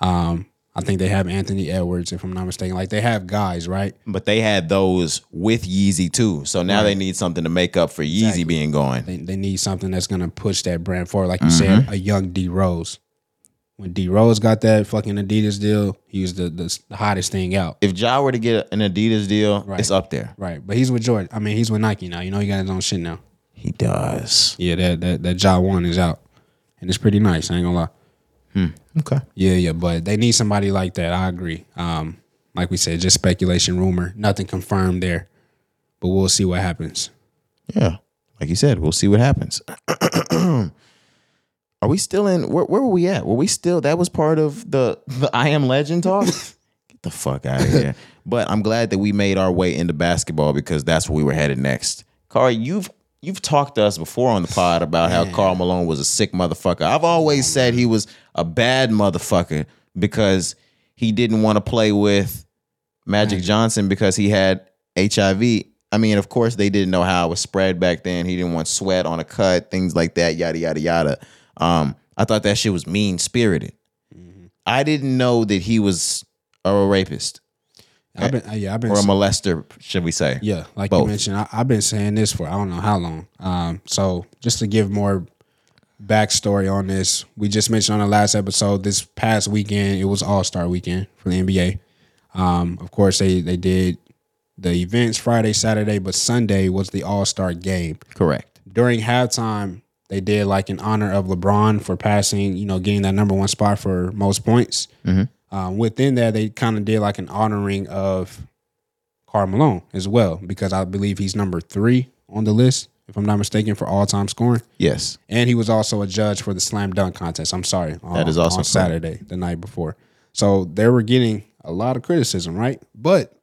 Speaker 2: Um, I think they have Anthony Edwards, if I'm not mistaken. Like they have guys, right?
Speaker 3: But they had those with Yeezy too. So now they need something to make up for Yeezy being gone.
Speaker 2: They they need something that's gonna push that brand forward. Like you said, a young D Rose. When D Rose got that fucking Adidas deal, he was the the, the hottest thing out.
Speaker 3: If Ja were to get an Adidas deal,
Speaker 2: Right.
Speaker 3: it's up there.
Speaker 2: Right, but he's with Jordan. I mean, he's with Nike now. You know, he got his own shit now.
Speaker 3: He does.
Speaker 2: Yeah, that that that job one is out, and it's pretty nice. I ain't gonna lie.
Speaker 1: Okay.
Speaker 2: Yeah, yeah, but they need somebody like that. I agree. Um, like we said, just speculation, rumor, nothing confirmed there, but we'll see what happens.
Speaker 3: Yeah. Like you said, we'll see what happens. [CLEARS THROAT] Are we still in where, where were we at? Were we still that was part of the the I am legend talk? Get the fuck out of here. but I'm glad that we made our way into basketball because that's where we were headed next. Carl, you've you've talked to us before on the pod about how Carl Malone was a sick motherfucker. I've always said he was a bad motherfucker because he didn't want to play with Magic Johnson because he had HIV. I mean, of course, they didn't know how it was spread back then. He didn't want sweat on a cut, things like that, yada, yada, yada. Um, I thought that shit was mean spirited. I didn't know that he was a rapist
Speaker 2: I've been, uh, yeah, I've been,
Speaker 3: or a molester, should we say.
Speaker 2: yeah, like
Speaker 3: Both.
Speaker 2: you mentioned, I, I've been saying this for I don't know how long. Um, so just to give more backstory on this, we just mentioned on the last episode. This past weekend, it was All Star Weekend for the NBA. Um, of course, they they did the events Friday, Saturday, but Sunday was the All Star game.
Speaker 3: Correct.
Speaker 2: During halftime, they did like in honor of LeBron for passing, you know, getting that number one spot for most points.
Speaker 3: Mm-hmm.
Speaker 2: Um, within that, they kind of did like an honoring of Carl Malone as well, because I believe he's number three on the list, if I'm not mistaken, for all time scoring.
Speaker 3: Yes.
Speaker 2: And he was also a judge for the slam dunk contest. I'm sorry. On,
Speaker 3: That is also
Speaker 2: on
Speaker 3: correct.
Speaker 2: Saturday, the night before. So they were getting a lot of criticism, right? But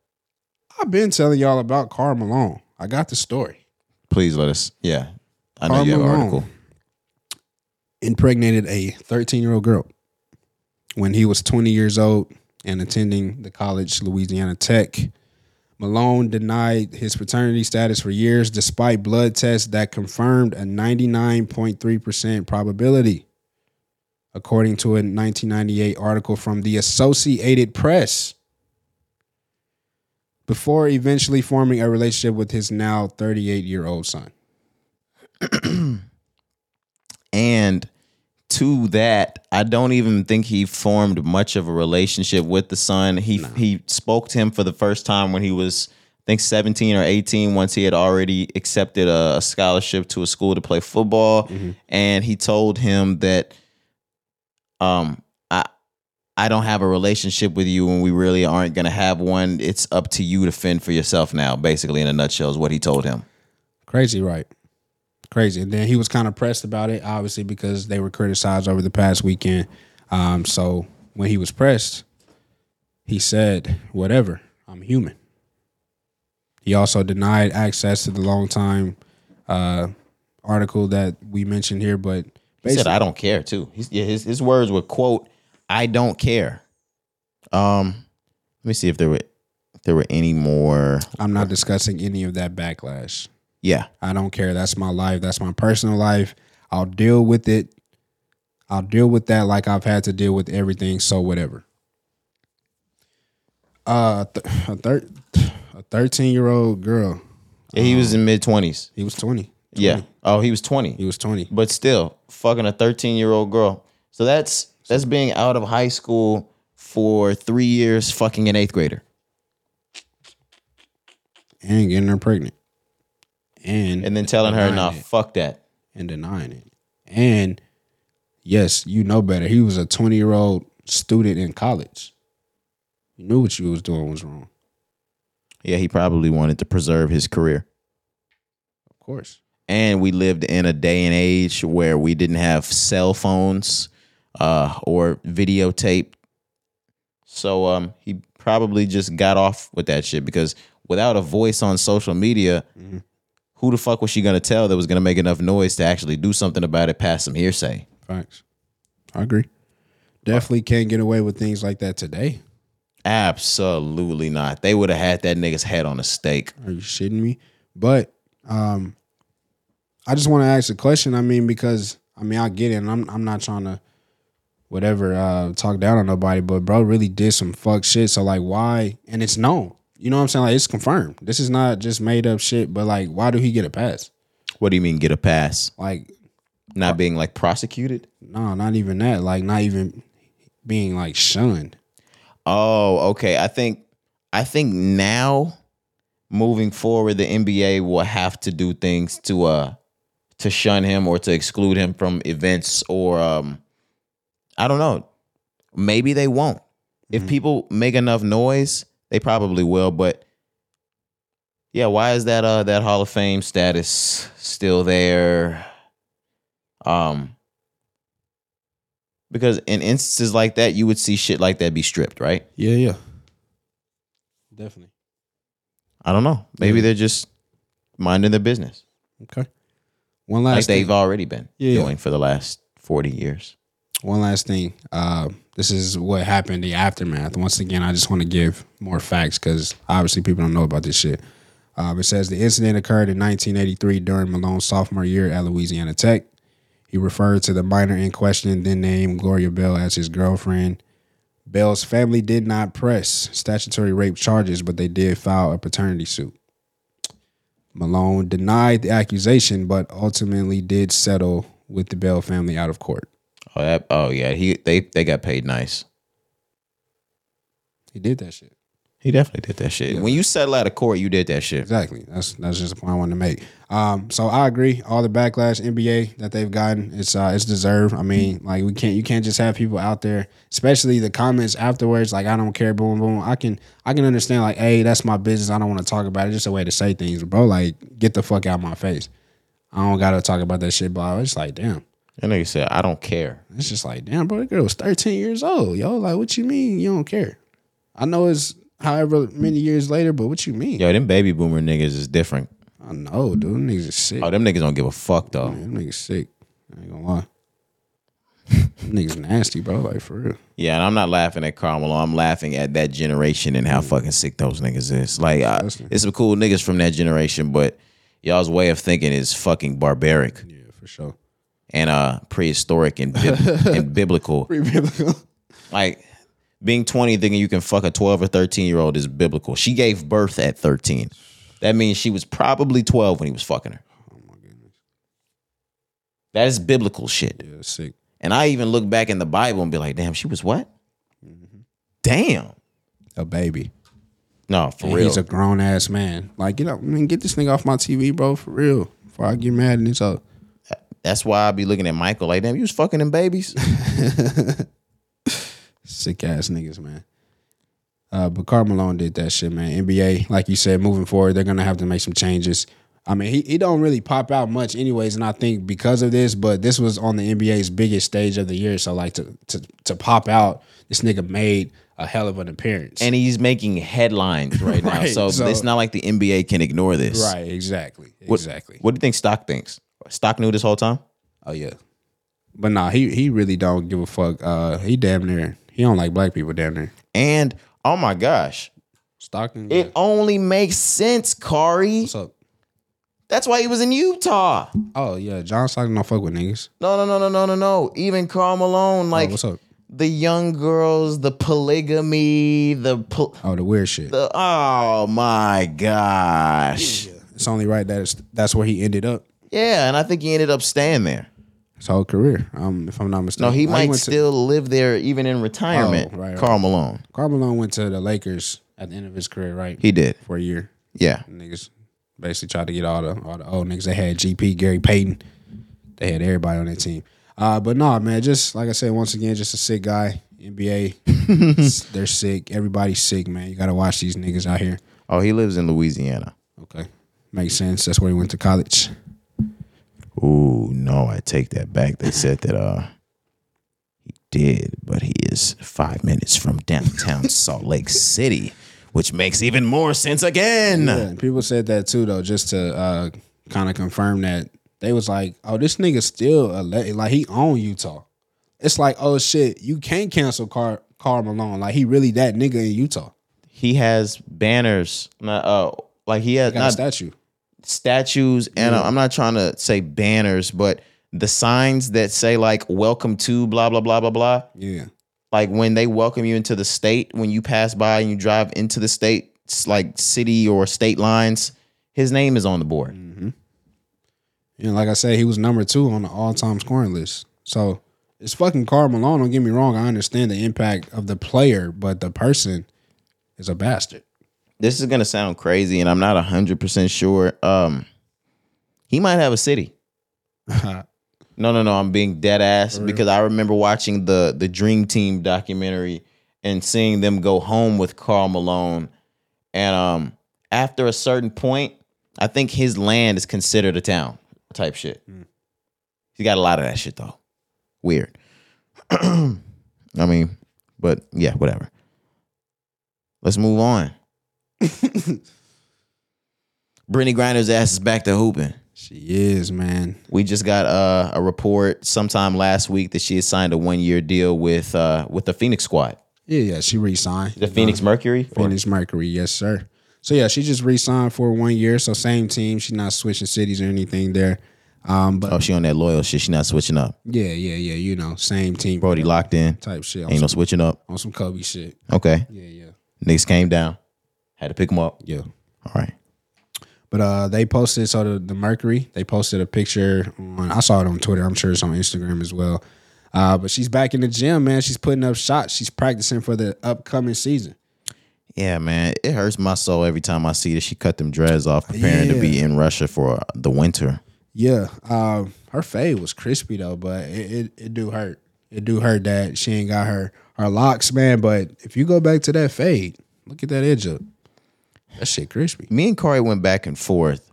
Speaker 2: I've been telling y'all about Carl Malone. I got the story.
Speaker 3: Please let us. Yeah. I know you have an
Speaker 2: Carl
Speaker 3: article.
Speaker 2: Impregnated a 13 year old girl when he was 20 years old and attending the college Louisiana Tech. Malone denied his fraternity status for years despite blood tests that confirmed a 99.3% probability, according to a 1998 article from the Associated Press. Before eventually forming a relationship with his now 38 year old son.
Speaker 3: And to that, I don't even think he formed much of a relationship with the son. He he spoke to him for the first time when he was, I think, seventeen or eighteen. Once he had already accepted a, a scholarship to a school to play football, and he told him that, um, I I don't have a relationship with you and we really aren't going to have one. It's up to you to fend for yourself now, basically, in a nutshell, is what he told him.
Speaker 2: Crazy, right? Crazy. And then he was kind of pressed about it, obviously, because they were criticized over the past weekend. Um, so when he was pressed, he said, "Whatever, I'm human." He also denied access to the longtime uh, article that we mentioned here, but
Speaker 3: He said, I don't care, too. He's, yeah, his, his words were, quote, I don't care. Um, Let me see if there were, if there were any more.
Speaker 2: I'm not discussing any of that backlash.
Speaker 3: Yeah.
Speaker 2: I don't care. That's my life. That's my personal life. I'll deal with it. I'll deal with that like I've had to deal with everything. So whatever. Uh, th- a thir- a thirteen year old girl.
Speaker 3: Yeah, he was in mid 20s.
Speaker 2: He was Um, twenty.
Speaker 3: Yeah. Oh, he was 20.
Speaker 2: He was twenty.
Speaker 3: but still fucking a 13 year old girl so that's that's being out of high school for three years fucking an eighth grader
Speaker 2: And getting her pregnant. And
Speaker 3: and then telling her nah
Speaker 2: denying it.
Speaker 3: fuck that
Speaker 2: and denying it. And yes, you know better. He was a 20 year old student in college. You knew what you was doing was wrong.
Speaker 3: yeah he probably wanted to preserve his career
Speaker 2: Of course.
Speaker 3: and we lived in a day and age where we didn't have cell phones uh, or videotape so um, he probably just got off with that shit because without a voice on social media who the fuck was she gonna tell that was gonna make enough noise to actually do something about it past some hearsay
Speaker 2: Facts. I agree. Definitely can't get away with things like that today.
Speaker 3: Absolutely not. They would have had that nigga's head on a stake.
Speaker 2: Are you shitting me? But um I just want to ask a question. I mean, because I mean I get it and I'm I'm not trying to whatever, uh talk down on nobody, but bro really did some fuck shit. So like why and it's known. You know what I'm saying? Like it's confirmed. This is not just made up shit, but like why do he get a pass?
Speaker 3: What do you mean get a pass?
Speaker 2: Like,
Speaker 3: Not being like prosecuted?
Speaker 2: no, not even that. Like not even being like shunned.
Speaker 3: Oh, okay. I think I think now moving forward the NBA will have to do things to uh to shun him or to exclude him from events or um I don't know. Maybe they won't. If people make enough noise, they probably will, but yeah, why is that uh that Hall of Fame status still there? Um because in instances like that, you would see shit like that be stripped, right?
Speaker 2: Yeah, yeah. Definitely.
Speaker 3: I don't know. Maybe they're just minding their business
Speaker 2: Okay. One last
Speaker 3: like
Speaker 2: thing.
Speaker 3: they've already been
Speaker 2: Yeah, yeah.
Speaker 3: doing for the last 40 years.
Speaker 2: One last thing. Uh, this is what happened, the aftermath. Once again, I just want to give more facts because obviously people don't know about this shit. Uh, it says the incident occurred in 1983 during Malone's sophomore year at Louisiana Tech. He referred to the minor in question, then named Gloria Bell as his girlfriend. Bell's family did not press statutory rape charges, but they did file a paternity suit. Malone denied the accusation, but ultimately did settle with the Bell family out of court.
Speaker 3: Oh, that, oh yeah, he they they got paid nice.
Speaker 2: He did that shit.
Speaker 3: He definitely did that shit. When you settle out of court, you did that shit.
Speaker 2: Exactly. That's that's just the point I wanted to make. Um, so I agree. All the backlash NBA that they've gotten, it's uh, it's deserved. I mean, like we can't you can't just have people out there, especially the comments afterwards. Like I don't care, boom boom. I can I can understand like, hey, that's my business. I don't want to talk about it. Just a way to say things, bro. Like get the fuck out of my face. I don't gotta talk about that shit. But I was like, damn.
Speaker 3: That nigga said, "I don't care."
Speaker 2: It's just like, damn, bro, that girl was 13 years old, yo. Like, what you mean you don't care? I know it's however many years later, but what you mean?
Speaker 3: Yo, them baby boomer niggas is different.
Speaker 2: I know, dude. Them niggas is sick.
Speaker 3: Oh, them niggas don't give a fuck though.
Speaker 2: Them niggas sick. I ain't gonna lie. Them niggas nasty, bro. Like for real.
Speaker 3: Yeah, and I'm not laughing at Carmelo. I'm laughing at that generation and how fucking sick those niggas is. Like, I, it's some cool niggas from that generation, but y'all's way of thinking is fucking barbaric
Speaker 2: Yeah, for [LAUGHS] sure.
Speaker 3: and uh prehistoric and [LAUGHS] bib- and biblical. Like being 20 thinking you can fuck a 12 or 13 year old is biblical. She gave birth at 13. That means she was probably 12 when he was fucking her. That is biblical shit.
Speaker 2: yeah, sick.
Speaker 3: And I even look back in the Bible and be like, damn, she was what? Damn.
Speaker 2: A baby.
Speaker 3: No, for
Speaker 2: And
Speaker 3: real.
Speaker 2: He's a grown ass man. Like, you know, I mean, get this nigga off my TV, bro, for real. Before I get mad and it's up. [LAUGHS]
Speaker 3: That's why I be looking at Michael like, damn, you was fucking them babies.
Speaker 2: Sick ass niggas, man. Uh, but Karl Malone did that shit, man. NBA, like you said, moving forward, they're gonna have to make some changes. I mean, he, he don't really pop out much, anyways, and I think because of this, but this was on the NBA's biggest stage of the year, so like to to to pop out, this nigga made a hell of an appearance.
Speaker 3: and he's making headlines right now.
Speaker 2: Right,
Speaker 3: so,
Speaker 2: so-
Speaker 3: it's not like the NBA can ignore this.
Speaker 2: right, exactly,
Speaker 3: What-
Speaker 2: exactly.
Speaker 3: What do you think Stock thinks? Stock knew this whole time.
Speaker 2: Oh yeah. But nah, he he really don't give a fuck. Uh, he damn near he don't like black people damn near.
Speaker 3: And oh my gosh,
Speaker 2: Stockton.
Speaker 3: it only makes sense, Kari.
Speaker 2: What's up?
Speaker 3: That's why he was in Utah.
Speaker 2: Oh yeah, John Stockton don't fuck with niggas.
Speaker 3: No, no, no, no, no, no, no. Even Carl Malone, like
Speaker 2: Like Oh, what's up?
Speaker 3: the young girls, the polygamy, the pol-
Speaker 2: Oh the weird shit.
Speaker 3: the oh my gosh.
Speaker 2: It's only right that it's, that's where he ended up
Speaker 3: Yeah, and I think he ended up staying there.
Speaker 2: his whole career. Um, if I'm not mistaken.
Speaker 3: No, he
Speaker 2: Oh,
Speaker 3: might
Speaker 2: went to-
Speaker 3: still live there even in retirement.
Speaker 2: Oh, right, right.
Speaker 3: Carl Malone.
Speaker 2: Karl Malone went to the Lakers at the end of his career, right?
Speaker 3: He did.
Speaker 2: for a year.
Speaker 3: Yeah.
Speaker 2: Niggas basically tried to get all the all the old niggas. They had GP, Gary Payton. They had everybody on their team. Uh, but nah, man, just like I said, once again, just a sick guy.
Speaker 3: [LAUGHS]
Speaker 2: NBA, they're sick. Everybody's sick, man. You gotta watch these niggas out here.
Speaker 3: Oh, he lives in Louisiana.
Speaker 2: Okay, makes sense. That's where he went to college.
Speaker 3: Ooh, no, I take that back. They said that uh he did, but he is five minutes from downtown
Speaker 2: [LAUGHS]
Speaker 3: Salt Lake City, which makes even more sense again.
Speaker 2: Yeah, and people said that too, though, just to uh, kind of confirm that they was like, "Oh, this nigga still a le- like he own Utah." It's like, oh shit, you can't cancel Car Carl Malone. Like he really that nigga in Utah.
Speaker 3: He has banners, not uh like he has
Speaker 2: Got a
Speaker 3: not
Speaker 2: statue.
Speaker 3: statues and uh, I'm not trying to say banners, but the signs that say like welcome to blah blah blah blah blah.
Speaker 2: Yeah.
Speaker 3: Like when they welcome you into the state, when you pass by and you drive into the state, it's like city or state lines, his name is on the board.
Speaker 2: And like I said, he was number two on the all time scoring list. So it's fucking Carl Malone. Don't get me wrong. I understand the impact of the player, but the person is a bastard. [LAUGHS]
Speaker 3: this is gonna sound crazy, and I'm not hundred percent sure. Um, he might have a city. No, no, no. I'm being dead ass because I remember watching the the Dream Team documentary and seeing them go home with Carl Malone, and um, after a certain point, I think his land is considered a town type shit. He got a lot of that shit though. Weird. [CLEARS THROAT] I mean, but yeah, whatever. Let's move on. Brittany Griner's ass is back to hooping.
Speaker 2: she is, man.
Speaker 3: We just got uh, a report sometime last week that she had signed a one year deal with uh, with the Phoenix squad,
Speaker 2: Yeah, yeah. She re signed.
Speaker 3: the Phoenix Mercury.
Speaker 2: Phoenix Mercury, yes, sir. So yeah, she just re signed for one year. So same team. She's not switching cities or anything there. Um, but
Speaker 3: Oh, she on that loyal shit. She not switching up.
Speaker 2: yeah, yeah, yeah. You know, same team
Speaker 3: Brody locked in.
Speaker 2: type shit. On,
Speaker 3: Ain't no
Speaker 2: some,
Speaker 3: switching up.
Speaker 2: on some Kobe shit.
Speaker 3: Okay.
Speaker 2: Yeah, yeah,
Speaker 3: Knicks came down. Had to pick him up.
Speaker 2: yeah.
Speaker 3: All right.
Speaker 2: But uh, they posted so the, the Mercury they posted a picture on. I saw it on Twitter. I'm sure it's on Instagram as well. Uh, but she's back in the gym, man. She's putting up shots. She's practicing for the upcoming season.
Speaker 3: Yeah, man. It hurts my soul every time I see that she cut them dreads off preparing to
Speaker 2: Yeah.
Speaker 3: be in Russia for uh, the winter.
Speaker 2: Yeah, um, her fade was crispy though, but it, it it do hurt. It do hurt that she ain't got her her locks, man. But if you go back to that fade, look at that edge up. That shit crispy.
Speaker 3: me and Corey went back and forth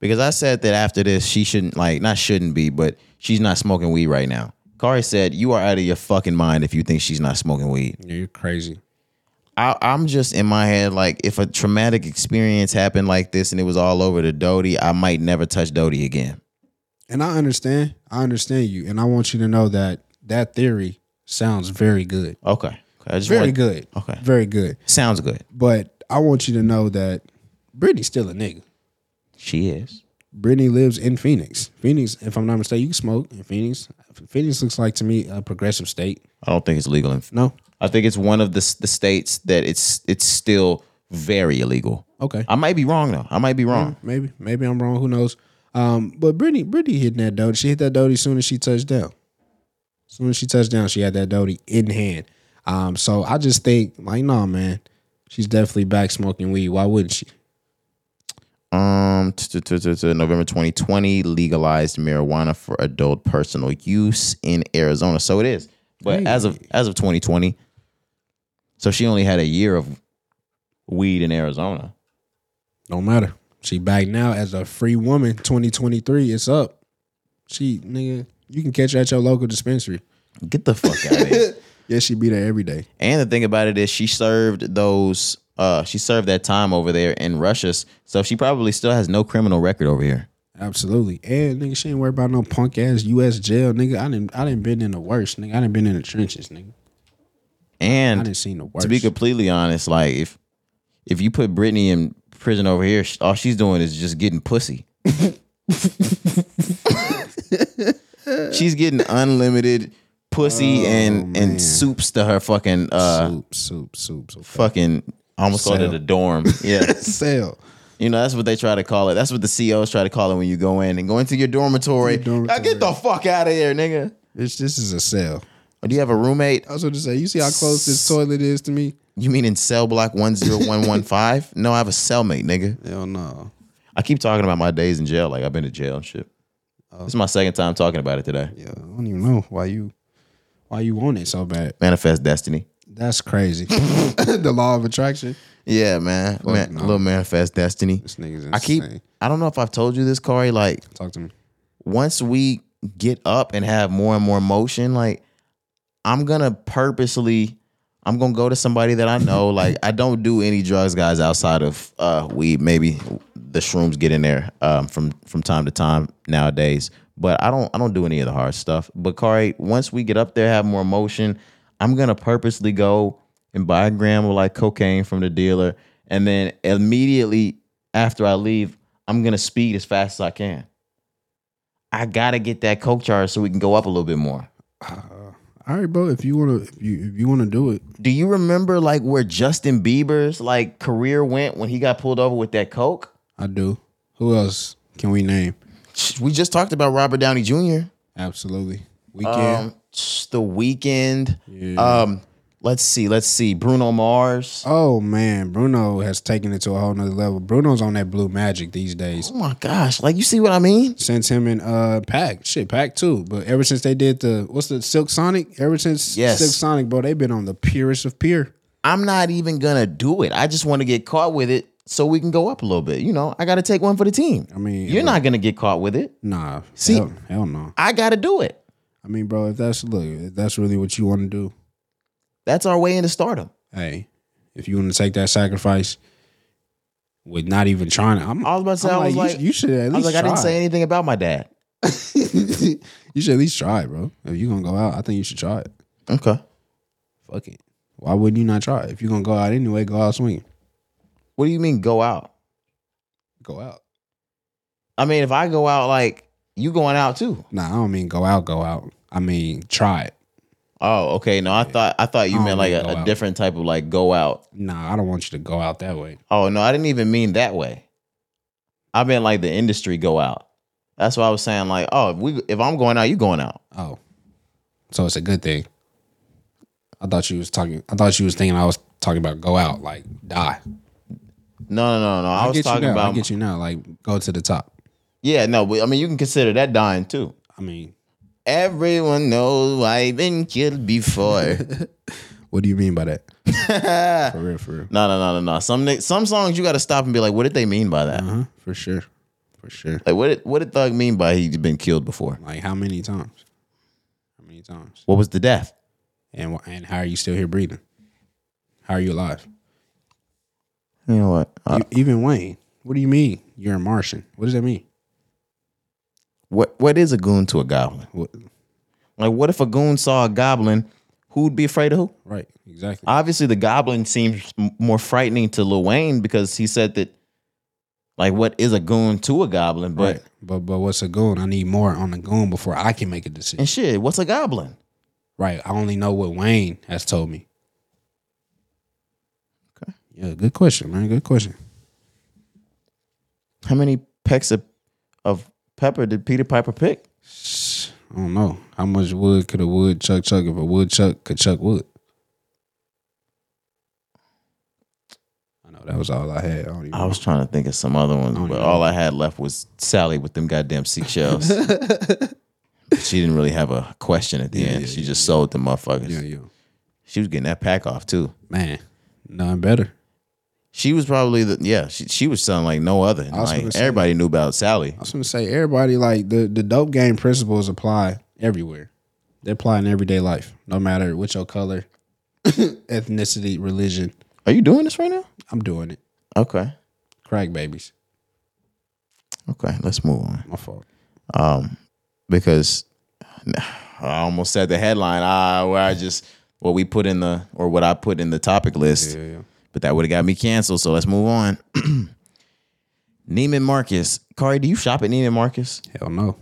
Speaker 3: because I said that after this, she shouldn't like not shouldn't be, but she's not smoking weed right now. Corey said, "You are out of your fucking mind if you think she's not smoking weed."
Speaker 2: Yeah, you're crazy.
Speaker 3: I, I'm just in my head like, if a traumatic experience happened like this and it was all over to Dodie, I might never touch Dodie again.
Speaker 2: And I understand. I understand you, and I want you to know that that theory sounds very good.
Speaker 3: Okay, Okay, I just
Speaker 2: Very
Speaker 3: want-
Speaker 2: good.
Speaker 3: Okay.
Speaker 2: Very good.
Speaker 3: Sounds good.
Speaker 2: But I want you to know that Brittany's still a nigga.
Speaker 3: She is.
Speaker 2: Brittany lives in Phoenix. Phoenix, if I'm not mistaken, you can smoke in Phoenix. Phoenix looks like to me a progressive state.
Speaker 3: I don't think it's legal. In,
Speaker 2: No?
Speaker 3: I think it's one of the s- the states that it's it's still very illegal.
Speaker 2: Okay.
Speaker 3: I might be wrong though. I might be wrong.
Speaker 2: Maybe, maybe I'm wrong. Who knows? Um, but Brittany, Brittany hitting that doty. She hit that doty soon as she touched down. Soon as she touched down, she had that doty in hand. Um, so I just think, like, nah, man, she's definitely back smoking weed. Why wouldn't she?
Speaker 3: Um, t- t- t- t- t- November 2020 legalized marijuana for adult personal use in Arizona. So it is, but as of as of 2020, So she only had a year of weed in Arizona.
Speaker 2: Don't matter. She back now as a free woman. 2023. It's up. She nigga, you can catch her at your local dispensary.
Speaker 3: Get the fuck out of
Speaker 2: [LAUGHS]
Speaker 3: here.
Speaker 2: Yeah, she be there every day.
Speaker 3: And the thing about it is she served those uh she served that time over there in Russia. So she probably still has no criminal record over here.
Speaker 2: Absolutely. And nigga, she ain't worried about no punk ass U.S. jail, nigga. I didn't. I didn't been in the worst, nigga. I didn't been in the trenches, nigga. I
Speaker 3: And
Speaker 2: didn't seen the worst.
Speaker 3: to be completely honest, like if if you put Brittany in prison over here, sh- all she's doing is just getting
Speaker 2: [LAUGHS]
Speaker 3: pussy. she's getting unlimited pussy and and soups to her fucking uh
Speaker 2: Oh, soup, soup, soup. So
Speaker 3: fucking I almost called it
Speaker 2: Cell.
Speaker 3: a dorm. [LAUGHS] Yeah.
Speaker 2: sale.
Speaker 3: You know, that's what they try to call it. That's what the COs try to call it when you go in and go into your dormitory.
Speaker 2: Your dormitory.
Speaker 3: "Ah, get the fuck out of here, nigga.
Speaker 2: This this is a sale.
Speaker 3: Or do you have a roommate?
Speaker 2: I was going to say, you see how close this toilet is to me?
Speaker 3: You mean in cell block 10115? no, I have a cellmate, nigga.
Speaker 2: Hell no.
Speaker 3: I keep talking about my days in jail. Like, I've been to jail and shit. This is my second time talking about it today.
Speaker 2: Yeah, I don't even know why you why you want it so bad.
Speaker 3: Manifest destiny.
Speaker 2: That's [LAUGHS] crazy. the law of attraction.
Speaker 3: Yeah, man. man
Speaker 2: no.
Speaker 3: Little manifest destiny.
Speaker 2: This nigga's insane.
Speaker 3: I keep, I don't know if I've told you this, Corey. Like,
Speaker 2: talk to me.
Speaker 3: once we get up and have more and more motion, like I'm gonna purposely, I'm gonna go to somebody that I know. Like I don't do any drugs, guys, outside of uh, weed. Maybe the shrooms get in there um, from from time to time nowadays, but I don't I don't do any of the hard stuff. But Kari, once we get up there, have more motion, I'm gonna purposely go and buy a gram of like cocaine from the dealer, and then immediately after I leave, I'm gonna speed as fast as I can. I gotta get that coke charge so we can go up a little bit more.
Speaker 2: All right, bro. If you wanna if you if you wanna do it,
Speaker 3: Do you remember like where Justin Bieber's like career went when he got pulled over with that coke?
Speaker 2: I do. Who else can we name?
Speaker 3: We just talked about Robert Downey Jr.
Speaker 2: Absolutely. We
Speaker 3: Um,
Speaker 2: can.
Speaker 3: the weekend. Um, let's see, let's see. Bruno Mars.
Speaker 2: oh man, Bruno has taken it to a whole nother level. Bruno's on that blue magic these days.
Speaker 3: Oh my gosh! Like you see what I mean?
Speaker 2: Since him and uh Pack, shit, Pack too. But ever since they did the what's the Silk Sonic? Ever since
Speaker 3: Yes.
Speaker 2: Silk Sonic, bro, they've been on the purest of pure.
Speaker 3: I'm not even gonna do it. I just want to get caught with it so we can go up a little bit. You know, I gotta take one for the team.
Speaker 2: I mean,
Speaker 3: you're not gonna get caught with it.
Speaker 2: Nah,
Speaker 3: See-
Speaker 2: hell, hell no.
Speaker 3: I gotta do it.
Speaker 2: I mean, bro, if that's look, if that's really what you want to do,
Speaker 3: That's our way into stardom.
Speaker 2: hey, if you want to take that sacrifice with not even trying to, I'm
Speaker 3: I was about to say,
Speaker 2: I'm
Speaker 3: I was
Speaker 2: you-
Speaker 3: like,
Speaker 2: you, should at least.
Speaker 3: I was like, I didn't say anything about my dad.
Speaker 2: anything. [LAUGHS] you should at least try it, bro. If you're gonna go out, I think you should try it.
Speaker 3: Okay.
Speaker 2: Fuck it. Why wouldn't you not try it? If you're gonna go out anyway, go out swinging.
Speaker 3: What do you mean go out?
Speaker 2: Go out.
Speaker 3: I mean, if I go out, like you going out too.
Speaker 2: Nah, I don't mean go out, go out. I mean try it.
Speaker 3: Oh, okay. No, I thought I thought you
Speaker 2: I
Speaker 3: meant
Speaker 2: don't
Speaker 3: like
Speaker 2: mean
Speaker 3: a,
Speaker 2: go
Speaker 3: a
Speaker 2: out.
Speaker 3: different type of like go out.
Speaker 2: Nah, I don't want you to go out that way.
Speaker 3: Oh no, I didn't even mean that way. I meant like the industry go out. That's why I was saying like, oh, if we if I'm going out, you going out.
Speaker 2: Oh, so it's a good thing. I thought you was talking. I thought you was thinking I was talking about go out like die.
Speaker 3: No, no, no, no. I,
Speaker 2: I
Speaker 3: was
Speaker 2: get you
Speaker 3: talking
Speaker 2: now.
Speaker 3: about
Speaker 2: I get you now. Like go to the top.
Speaker 3: yeah. No, but, I mean you can consider that dying too.
Speaker 2: I mean,
Speaker 3: Everyone knows I've been killed
Speaker 2: [LAUGHS]
Speaker 3: before.
Speaker 2: what do you mean by
Speaker 3: [LAUGHS]
Speaker 2: that? for real, for real.
Speaker 3: No, no, no, no, no. Some ni- some songs you got to stop and be like, what did they mean by that?
Speaker 2: Uh-huh, for sure, for sure.
Speaker 3: Like, what did what did Thug mean by he's been killed before?
Speaker 2: Like how many times? How many times?
Speaker 3: What was the death?
Speaker 2: And wh- and how are you still here breathing? How are you alive?
Speaker 3: You know what? Uh,
Speaker 2: E- Even Wayne. What do you mean? You're a Martian. What does that mean?
Speaker 3: what what is a goon to a goblin?
Speaker 2: What?
Speaker 3: Like, what if a goon saw a goblin? Who'd be afraid of who?
Speaker 2: Right. Exactly.
Speaker 3: Obviously, the goblin seems m- more frightening to Lil Wayne because he said that. Like, what is a goon to a goblin? But
Speaker 2: Right. but but what's a goon? I need more on the goon before I can make a decision.
Speaker 3: and shit, what's a goblin?
Speaker 2: Right. I only know what Wayne has told me. Okay. Yeah, good question, man. Good question.
Speaker 3: How many pecks of of pepper did Peter Piper pick?
Speaker 2: I don't know. How much wood could a wood chuck chuck if a wood chuck could chuck wood? I know that was all I had. I don't even
Speaker 3: I was trying to think of some other ones,
Speaker 2: don't
Speaker 3: but
Speaker 2: know.
Speaker 3: all I had left was Sally with them goddamn [LAUGHS] seashells. But she didn't really have a question at the end. she just sold the motherfuckers.
Speaker 2: Yeah, yeah.
Speaker 3: She was getting that pack off too.
Speaker 2: Man, nothing better.
Speaker 3: She was probably the yeah. She, she was selling like no other.
Speaker 2: was gonna
Speaker 3: Like
Speaker 2: say-
Speaker 3: everybody knew about Sally.
Speaker 2: I was gonna say everybody like the the dope game principles apply everywhere. They apply in everyday life, no matter what your color, [COUGHS] ethnicity, religion.
Speaker 3: Are you doing this right now?
Speaker 2: I'm doing it.
Speaker 3: Okay,
Speaker 2: Crack babies.
Speaker 3: okay. Let's move on.
Speaker 2: My fault.
Speaker 3: because I almost said the headline. I where I just what we put in the or what I put in the topic list, but that would have got me canceled. So let's move on. [CLEARS THROAT] Neiman Marcus, Kari, do you shop at Neiman Marcus?
Speaker 2: Hell no,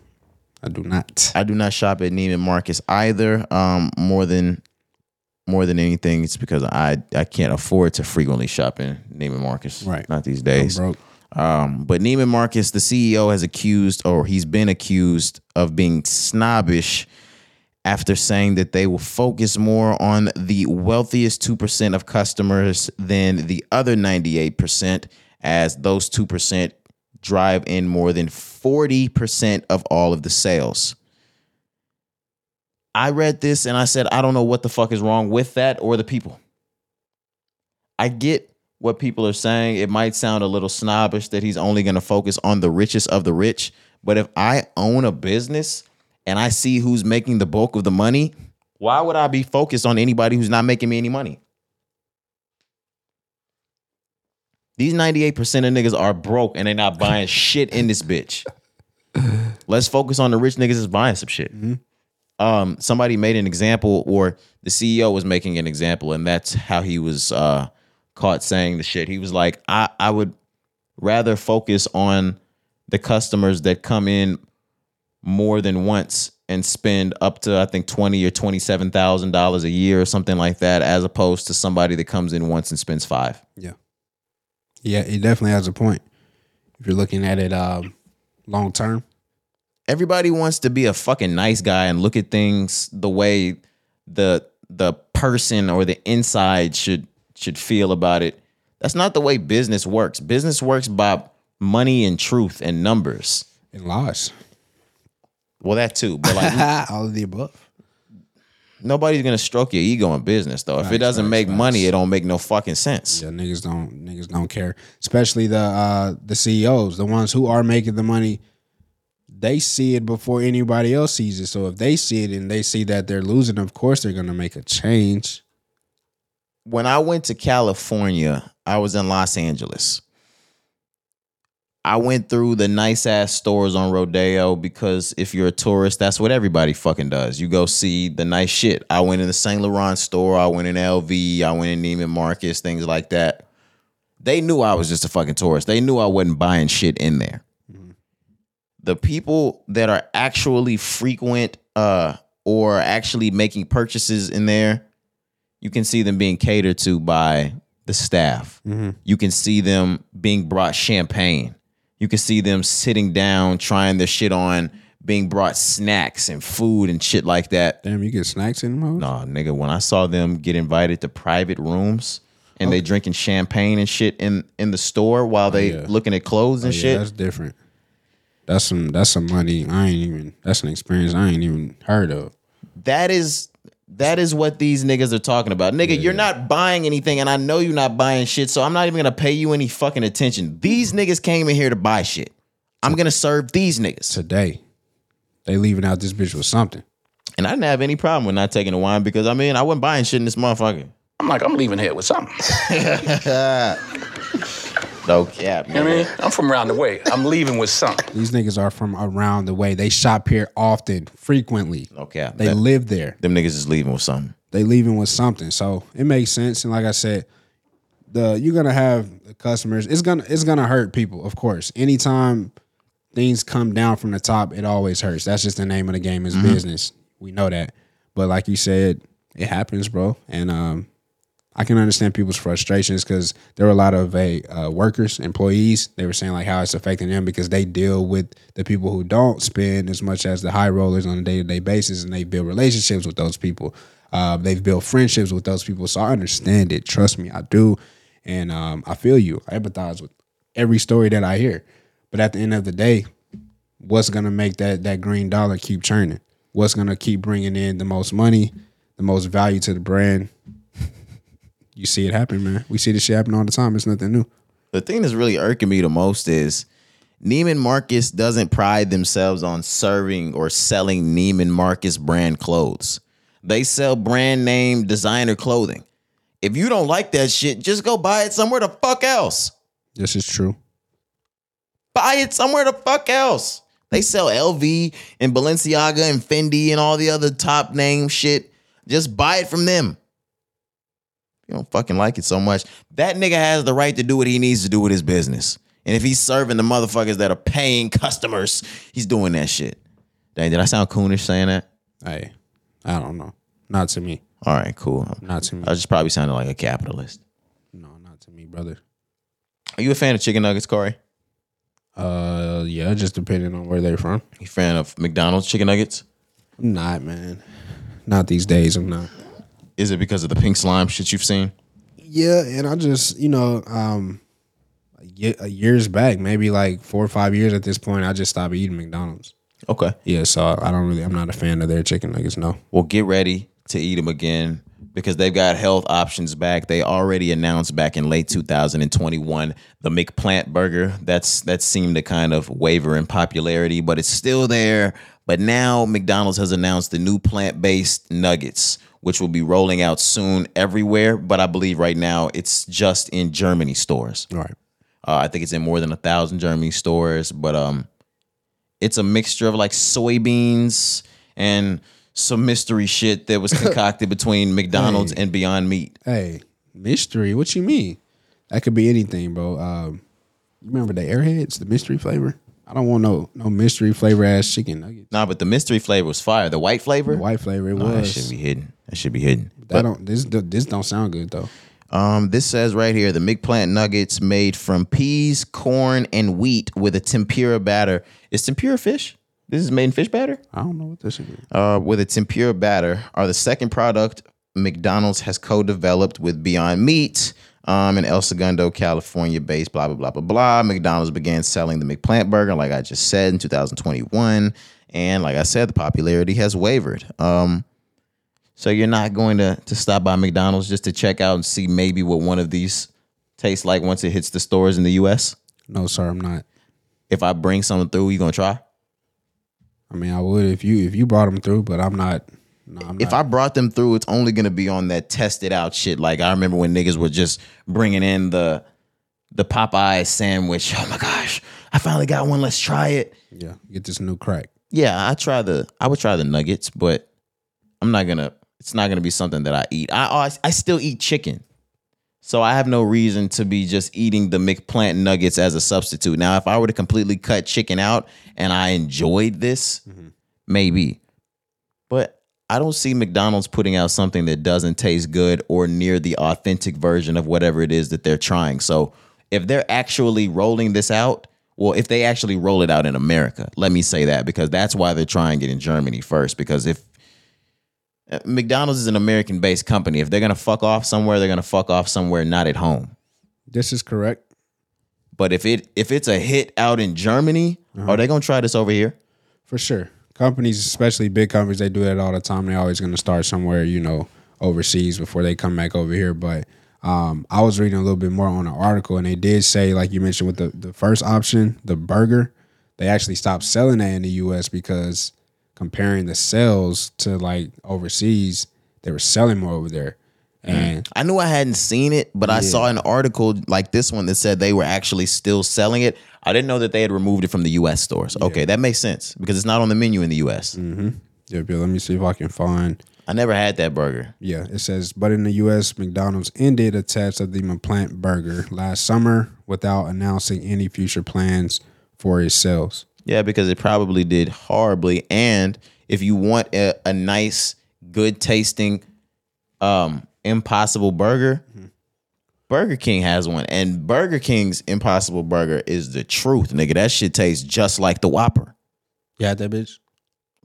Speaker 2: I do not.
Speaker 3: I do not shop at Neiman Marcus either. Um, more than more than anything, it's because I I can't afford to frequently shop in Neiman Marcus.
Speaker 2: Right.
Speaker 3: not these days.
Speaker 2: Broke.
Speaker 3: Um, but Neiman Marcus, the CEO, has accused, or he's been accused of being snobbish after saying that they will focus more on the wealthiest 2% of customers than the other 98%, as those 2% drive in more than 40% of all of the sales. I read this and I said, I don't know what the fuck is wrong with that or the people. I get what people are saying. It might sound a little snobbish that he's only going to focus on the richest of the rich. But if I own a business and I see who's making the bulk of the money, why would I be focused on anybody who's not making me any money? These 98% of niggas are broke and they're not buying shit in this bitch. Let's focus on the rich niggas that's buying some shit um, somebody made an example, or the CEO was making an example, and that's how he was uh, caught saying the shit. He was like, I, I would rather focus on the customers that come in more than once and spend up to I think twenty or twenty seven thousand dollars a year or something like that, as opposed to somebody that comes in once and spends five.
Speaker 2: Yeah. Yeah, it definitely has a point. If you're looking at it um, long term,
Speaker 3: everybody wants to be a fucking nice guy and look at things the way the the person or the inside should should feel about it. That's not the way business works. Business works by money and truth and numbers.
Speaker 2: and [LAUGHS] lies.
Speaker 3: Well, that too, but like
Speaker 2: [LAUGHS] All of the above.
Speaker 3: nobody's gonna stroke your ego in business though. if it doesn't make money, it don't make no fucking sense.
Speaker 2: Yeah, niggas don't niggas don't care. Especially the uh, the CEOs, the ones who are making the money, they see it before anybody else sees it. So if they see it and they see that they're losing, of course they're gonna make a change.
Speaker 3: when I went to California, I was in Los Angeles. I went through the nice ass stores on Rodeo because if you're a tourist, that's what everybody fucking does. You go see the nice shit. I went in the Saint Laurent store, I went in LV, I went in Neiman Marcus, things like that. They knew I was just a fucking tourist. They knew I wasn't buying shit in there. The people that are actually frequent uh or actually making purchases in there, you can see them being catered to by the staff.
Speaker 2: Mm-hmm.
Speaker 3: You can see them being brought champagne. You can see them sitting down, trying their shit on, being brought snacks and food and shit like that.
Speaker 2: Damn, you get snacks in them?
Speaker 3: Nah,
Speaker 2: No.
Speaker 3: nigga, when I saw them get invited to private rooms and they drinking champagne and shit in in the store while they
Speaker 2: Oh, yeah.
Speaker 3: looking at clothes and
Speaker 2: Yeah,
Speaker 3: shit.
Speaker 2: that's different. That's some that's some money I ain't even that's an experience I ain't even heard of.
Speaker 3: that is that is what these niggas are talking about. Nigga, you're not buying anything, and I know you're not buying shit, so I'm not even gonna pay you any fucking attention. These niggas came in here to buy shit. I'm gonna serve these niggas.
Speaker 2: Today. They leaving out this bitch with something.
Speaker 3: And I didn't have any problem with not taking the wine because I mean I wasn't buying shit in this motherfucker.
Speaker 5: I'm like, I'm leaving here with something.
Speaker 3: No cap,
Speaker 5: You know what I
Speaker 3: nigga.
Speaker 5: mean? I'm from around the way. I'm leaving with something.
Speaker 2: These niggas are from around the way. They shop here often, frequently.
Speaker 3: No cap.
Speaker 2: They
Speaker 3: That-
Speaker 2: live there.
Speaker 3: them niggas is leaving with something.
Speaker 2: they leaving with something. So it makes sense. And like I said, the you're gonna have the customers. It's gonna it's gonna hurt people, of course. Anytime things come down from the top, it always hurts. That's just the name of the game. Is business. We know that. But like you said, it happens, bro. And um, I can understand people's frustrations because there were a lot of a uh, workers, employees. They were saying like how it's affecting them because they deal with the people who don't spend as much as the high rollers on a day to day basis, and they build relationships with those people. Uh, they've built friendships with those people, so I understand it. Trust me, I do, and um, I feel you. I empathize with every story that I hear. But at the end of the day, what's gonna make that that green dollar keep churning? What's gonna keep bringing in the most money, the most value to the brand, You see it happen, man. We see this shit happen all the time. It's nothing new.
Speaker 3: The thing that's really irking me the most is Neiman Marcus doesn't pride themselves on serving or selling Neiman Marcus brand clothes. They sell brand name designer clothing. If you don't like that shit, just go buy it somewhere the fuck else.
Speaker 2: This is true.
Speaker 3: Buy it somewhere the fuck else. They sell LV and Balenciaga and Fendi and all the other top name shit. Just buy it from them. You don't fucking like it so much. That nigga has the right to do what he needs to do with his business. And if he's serving the motherfuckers that are paying customers, he's doing that shit. Dang, did I sound coonish saying that?
Speaker 2: Hey, I don't know. Not to me.
Speaker 3: All right, cool.
Speaker 2: Not to me.
Speaker 3: I just probably sounded like a capitalist.
Speaker 2: No, not to me, brother.
Speaker 3: Are you a fan of chicken nuggets, Corey?
Speaker 2: Uh, yeah, just depending on where they're from.
Speaker 3: You a fan of McDonald's chicken nuggets?
Speaker 2: I'm not, man. Not these days. I'm not.
Speaker 3: Is it because of the pink slime shit you've seen?
Speaker 2: Yeah, and I just you know, um, a ye- a years back, maybe like four or five years at this point, I just stopped eating McDonald's.
Speaker 3: Okay.
Speaker 2: Yeah, so I don't really. I'm not a fan of their chicken nuggets. No.
Speaker 3: Well, get ready to eat them again because they've got health options back. They already announced back in late 2021 the McPlant burger. That's that seemed to kind of waver in popularity, but it's still there. But now McDonald's has announced the new plant-based nuggets, which will be rolling out soon everywhere. But I believe right now it's just in Germany stores.
Speaker 2: All right.
Speaker 3: Uh, I think it's in more than a thousand Germany stores, but um, it's a mixture of like soybeans and some mystery shit that
Speaker 2: [LAUGHS]
Speaker 3: was concocted between McDonald's and Beyond Meat.
Speaker 2: Hey, mystery. What you mean? That could be anything, bro. Um, you remember the Airheads, the mystery flavor? I don't want no no mystery flavor ass chicken nuggets.
Speaker 3: Nah, but the mystery flavor was fire. The white flavor,
Speaker 2: The white flavor. It
Speaker 3: Oh, that
Speaker 2: was.
Speaker 3: should be hidden. That should be hidden.
Speaker 2: That don't this this don't sound good though.
Speaker 3: Um, this says right here the McPlant nuggets made from peas, corn, and wheat with a tempura batter. Is tempura fish? This is made in fish batter.
Speaker 2: I don't know what this is.
Speaker 3: uh, with its impure batter are the second product McDonald's has co-developed with Beyond Meat um, in El Segundo, California-based. Blah blah blah blah blah. McDonald's began selling the McPlant burger, like I just said, in 2021, and like I said, the popularity has wavered. Um, so you're not going to to stop by McDonald's just to check out and see maybe what one of these tastes like once it hits the stores in the U.S.
Speaker 2: No, sir, I'm not.
Speaker 3: If I bring something through, you gonna try?
Speaker 2: I mean, I would if you if you brought them through, but I'm not. No, I'm
Speaker 3: if
Speaker 2: not.
Speaker 3: I brought them through, it's only gonna be on that tested out shit. Like I remember when niggas were just bringing in the the Popeye sandwich. [LAUGHS] Oh my gosh, I finally got one. Let's try it.
Speaker 2: yeah, get this new crack.
Speaker 3: Yeah, I try the I would try the nuggets, but I'm not gonna. It's not gonna be something that I eat. I oh, I, I still eat chicken. So I have no reason to be just eating the McPlant nuggets as a substitute. Now, if I were to completely cut chicken out and I enjoyed this, maybe. But I don't see McDonald's putting out something that doesn't taste good or near the authentic version of whatever it is that they're trying. So if they're actually rolling this out, well, if they actually roll it out in America, let me say that because that's why they're trying it in Germany first. Because if uh, McDonald's is an American based company, if they're going to fuck off somewhere, they're going to fuck off somewhere not at home.
Speaker 2: This is correct.
Speaker 3: But if it if it's a hit out in Germany, are they going to try this over here?
Speaker 2: For sure. Companies, especially big companies, they do that all the time. They're always going to start somewhere, you know, overseas before they come back over here. But um, I was reading a little bit more on an article, and they did say, like you mentioned, with the, the first option, the burger, they actually stopped selling that in the U.S. because comparing the sales to like overseas, they were selling more over there. And
Speaker 3: I knew I hadn't seen it, but I saw an article like this one that said they were actually still selling it. I didn't know that they had removed it from the U.S. stores. Okay, that makes sense because it's not on the menu in the U.S.
Speaker 2: yeah, Bill, let me see if I can find.
Speaker 3: I never had that burger.
Speaker 2: Yeah, it says, but in the U.S., McDonald's ended a test of the McPlant burger last summer without announcing any future plans for its sales.
Speaker 3: Yeah, because it probably did horribly. And if you want a, a nice, good tasting, um, impossible burger, Burger King has one, and Burger King's Impossible Burger is the truth, nigga. That shit tastes just like the Whopper.
Speaker 2: Yeah, that bitch.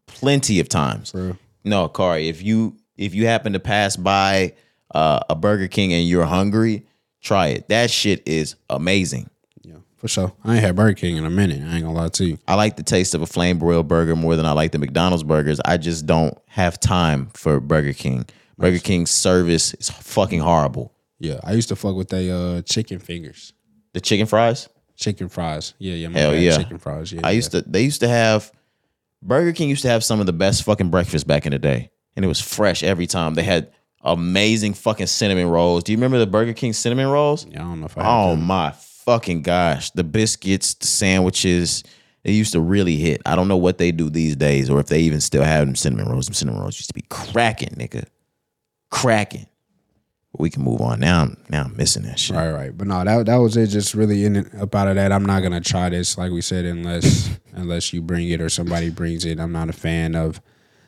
Speaker 3: plenty of times.
Speaker 2: True.
Speaker 3: No, Kari, if you if you happen to pass by uh, a Burger King and you're hungry, try it. That shit is amazing.
Speaker 2: Yeah, for sure. I ain't had Burger King in a minute. I ain't gonna lie to you.
Speaker 3: I like the taste of a flame broiled burger more than I like the McDonald's burgers. I just don't have time for Burger King. Burger King's service is fucking horrible.
Speaker 2: Yeah, I used to fuck with they uh chicken fingers,
Speaker 3: The chicken fries.
Speaker 2: chicken fries. Yeah, yeah, my
Speaker 3: Hell
Speaker 2: bad,
Speaker 3: yeah.
Speaker 2: chicken fries. Yeah,
Speaker 3: I
Speaker 2: yeah.
Speaker 3: used to. They used to have Burger King used to have some of the best fucking breakfast back in the day, and it was fresh every time. They had amazing fucking cinnamon rolls. Do you remember the Burger King cinnamon rolls?
Speaker 2: Yeah, I don't know if I. had
Speaker 3: Oh
Speaker 2: them.
Speaker 3: my fucking gosh! The biscuits, the sandwiches. They used to really hit. I don't know what they do these days, or if they even still have them cinnamon rolls. Them cinnamon rolls used to be cracking, nigga, cracking. But we can move on now. I'm, now I'm missing that shit.
Speaker 2: Right, right. But no, that that was it. Just really in and up out of that. I'm not gonna try this, like we said, unless [LAUGHS] unless you bring it or somebody brings it. I'm not a fan of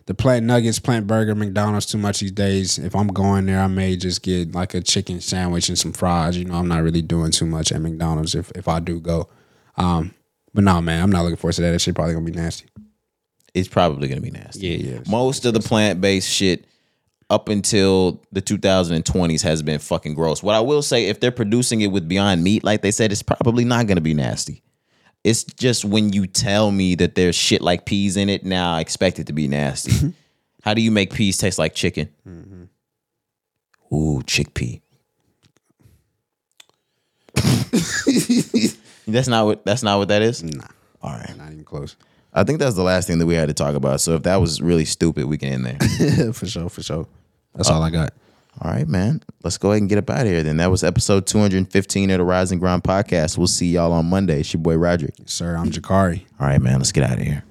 Speaker 2: the plant nuggets, plant burger, McDonald's too much these days. If I'm going there, I may just get like a chicken sandwich and some fries. You know, I'm not really doing too much at McDonald's if if I do go. Um, but no, man, I'm not looking forward to that. That shit probably gonna be nasty.
Speaker 3: It's probably gonna be nasty.
Speaker 2: yeah.
Speaker 3: most of the plant based shit up until the 2020s has been fucking gross. What I will say, if they're producing it with Beyond Meat, like they said, it's probably not going to be nasty. It's just when you tell me that there's shit like peas in it, now I expect it to be
Speaker 2: [LAUGHS]
Speaker 3: nasty. How do you make peas taste like chicken?
Speaker 2: Mm-hmm.
Speaker 3: Ooh,
Speaker 2: [LAUGHS]
Speaker 3: chickpea. that's not what. That's not what that is. Nah. All right.
Speaker 2: Not even close.
Speaker 3: I think that's the last thing that we had to talk about. So if that was really stupid, we can end there. [LAUGHS]
Speaker 2: [LAUGHS] for sure, for sure. Uh, That's all I got.
Speaker 3: All right, man. Let's go ahead and get up out of here. Then that was episode 215 of the Rising Ground podcast. We'll see y'all on Monday. It's your boy Roderick.
Speaker 2: Sir, I'm Jakari.
Speaker 3: All right, man. Let's get out of here.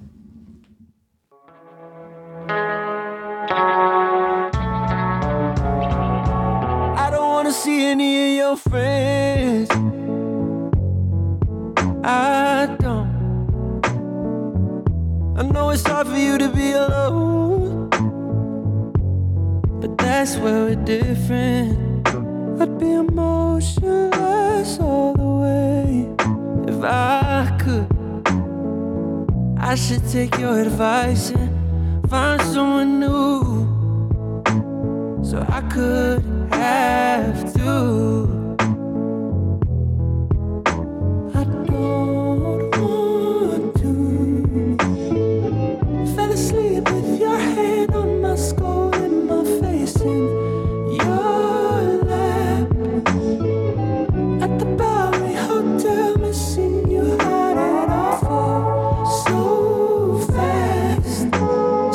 Speaker 6: I don't wanna see any of your friends. I don't. I know it's hard for you to be alone, but that's where we're different. I'd be emotionless all the way if I could. I should take your advice and find someone new so I could have to. I don't want to. Fell asleep with your hand on my skull and my face in your lap. At the Bowery Hotel, missing you had it all fall so fast.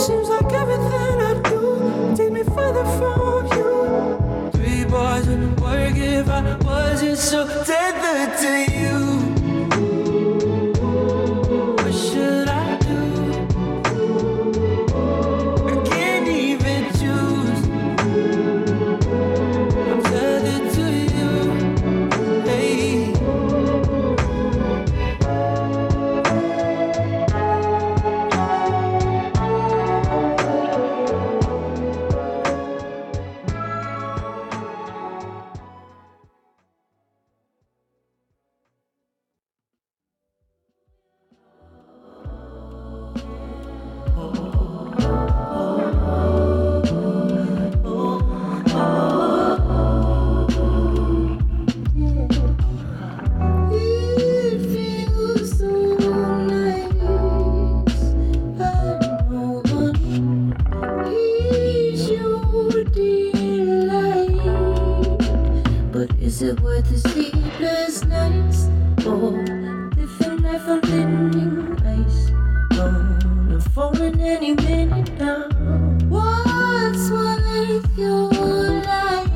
Speaker 6: Seems like everything I do take me further from you. Three boys would work if I wasn't so tethered to you. What should I do? I can't even choose. I'm tethered to you. Hey.
Speaker 7: It feels so nice. And no one is your delight. But is it worth the sleepless nights or the never-ending ice? Gonna fall in any minute now. What's worth your life?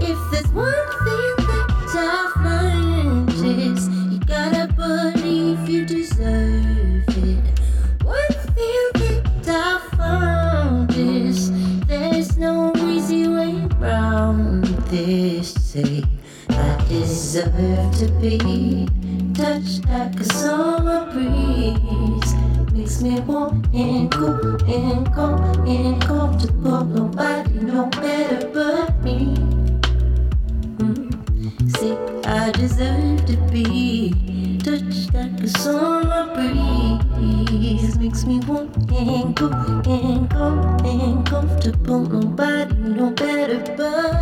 Speaker 7: If there's one thing that I've learned is you gotta believe you deserve it. One thing that I found is there's no easy way around this. Say I deserve to be touched like a summer breeze. Makes me warm and cool and calm and comfortable. Nobody know better but me. Say I deserve to be touched like a summer breeze. Makes me warm and cool and calm and comfortable. Nobody know better but